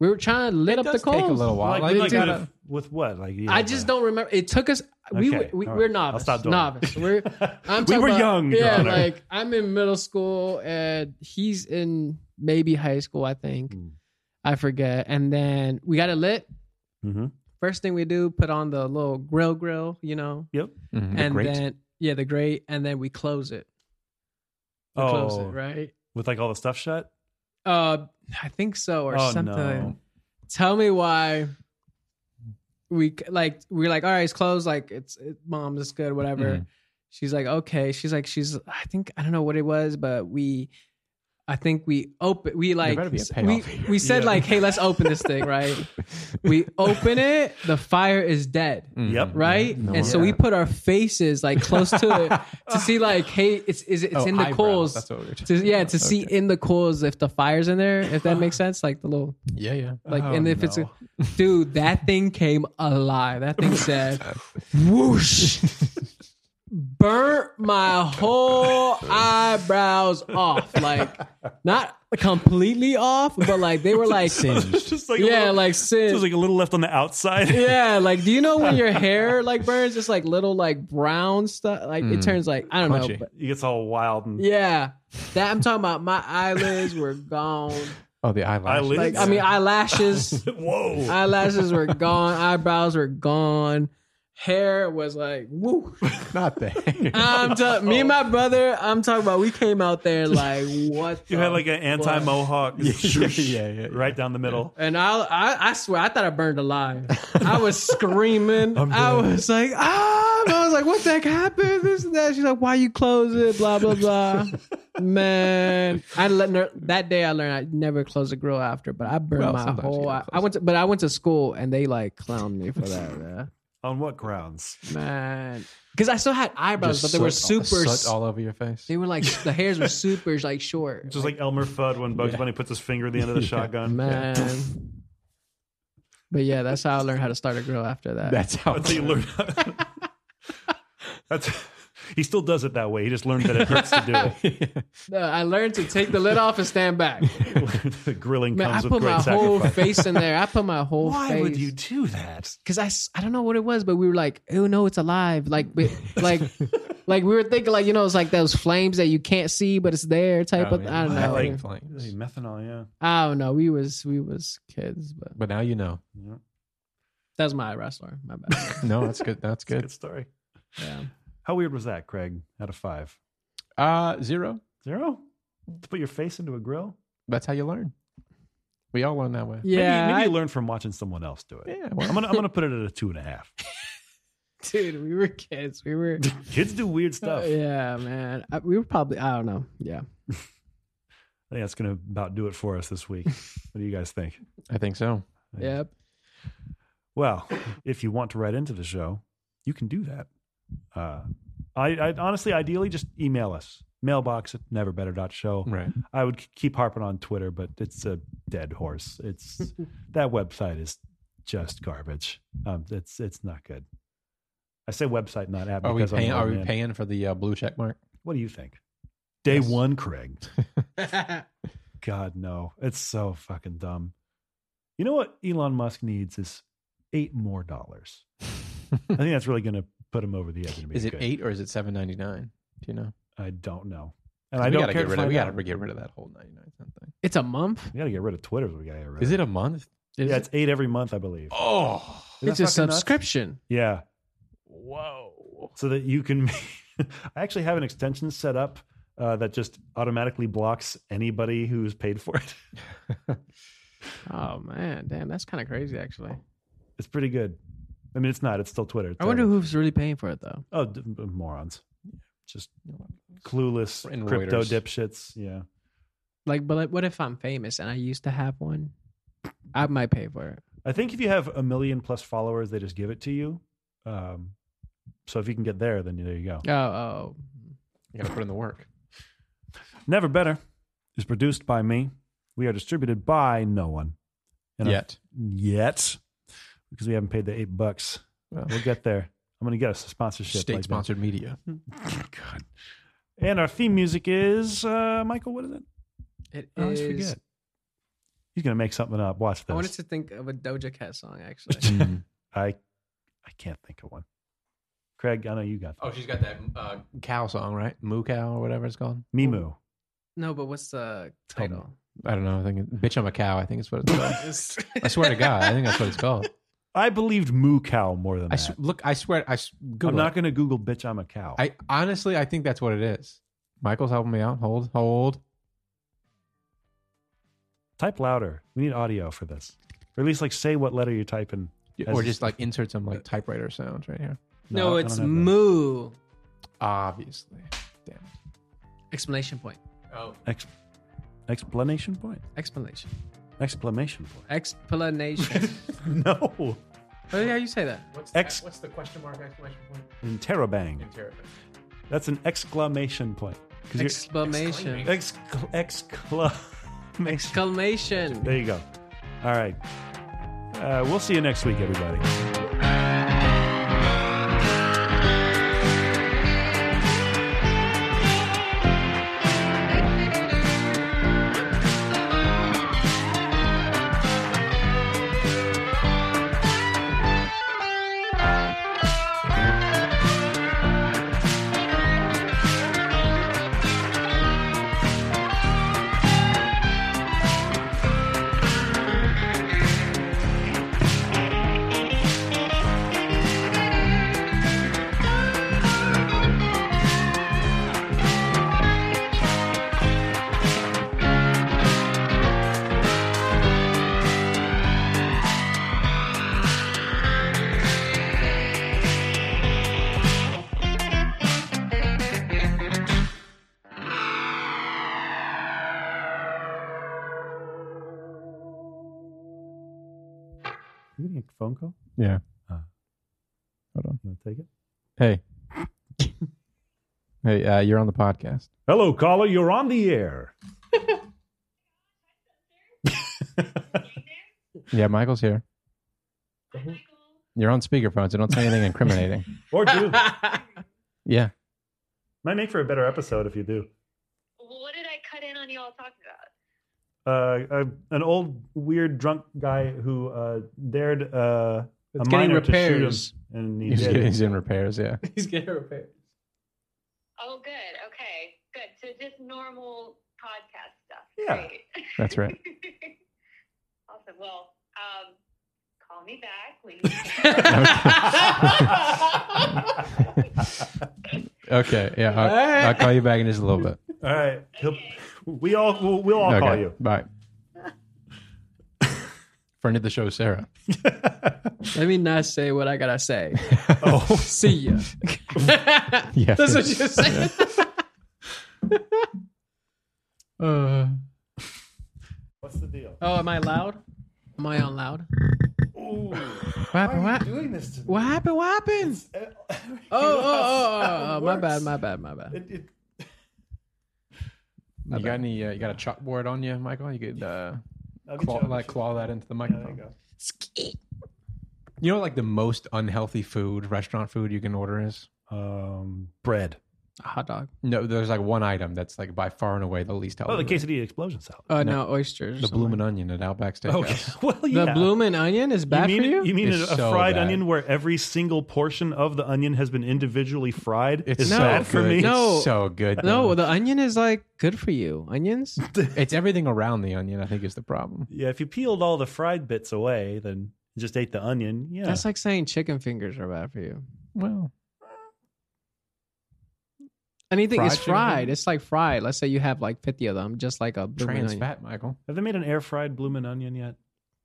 Speaker 3: We were trying to lit
Speaker 1: It
Speaker 3: up the
Speaker 1: does
Speaker 3: coals.
Speaker 1: take a little while.
Speaker 2: Like,
Speaker 1: Like,
Speaker 2: like
Speaker 3: you
Speaker 2: with,
Speaker 3: gotta-
Speaker 2: with what? Like you
Speaker 3: I
Speaker 2: have
Speaker 3: just
Speaker 2: a-
Speaker 3: don't remember. It took us. We
Speaker 2: Okay,
Speaker 3: we,
Speaker 2: all
Speaker 3: we're
Speaker 2: right. I'll
Speaker 3: novice.
Speaker 2: stop doing it.
Speaker 3: novice. We're. I'm
Speaker 2: we
Speaker 3: talking
Speaker 2: were
Speaker 3: about-
Speaker 2: young. Your
Speaker 3: Yeah,
Speaker 2: Honor.
Speaker 3: like I'm in middle school and he's in maybe high school. I think
Speaker 2: Hmm.
Speaker 3: I forget. And then we got it lit.
Speaker 2: Mhm.
Speaker 3: First thing we do, put on the little grill grill. You know,
Speaker 2: Yep.
Speaker 1: Mhm. The
Speaker 3: and
Speaker 1: grate.
Speaker 3: then Yeah, the great, and then we close it. We close
Speaker 2: Oh,
Speaker 3: it, right?
Speaker 2: with like all the stuff shut.
Speaker 3: Uh, I think so, or
Speaker 2: oh
Speaker 3: something.
Speaker 2: no!
Speaker 3: Tell me why we like we're like, all right, it's closed. Like it's it, mom, it's good, whatever.
Speaker 1: Mhm.
Speaker 3: She's like, okay. She's like, she's. I think I don't know what it was, but we. I think we open. We like
Speaker 1: better be a
Speaker 3: we
Speaker 1: payoff here.
Speaker 3: we said
Speaker 2: Yeah.
Speaker 3: like, hey, let's open this thing, right? we open it. The fire is dead.
Speaker 2: Yep.
Speaker 1: Mhm.
Speaker 3: right?
Speaker 1: No.
Speaker 3: and so we put our faces like close to it to see like, hey, it's is it, it's
Speaker 1: Oh,
Speaker 3: in the
Speaker 1: eyebrows.
Speaker 3: coals.
Speaker 1: That's what we were talking
Speaker 3: To, yeah, to see
Speaker 1: Okay.
Speaker 3: in the coals if the fire's in there, if that makes sense. Like the little,
Speaker 1: Yeah, yeah.
Speaker 3: like,
Speaker 2: Oh,
Speaker 3: and if it's, a, dude, that thing came alive. That thing said,
Speaker 1: Whoosh.
Speaker 3: burnt my whole eyebrows off. Like, not completely off, but like they were like,
Speaker 1: Singed.
Speaker 2: just like a
Speaker 3: yeah,
Speaker 2: little,
Speaker 3: like
Speaker 2: it
Speaker 3: singed.
Speaker 2: was like a little left on the outside.
Speaker 3: Yeah, like do you know when your hair like burns? It's like little like brown stuff. Like it
Speaker 2: Hmm.
Speaker 1: Mm.
Speaker 3: turns like I don't know.
Speaker 1: Crunchy.
Speaker 3: But
Speaker 2: It gets all wild and
Speaker 3: yeah, that I'm talking about. My eyelids were gone.
Speaker 1: Oh, the eyelash.
Speaker 2: Eyelids.
Speaker 3: Like I mean, eyelashes,
Speaker 2: whoa.
Speaker 3: eyelashes were gone. Eyebrows were gone. Hair was like woo.
Speaker 1: Not there.
Speaker 3: I'm ta- me and my brother. I'm talking about. We came out there like what?
Speaker 2: you
Speaker 3: the
Speaker 2: had like an anti mohawk.
Speaker 1: Yeah, yeah, yeah, yeah.
Speaker 2: Right down the middle.
Speaker 3: And I, I, I swear, I thought I burned alive. I was screaming.
Speaker 2: I'm
Speaker 3: I
Speaker 2: dead.
Speaker 3: was like, ah! I was like, what the heck happened? This and that. She's like, why you close it? Blah blah blah. Man, I let ner- that day I learned I never close a grill after, but I burned
Speaker 1: Well,
Speaker 3: my
Speaker 1: sometimes you
Speaker 3: whole.
Speaker 1: gotta
Speaker 3: I,
Speaker 1: close
Speaker 3: I went, to, but I went to school and they like clowned me for that, man.
Speaker 2: On what grounds?
Speaker 3: man. Because I still had eyebrows, but they were super. s-
Speaker 1: all over your face.
Speaker 3: they were like the hairs were super like short.
Speaker 2: Just like Elmer Fudd when Bugs
Speaker 1: Yeah.
Speaker 2: Bunny puts his finger at the end of the
Speaker 1: Yeah.
Speaker 2: shotgun.
Speaker 3: man. But yeah, that's how I learned how to start a grill after that.
Speaker 1: That's how.
Speaker 2: That's how you learn. how to- That's, he still does it that way. He just learned that it hurts to do it.
Speaker 3: No, I learned to take the lid off and stand back.
Speaker 2: the grilling
Speaker 3: Man, I
Speaker 2: comes with
Speaker 3: put my
Speaker 2: great
Speaker 3: whole
Speaker 2: sacrifice.
Speaker 3: face in there. I put my whole face.
Speaker 2: do that?
Speaker 3: Because I, s- I don't know what it was, but we were like, oh no, it's alive. Like, but, like, like we were thinking, like you know, it's like those flames that you can't see, but it's there type of. I don't
Speaker 2: yeah,
Speaker 3: know.
Speaker 2: like-
Speaker 1: flames.
Speaker 2: Methanol, yeah.
Speaker 3: I don't know. We was we was kids, but
Speaker 1: But now you know.
Speaker 2: yeah.
Speaker 3: that's my wrestler. My bad.
Speaker 1: No, that's good. That's
Speaker 2: It's a
Speaker 1: good.
Speaker 2: good story.
Speaker 3: Yeah.
Speaker 2: How weird was that, Craig? Out of five.
Speaker 1: Uh, zero.
Speaker 2: Zero? To put your face into a grill?
Speaker 1: That's how you learn. We all learn that way.
Speaker 3: Yeah,
Speaker 2: Maybe, maybe
Speaker 3: I-
Speaker 2: you learn from watching someone else do it.
Speaker 1: Yeah.
Speaker 2: I'm
Speaker 1: Well,
Speaker 2: gonna I'm gonna put it at a two and a half.
Speaker 3: dude, we were kids. We were.
Speaker 2: Kids do weird stuff.
Speaker 3: yeah, man. I, we were probably. I don't know. Yeah.
Speaker 2: I think that's gonna about do it for us this week. what do you guys think?
Speaker 1: I think so.
Speaker 3: Yep.
Speaker 2: Well, if you want to write into the show, you can do that. Uh, I, I honestly, ideally, just email us mailbox at neverbetter.show.
Speaker 1: Right.
Speaker 2: I would keep harping on Twitter, but it's a dead horse. It's that website is just garbage. Um, it's it's not good. I say website, not app.
Speaker 1: Are we
Speaker 2: because I'm
Speaker 1: paying?
Speaker 2: an
Speaker 1: Are
Speaker 2: old
Speaker 1: we
Speaker 2: man.
Speaker 1: paying for the uh, blue check mark?
Speaker 2: What do you think? Day
Speaker 1: Yes.
Speaker 2: one, Craig.
Speaker 3: yeah.
Speaker 2: God no, it's so fucking dumb. You know what Elon Musk needs is eight more dollars. I think that's really going to put him over the edge. and make
Speaker 1: Is it
Speaker 2: good.
Speaker 1: eight or is it seven ninety nine? Do you know?
Speaker 2: I don't know, and I
Speaker 1: we
Speaker 2: don't
Speaker 1: gotta
Speaker 2: care.
Speaker 1: get
Speaker 2: to
Speaker 1: rid of.
Speaker 2: find
Speaker 1: We
Speaker 2: out.
Speaker 1: gotta get rid of that whole ninety nine cent thing.
Speaker 3: It's a month.
Speaker 2: We gotta get rid of Twitter. We gotta get rid
Speaker 1: Is
Speaker 2: of.
Speaker 1: it a month?
Speaker 3: Is
Speaker 2: yeah,
Speaker 3: it-
Speaker 2: it's eight every month, I believe.
Speaker 1: Oh.
Speaker 2: Isn't
Speaker 3: it's
Speaker 2: that
Speaker 3: a
Speaker 2: fucking nuts?
Speaker 3: subscription.
Speaker 2: Yeah,
Speaker 1: Whoa.
Speaker 2: so that you can. I actually have an extension set up uh, that just automatically blocks anybody who's paid for it.
Speaker 3: Oh man, damn, that's kind of crazy. Actually,
Speaker 2: It's pretty good. I mean, it's not. It's still Twitter. It's
Speaker 3: I wonder
Speaker 2: terrible.
Speaker 3: who's really paying for it though.
Speaker 2: Oh, d- b- morons! Just clueless
Speaker 1: And
Speaker 2: crypto
Speaker 1: Reuters.
Speaker 2: dipshits. Yeah.
Speaker 3: Like, but like, what if I'm famous and I used to have one? I might pay for it.
Speaker 2: I think if you have a million plus followers, they just give it to you. Um, so if you can get there, then there you go.
Speaker 3: Oh, oh,
Speaker 1: You gotta put in the work.
Speaker 2: Never Better is produced by me. We are distributed by no one. And I-
Speaker 1: Yet.
Speaker 2: yet. Because we haven't paid the eight bucks.
Speaker 1: Well,
Speaker 2: We'll get there. I'm going to get us a sponsorship.
Speaker 1: state
Speaker 2: like that. Ah,
Speaker 1: sponsored media.
Speaker 2: God. And our theme music is, uh, Michael, what is it?
Speaker 3: it
Speaker 2: I always
Speaker 3: is.
Speaker 2: forget. He's going to make something up. Watch
Speaker 3: I
Speaker 2: this.
Speaker 3: wanted to think of a Doja Cat song actually.
Speaker 1: Mm.
Speaker 2: I, I can't think of one. Craig, I know you got that.
Speaker 1: Oh, she's got that uh, cow song, right? Moo cow or whatever it's called.
Speaker 2: Mimu.
Speaker 3: no, but what's the
Speaker 2: Tell me.
Speaker 3: title?
Speaker 1: I don't know. I think it, bitch, I'm a cow. I think it's what it's called.
Speaker 3: It's-
Speaker 1: I swear to God, I think that's what it's called.
Speaker 2: I believed moo cow more than
Speaker 1: I
Speaker 2: that.
Speaker 1: s- look. I swear. I s- Google.
Speaker 2: I'm
Speaker 1: it.
Speaker 2: not going to Google bitch. I'm a cow.
Speaker 1: I honestly, I think that's what it is. Michael's helping me out. Hold, hold.
Speaker 2: Type louder. We need audio for this, or at least like say what letter you're typing. As-
Speaker 1: Or just like insert some like typewriter sounds right here.
Speaker 2: I-
Speaker 3: No,
Speaker 2: I
Speaker 3: it's
Speaker 2: don't have that.
Speaker 3: moo.
Speaker 1: Obviously. Damn.
Speaker 3: Explanation point.
Speaker 1: Oh.
Speaker 2: Ex- explanation point.
Speaker 3: Explanation.
Speaker 2: Exclamation point.
Speaker 3: Explanation.
Speaker 2: no.
Speaker 3: oh, yeah, you say that.
Speaker 1: What's,
Speaker 2: the- Ex-
Speaker 1: what's the question mark exclamation point?
Speaker 2: Interrobang. That's an exclamation point. 'Cause you're-
Speaker 3: Exclamation.
Speaker 2: Exc- exclamation.
Speaker 3: Exclamation.
Speaker 2: There you go. All right. Uh, we'll see you next week, everybody. You getting a phone call? Uh.
Speaker 1: Yeah.
Speaker 2: You want to take it?
Speaker 1: Hey. hey, uh, you're on the podcast.
Speaker 2: Hello, caller. You're on the air.
Speaker 1: Yeah, Michael's here. You're on speakerphone, so don't say anything incriminating.
Speaker 2: Or do.
Speaker 1: Yeah.
Speaker 4: Might make for a better episode if you do.
Speaker 6: What did I cut in on y'all talking about?
Speaker 4: Uh, a, an old weird drunk guy who uh, dared uh,
Speaker 3: It's
Speaker 4: a
Speaker 3: getting
Speaker 4: minor
Speaker 3: repairs.
Speaker 4: to shoot him, and he
Speaker 1: He's,
Speaker 4: did.
Speaker 1: getting, he's in repairs. Yeah.
Speaker 3: He's getting repaired.
Speaker 6: Oh, good. Okay, good. So just normal podcast stuff.
Speaker 4: Yeah.
Speaker 6: Great.
Speaker 1: That's right.
Speaker 6: awesome. Well, um, call me back, please.
Speaker 1: Okay. Yeah. I'll,
Speaker 3: Alright.
Speaker 1: I'll call you back in just a little bit.
Speaker 4: All right, He'll- we all we'll, we'll all
Speaker 1: okay.
Speaker 4: call you.
Speaker 1: Bye. Friend of the show, Sarah.
Speaker 3: Let me not say what I gotta say.
Speaker 1: Oh.
Speaker 3: See ya.
Speaker 1: Yeah.
Speaker 3: That's what you said. uh,
Speaker 4: What's the deal?
Speaker 3: oh, am I loud? Am I on loud?
Speaker 4: Ooh,
Speaker 3: What happened? What,
Speaker 4: doing this to e-
Speaker 3: what happened? What happened? Oh, oh, oh, oh, oh, my bad, my bad, my bad.
Speaker 4: It, it,
Speaker 1: You got any? Uh, you got a chalkboard on you, Michael? You could uh,
Speaker 4: I'll get
Speaker 1: claw,
Speaker 4: you-
Speaker 1: like claw that into the
Speaker 4: Yeah, there you
Speaker 1: microphone.
Speaker 4: go.
Speaker 1: you, know, what, like the most unhealthy food, restaurant food you can order is
Speaker 2: Um, bread.
Speaker 3: A hot dog.
Speaker 1: no. There's like one item that's like by far and away the least healthy.
Speaker 2: Oh, the quesadilla explosion salad.
Speaker 3: Uh, no. oysters. or
Speaker 1: the
Speaker 3: something.
Speaker 1: bloomin' onion at Outback Steakhouse.
Speaker 2: Okay. Well, yeah.
Speaker 3: The bloomin' onion is bad
Speaker 2: you mean,
Speaker 3: for you.
Speaker 2: mean
Speaker 1: It's
Speaker 2: a, a
Speaker 1: so
Speaker 2: fried
Speaker 1: bad.
Speaker 2: onion where every single portion of the onion has been individually fried?
Speaker 1: It's
Speaker 2: is
Speaker 1: so
Speaker 2: bad
Speaker 1: good.
Speaker 2: for me.
Speaker 1: It's
Speaker 3: No.
Speaker 1: so good.
Speaker 3: no,
Speaker 1: though.
Speaker 3: the onion is like good for you. Onions.
Speaker 1: it's everything around the onion. I think is the problem.
Speaker 2: Yeah, if you peeled all the fried bits away, then just ate the onion. Yeah,
Speaker 3: That's like saying chicken fingers are bad for you.
Speaker 1: Well,
Speaker 3: Anything
Speaker 2: Fried
Speaker 3: is
Speaker 2: chicken
Speaker 3: fried.
Speaker 2: fingers?
Speaker 3: It's like fried. Let's say you have like fifty of them, just like a bloomin'
Speaker 1: trans
Speaker 3: onion.
Speaker 1: fat, Michael.
Speaker 2: have they made an air fried bloomin' onion yet?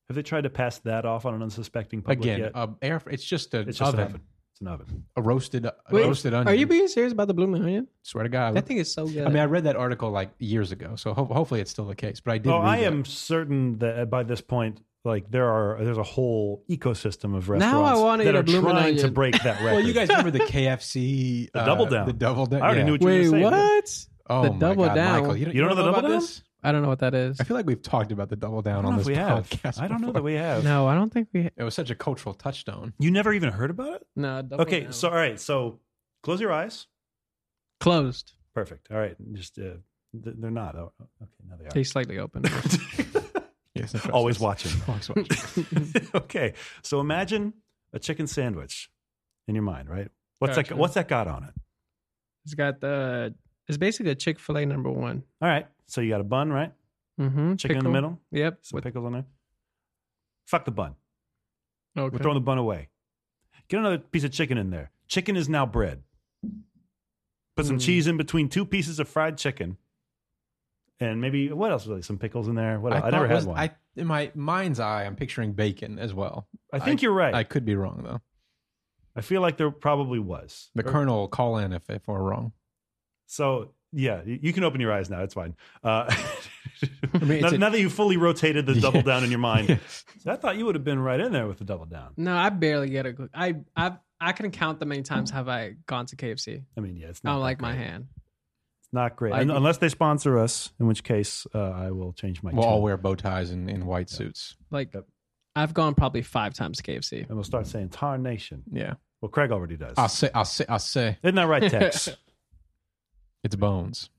Speaker 2: Have they tried to pass that off on an unsuspecting public
Speaker 1: Again,
Speaker 2: yet?
Speaker 1: uh, air. It's just a
Speaker 2: it's just
Speaker 1: oven,
Speaker 2: an oven. It's an oven.
Speaker 1: a roasted, a
Speaker 3: Wait,
Speaker 1: roasted onion.
Speaker 3: Are you being serious about the bloomin' onion?
Speaker 1: Swear to God, I,
Speaker 3: That thing is so good.
Speaker 1: I mean, I read that article like years ago, so ho- hopefully it's still the case. But I did.
Speaker 2: Oh, I
Speaker 1: read that.
Speaker 2: am certain that uh, by this point, like there are, there's a whole ecosystem of restaurants
Speaker 3: Now I wanna
Speaker 2: that
Speaker 3: eat a
Speaker 2: are trying
Speaker 3: bloomin'
Speaker 2: to
Speaker 3: onion.
Speaker 2: break that record.
Speaker 1: Well, you guys remember the KFC,
Speaker 2: The Double Down.
Speaker 1: uh, the double down.
Speaker 2: I already
Speaker 1: yeah.
Speaker 2: knew what you were
Speaker 3: Wait,
Speaker 2: saying.
Speaker 3: what?
Speaker 1: Oh
Speaker 3: The
Speaker 1: my
Speaker 3: Double
Speaker 1: God,
Speaker 3: Down.
Speaker 1: Michael, you, don't-
Speaker 2: You don't
Speaker 1: you
Speaker 2: know the
Speaker 1: about
Speaker 2: Double Down?
Speaker 1: this?
Speaker 3: I don't know what that is.
Speaker 1: I feel like we've talked about the Double
Speaker 2: I
Speaker 1: Down
Speaker 2: don't
Speaker 1: on
Speaker 2: know
Speaker 1: this
Speaker 2: if we have.
Speaker 1: podcast.
Speaker 2: I don't know that
Speaker 1: before.
Speaker 2: we have.
Speaker 3: No, I don't think we.
Speaker 1: It was such a cultural touchstone.
Speaker 2: You never even heard about it?
Speaker 3: No. double
Speaker 2: Okay,
Speaker 3: down.
Speaker 2: so all right, so close your eyes.
Speaker 3: closed.
Speaker 2: Perfect. All right, just uh, th- they're not. Oh, okay, now they are.
Speaker 3: They slightly open.
Speaker 1: Yes, that's right.
Speaker 2: Always watching.
Speaker 1: Always watching.
Speaker 2: okay, so imagine a chicken sandwich in your mind, right? What's
Speaker 3: Gotcha.
Speaker 2: that? What's that got on it?
Speaker 3: it's got the. It's basically a Chick Fil A number one.
Speaker 2: All right, so you got a bun, right?
Speaker 3: Mm-hmm.
Speaker 2: Chicken in the middle,
Speaker 3: Yep.
Speaker 2: some
Speaker 3: with-
Speaker 2: pickles on there. Fuck the bun. We're
Speaker 3: Okay.
Speaker 2: throwing the bun away. Get another piece of chicken in there. Chicken is now bread. Put some
Speaker 1: Hmm.
Speaker 3: Mm.
Speaker 2: cheese in between two pieces of fried chicken. And maybe what else really? Some pickles in there. What else? I,
Speaker 1: thought
Speaker 2: never had
Speaker 1: was-
Speaker 2: one. I,
Speaker 1: I, in my mind's eye, I'm picturing bacon as well.
Speaker 2: think you're right.
Speaker 1: I
Speaker 2: I,
Speaker 1: could be wrong though.
Speaker 2: feel like there probably was.
Speaker 1: The
Speaker 2: Or-
Speaker 1: colonel will call in if, if we're wrong.
Speaker 2: So yeah, you you can open your eyes now. It's fine. Uh,
Speaker 1: mean,
Speaker 2: now,
Speaker 1: it's a-
Speaker 2: now that you fully rotated the double
Speaker 1: Yeah.
Speaker 2: down in your mind, I thought you would have been right in there with the double down.
Speaker 3: No, I barely get a good. I I I can count the many times have I gone to KFC.
Speaker 2: I mean, yeah, it's
Speaker 3: I
Speaker 2: not
Speaker 3: don't
Speaker 2: that
Speaker 3: like my
Speaker 2: great.
Speaker 3: hand.
Speaker 2: It's not great
Speaker 3: Like-
Speaker 2: Un- unless they sponsor us, in which case uh, I will change my.
Speaker 1: We'll
Speaker 2: tune.
Speaker 1: all wear bow ties and in white suits.
Speaker 3: Like
Speaker 2: Yep.
Speaker 3: I've gone probably five times to KFC.
Speaker 2: and we'll start saying tarnation.
Speaker 1: Yeah.
Speaker 2: Well, Craig already does.
Speaker 1: I say, I say, I say,
Speaker 2: Isn't that right, Tex?
Speaker 1: it's bones.